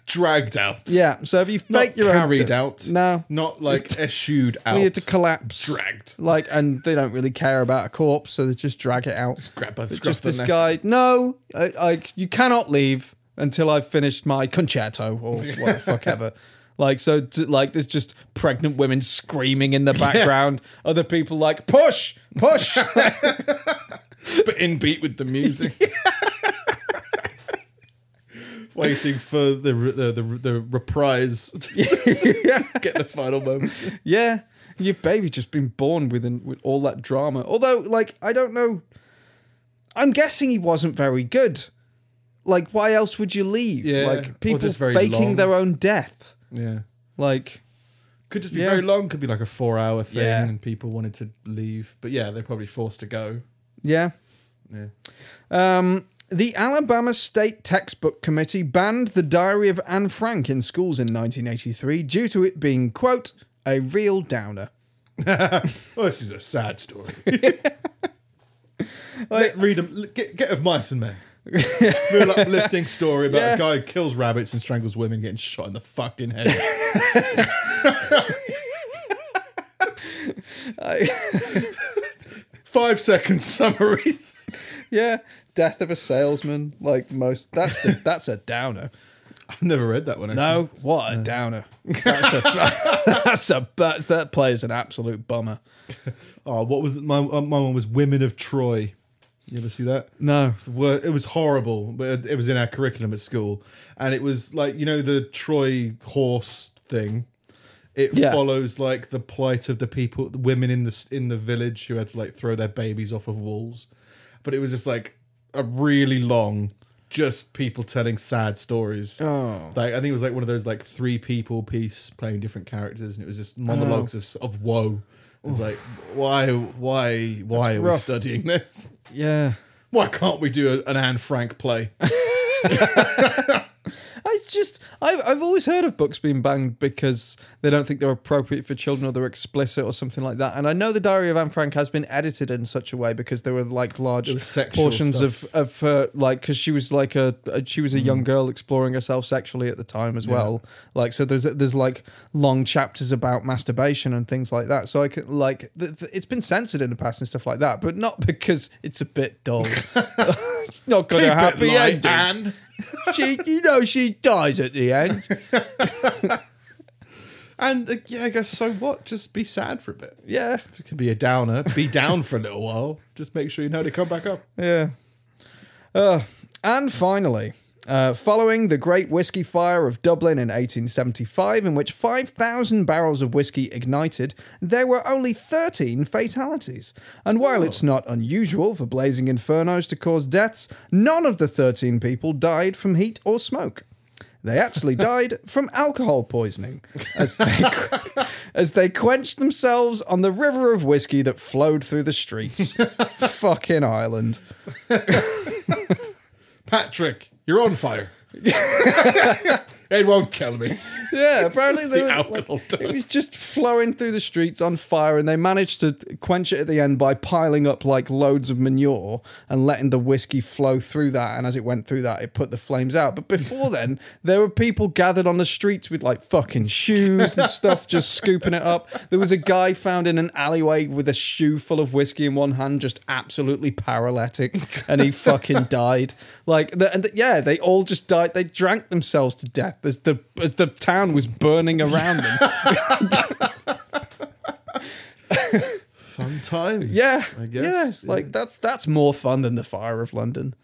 Speaker 1: Dragged out.
Speaker 2: Yeah, so if you
Speaker 1: Not
Speaker 2: fake your own
Speaker 1: carried
Speaker 2: de-
Speaker 1: out.
Speaker 2: no,
Speaker 1: Not like eschewed out.
Speaker 2: you had to collapse.
Speaker 1: Dragged.
Speaker 2: like and they don't really care about a corpse so they just drag it out
Speaker 1: Grab by the scruff
Speaker 2: just
Speaker 1: of the
Speaker 2: this
Speaker 1: neck.
Speaker 2: guy no I- like you cannot leave until i've finished my concerto or what the fuck ever like so to, like there's just pregnant women screaming in the background other people like push push
Speaker 1: but in beat with the music. Waiting for the the the, the reprise to get the final moment.
Speaker 2: yeah your baby just been born within with all that drama although like i don't know i'm guessing he wasn't very good like why else would you leave
Speaker 1: Yeah, or
Speaker 2: like people
Speaker 1: just very
Speaker 2: faking
Speaker 1: long.
Speaker 2: their own death
Speaker 1: Yeah,
Speaker 2: Like,
Speaker 1: Could just be
Speaker 2: Yeah.
Speaker 1: very long. Could be like a four-hour thing,
Speaker 2: Yeah.
Speaker 1: and people wanted to leave. But yeah, they're probably forced to go.
Speaker 2: Yeah.
Speaker 1: Yeah.
Speaker 2: Um, the Alabama State Textbook Committee banned the Diary of Anne Frank in schools in 1983 due to it being, quote, a real downer.
Speaker 1: Oh, this is a sad story. Let- read them. Get, get of mice and men. Real uplifting story about
Speaker 2: Yeah.
Speaker 1: a guy who kills rabbits and strangles women, getting shot in the fucking head. Five second summaries.
Speaker 2: Yeah, death of a salesman, like the most. That's the, that's a downer.
Speaker 1: I've never read that one. Actually.
Speaker 2: No, what a downer. That's a that's a that's, that plays an absolute bummer.
Speaker 1: Oh, what was it? my uh, my one was Women of Troy. You ever see that?
Speaker 2: No,
Speaker 1: It's the wor- It was horrible, but it was in our curriculum at school, and it was like you know the Troy horse thing. It
Speaker 2: Yeah.
Speaker 1: follows like the plight of the people, the women in the s- in the village who had to like throw their babies off of walls, but it was just like a really long, just people telling sad stories.
Speaker 2: Oh.
Speaker 1: like I think it was like one of those like three people piece playing different characters, and it was just monologues
Speaker 2: Oh.
Speaker 1: of s- of woe. It's like why why why are we
Speaker 2: rough.
Speaker 1: studying this?
Speaker 2: yeah.
Speaker 1: Why can't we do a, an Anne Frank play?
Speaker 2: I just I've I've always heard of books being banned because they don't think they're appropriate for children or they're explicit or something like that. And I know the Diary of Anne Frank has been edited in such a way because there were like large
Speaker 1: was sexual
Speaker 2: portions of of her like because she was like a, a- she was a
Speaker 1: Mm.
Speaker 2: young girl exploring herself sexually at the time as well. Like so there's there's like long chapters about masturbation and things like that. So I could like th- th- it's been censored in the past and stuff like that, but not because it's a bit dull. it's not going to
Speaker 1: Keep it
Speaker 2: happy eh?
Speaker 1: light,
Speaker 2: ending
Speaker 1: Anne.
Speaker 2: she, you know, she dies at the end.
Speaker 1: And uh, yeah, I guess so. What? Just be sad for a bit.
Speaker 2: Yeah,
Speaker 1: If it can be a downer, be down for a little while. Just make sure you know how to come back up.
Speaker 2: yeah. Uh, and finally, uh, following the Great Whiskey Fire of Dublin in 1875, in which 5,000 barrels of whiskey ignited, there were only 13 fatalities. And while it's not unusual for blazing infernos to cause deaths, none of the 13 people died from heat or smoke. They actually died from alcohol poisoning as they, as they quenched themselves on the river of whiskey that flowed through the streets. Fucking Ireland.
Speaker 1: Patrick, you're on fire. it won't kill me.
Speaker 2: Yeah, apparently they
Speaker 1: The
Speaker 2: were,
Speaker 1: alcohol
Speaker 2: like, it was just flowing through the streets on fire, and they managed to quench it at the end by piling up like loads of manure and letting the whiskey flow through that. And as it went through that, it put the flames out. But before then, there were people gathered on the streets with like fucking shoes and stuff, just scooping it up. There was a guy found in an alleyway with a shoe full of whiskey in one hand, just absolutely paralytic, and he fucking died. Like, the, and the- yeah, they all just died. They drank themselves to death as the as the town was burning around them.
Speaker 1: Fun times.
Speaker 2: Yeah,
Speaker 1: I
Speaker 2: Yeah,
Speaker 1: guess.
Speaker 2: it's like that's that's more fun than the fire of London.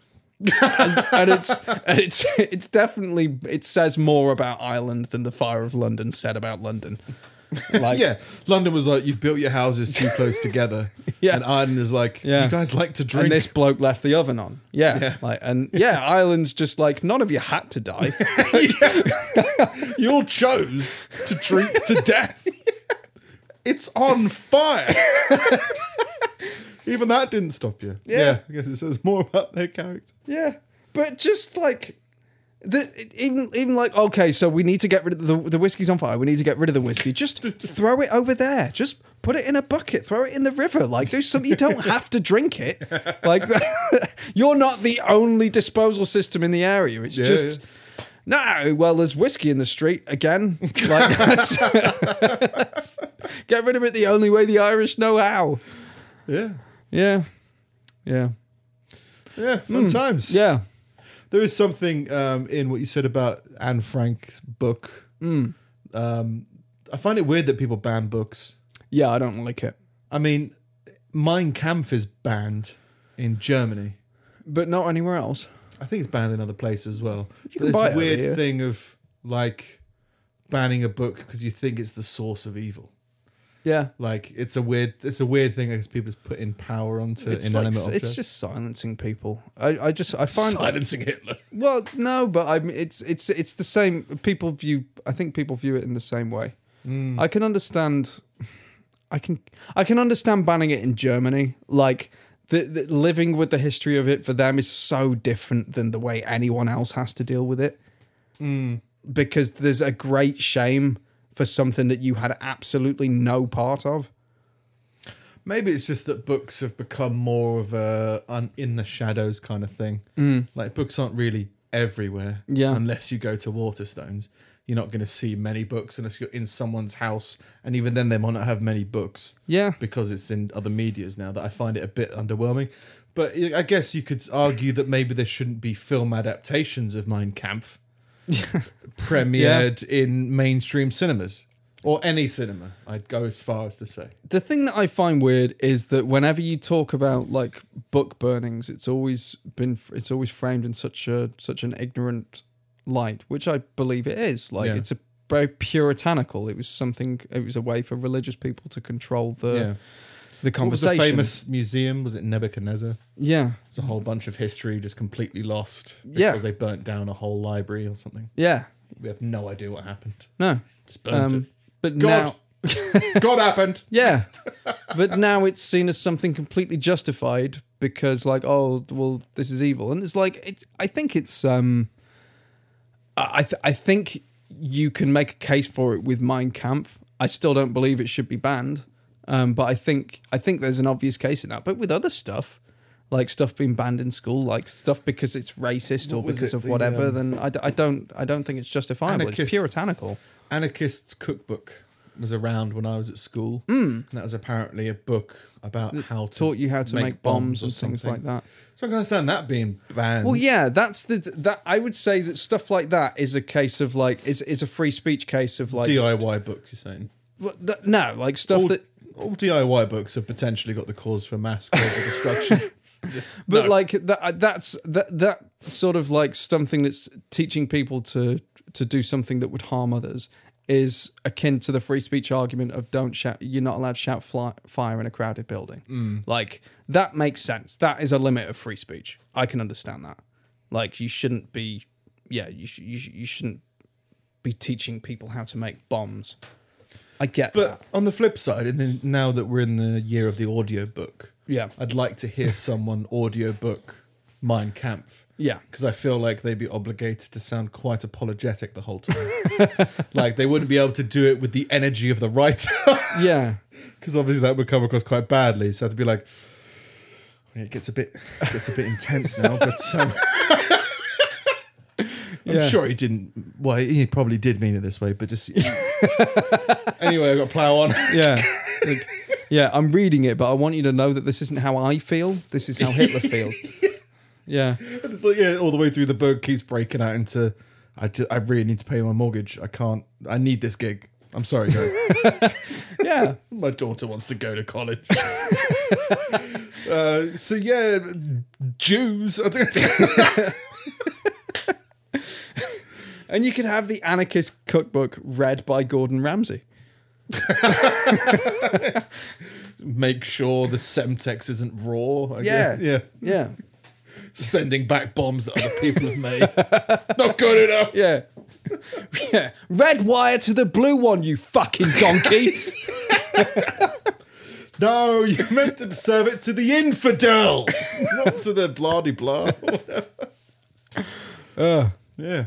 Speaker 2: and, and it's and it's it's definitely it says more about Ireland than the fire of London said about London. Like,
Speaker 1: Yeah, London was like, you've built your houses too close together.
Speaker 2: Yeah.
Speaker 1: And Ireland is like,
Speaker 2: Yeah.
Speaker 1: you guys like to drink.
Speaker 2: and this bloke left the oven on. Yeah,
Speaker 1: Yeah.
Speaker 2: like and yeah, Ireland's just like none of you had to die.
Speaker 1: you all chose to drink to death. It's on fire. Even that didn't stop you. Yeah. I guess it says more about their character.
Speaker 2: yeah, but just like. The, even even like okay, so we need to get rid of the the whiskey's on fire. We need to get rid of the whiskey. Just throw it over there. Just put it in a bucket. Throw it in the river. Like do something. You don't have to drink it. Like you're not the only disposal system in the area. It's
Speaker 1: Yeah,
Speaker 2: just no. Well, there's whiskey in the street again. Like that's, get rid of it the only way the Irish know how.
Speaker 1: Yeah.
Speaker 2: Yeah, yeah,
Speaker 1: Hmm. Yeah. Fun times.
Speaker 2: yeah.
Speaker 1: There is something um, in what you said about Anne Frank's book. Um, I find it weird that people ban books.
Speaker 2: Yeah, I don't like it.
Speaker 1: I mean, Mein Kampf is banned in Germany.
Speaker 2: But not anywhere else.
Speaker 1: I think it's banned in other places as well. But
Speaker 2: can buy it
Speaker 1: this
Speaker 2: over
Speaker 1: weird
Speaker 2: here.
Speaker 1: thing of like banning a book because you think it's the source of evil.
Speaker 2: Yeah.
Speaker 1: Like it's a weird, it's a weird thing. I guess people just put in power onto
Speaker 2: It's, like,
Speaker 1: inanimate
Speaker 2: it's
Speaker 1: objects.
Speaker 2: just silencing people. I, I just I find
Speaker 1: silencing Hitler.
Speaker 2: well no, but I mean, it's it's it's the same. People view I think people view it in the same way.
Speaker 1: Mm.
Speaker 2: I can understand. I can I can understand banning it in Germany. Like the, the living with the history of it for them is so different than the way anyone else has to deal with it.
Speaker 1: Mm.
Speaker 2: Because there's a great shame for something that you had absolutely no part of.
Speaker 1: Maybe it's just that books have become more of a an in the shadows kind of thing. Like books aren't really everywhere.
Speaker 2: Mm. Yeah.
Speaker 1: Unless you go to Waterstones, you're not going to see many books unless you're in someone's house, and even then they might not have many books.
Speaker 2: Yeah.
Speaker 1: Because it's in other media's now that I find it a bit underwhelming. But I I guess you could argue that maybe there shouldn't be film adaptations of Mein Kampf premiered in mainstream cinemas or any cinema. I'd go as far as to say.
Speaker 2: the thing that I find weird is that whenever you talk about like book burnings, it's always been it's always framed in such a such an ignorant light, which I believe it is. Like
Speaker 1: Yeah.
Speaker 2: it's a very puritanical. It was something. It was a way for religious people to control the
Speaker 1: Yeah.
Speaker 2: the
Speaker 1: What was the
Speaker 2: conversation.
Speaker 1: famous museum? Was it Nebuchadnezzar?
Speaker 2: yeah,
Speaker 1: There's a whole bunch of history just completely lost because
Speaker 2: Yeah.
Speaker 1: they burnt down a whole library or something.
Speaker 2: yeah,
Speaker 1: We have no idea what happened.
Speaker 2: no,
Speaker 1: Just burnt
Speaker 2: um, but
Speaker 1: God.
Speaker 2: now
Speaker 1: it. God happened.
Speaker 2: Yeah. but now it's seen as something completely justified because like, oh, well, this is evil. And it's like it's I think it's um I I th- I think you can make a case for it with Mein Kampf. I still don't believe it should be banned. Um, but I think I think there's an obvious case in that. But with other stuff, like stuff being banned in school, like stuff because it's racist or
Speaker 1: What was
Speaker 2: because
Speaker 1: it?
Speaker 2: of
Speaker 1: The,
Speaker 2: whatever,
Speaker 1: um,
Speaker 2: then I, d- I don't I don't think it's justifiable. It's
Speaker 1: Anarchists.
Speaker 2: puritanical.
Speaker 1: Anarchist's Cookbook was around when I was at school. And that was apparently a book about how to
Speaker 2: Hmm. Taught you how to make, bombs, and things like that.
Speaker 1: So I can understand that being banned.
Speaker 2: Well, yeah, that's the that I would say that stuff like that is a case of like is is a free speech case of like
Speaker 1: DIY books, you're saying?
Speaker 2: Well, th- no like stuff
Speaker 1: All,
Speaker 2: that
Speaker 1: all DIY books have potentially got the cause for mass global destruction.
Speaker 2: but like that uh, that's that that sort of like something that's teaching people to to do something that would harm others is akin to the free speech argument of don't shout you're not allowed to shout fly, fire in a crowded building like that makes sense that is a limit of free speech i can understand that like you shouldn't be yeah you sh- you, sh- you shouldn't be teaching people how to make bombs i get that
Speaker 1: But on the flip side, and then now that we're in the year of the audiobook,
Speaker 2: Yeah.
Speaker 1: I'd like to hear someone audiobook Mein Kampf.
Speaker 2: Yeah.
Speaker 1: Because I feel like they'd be obligated to sound quite apologetic the whole time. like they wouldn't be able to do it with the energy of the writer.
Speaker 2: yeah
Speaker 1: Because obviously that would come across quite badly. So I have to be like, it gets a bit it gets a bit intense now, but um, I'm
Speaker 2: Yeah.
Speaker 1: sure he didn't. Well, he probably did mean it this way, but just anyway, I've got to plow on.
Speaker 2: yeah. Like, yeah, I'm reading it, but I want you to know that this isn't how I feel. This is how Hitler feels. Yeah.
Speaker 1: And it's like, yeah, all the way through the book keeps breaking out into, I, ju- I really need to pay my mortgage. I can't, I need this gig. I'm sorry, guys.
Speaker 2: Yeah.
Speaker 1: my daughter wants to go to college. uh, so, yeah, Jews. I think-
Speaker 2: And you could have the anarchist cookbook read by Gordon Ramsay.
Speaker 1: Make sure the Semtex isn't raw. I
Speaker 2: Yeah.
Speaker 1: guess. Yeah.
Speaker 2: Yeah.
Speaker 1: Sending back bombs that other people have made. Not good enough.
Speaker 2: Yeah. Yeah. Red wire to the blue one, you fucking donkey.
Speaker 1: No, you meant to serve it to the infidel, not to the blah de blah. uh, yeah.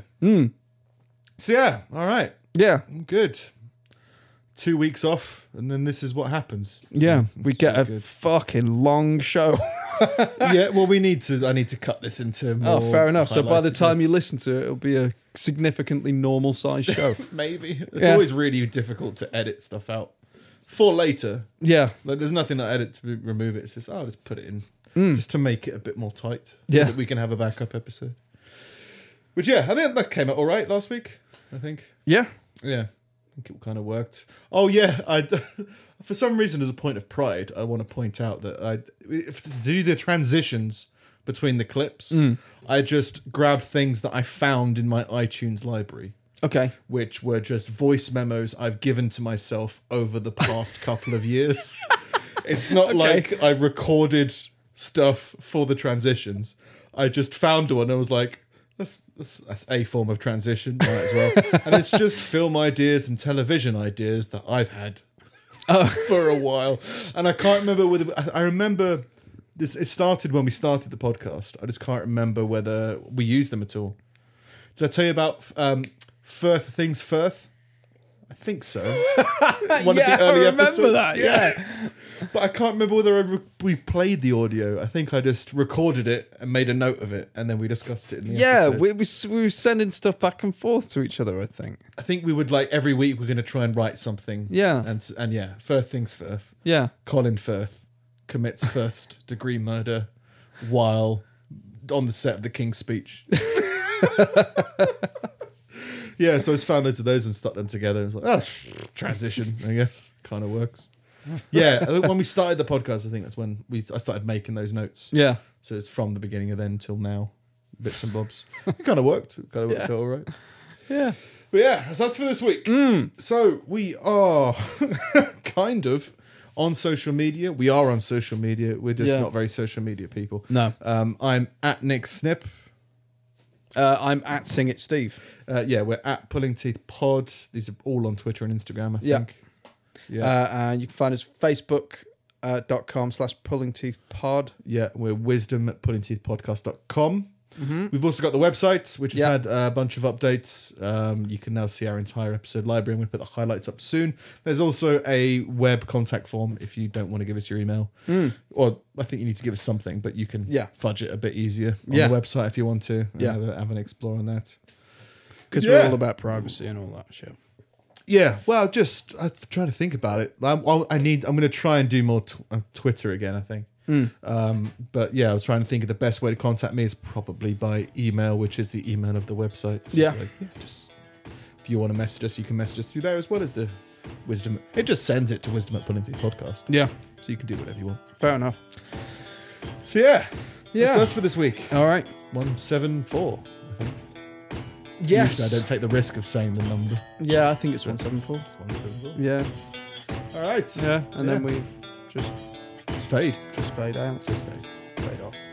Speaker 1: So yeah, all right,
Speaker 2: yeah.
Speaker 1: good. Two weeks off, and then this is what happens.
Speaker 2: Yeah. We get a
Speaker 1: Mm, good.
Speaker 2: fucking long show.
Speaker 1: yeah, well, we need to. I need to cut this into. More
Speaker 2: Oh, fair enough. So by the
Speaker 1: highlighted
Speaker 2: time you
Speaker 1: bits.
Speaker 2: listen to it, it'll be a significantly normal sized show.
Speaker 1: maybe it's
Speaker 2: Yeah.
Speaker 1: always really difficult to edit stuff out for later.
Speaker 2: yeah.
Speaker 1: Like, there's nothing I edit to be- remove it. It's just, oh, just put it in, just to make it a bit more tight, so
Speaker 2: Mm. Yeah.
Speaker 1: that we can have a backup episode. Which yeah, I think that came out all right last week. I think,
Speaker 2: Yeah.
Speaker 1: yeah, I think it kind of worked. Oh yeah, I for some reason as a point of pride, I want to point out that I if, to do the transitions between the clips, I just grabbed things that I found in my iTunes library
Speaker 2: Okay.
Speaker 1: which were just voice memos I've given to myself over the past couple of years. It's not like I recorded stuff for the transitions. I just found one and I was like, That's, that's that's a form of transition might as well, and it's just film ideas and television ideas that I've had for a while, and I can't remember whether I- I remember this. It started when we started the podcast. I just can't remember whether we used them at all. Did I tell you about um, Firth things Firth? I think so. One
Speaker 2: yeah, I remember that. Yeah.
Speaker 1: but I can't remember whether I re- we played the audio. I think I just recorded it and made a note of it, and then we discussed it. In the
Speaker 2: Yeah,
Speaker 1: episode.
Speaker 2: we, we, s- we were sending stuff back and forth to each other, I think.
Speaker 1: I think we would like every week we're going to try and write something.
Speaker 2: Yeah.
Speaker 1: and s- and yeah, Firth things Firth.
Speaker 2: Yeah.
Speaker 1: Colin Firth commits first degree murder while on the set of the King's Speech. yeah, so I just found loads of those and stuck them together. It was like, oh, transition, I guess. Kind of works. Yeah, I think when we started the podcast, I think that's when we I started making those notes.
Speaker 2: Yeah.
Speaker 1: So it's from the beginning of then till now, bits and bobs. It kind of worked. It kind of worked out all right.
Speaker 2: Yeah.
Speaker 1: But yeah, so that's for this week.
Speaker 2: Mm.
Speaker 1: So we are kind of on social media. We are on social media. We're just
Speaker 2: Yeah.
Speaker 1: not very social media people.
Speaker 2: No.
Speaker 1: Um, I'm at Nick Snip.
Speaker 2: Uh, I'm at Sing It Steve.
Speaker 1: Uh, yeah, we're at Pulling Teeth Pod. These are all on Twitter and Instagram, I
Speaker 2: Yeah.
Speaker 1: think.
Speaker 2: Uh, and you can find us Facebook. Uh, dot com slash pulling teeth pod
Speaker 1: Yeah, we're wisdom at pullingteethpodcast.com. We've also got the website, which has
Speaker 2: Mm-hmm. Yeah.
Speaker 1: had a bunch of updates. Um, you can now see our entire episode library, and we'll put the highlights up soon. There's also a web contact form if you don't want to give us your email. Or I think you need to give us something, but you can
Speaker 2: Hmm. Yeah.
Speaker 1: fudge it a bit easier on
Speaker 2: Yeah.
Speaker 1: the website if you want to. and
Speaker 2: Yeah.
Speaker 1: Have, a, have an explore on that.
Speaker 2: because
Speaker 1: Yeah.
Speaker 2: we're all about privacy and all that shit.
Speaker 1: Yeah, well, just I th- try to think about it. I, I need. I'm going to try and do more tw- uh, Twitter again. I think. Um, but yeah, I was trying to think of the best way to contact me is probably by email, which is the email of the website. So it's
Speaker 2: Yeah.
Speaker 1: like, yeah. Just if you want to message us, you can message us through there as well as the wisdom. It just sends it to wisdom at Pullington Podcast,
Speaker 2: Yeah,
Speaker 1: so you can do whatever you want.
Speaker 2: fair enough.
Speaker 1: So yeah,
Speaker 2: Yeah.
Speaker 1: that's us for this week.
Speaker 2: All right.
Speaker 1: One seven four. I think. Usually I
Speaker 2: Yes.
Speaker 1: don't take the risk of saying the number.
Speaker 2: Yeah, I think it's one seven four.
Speaker 1: It's one seven four.
Speaker 2: Yeah.
Speaker 1: All right.
Speaker 2: Yeah. And then
Speaker 1: Yeah.
Speaker 2: we just
Speaker 1: It's fade.
Speaker 2: just fade out,
Speaker 1: Just fade.
Speaker 2: fade off.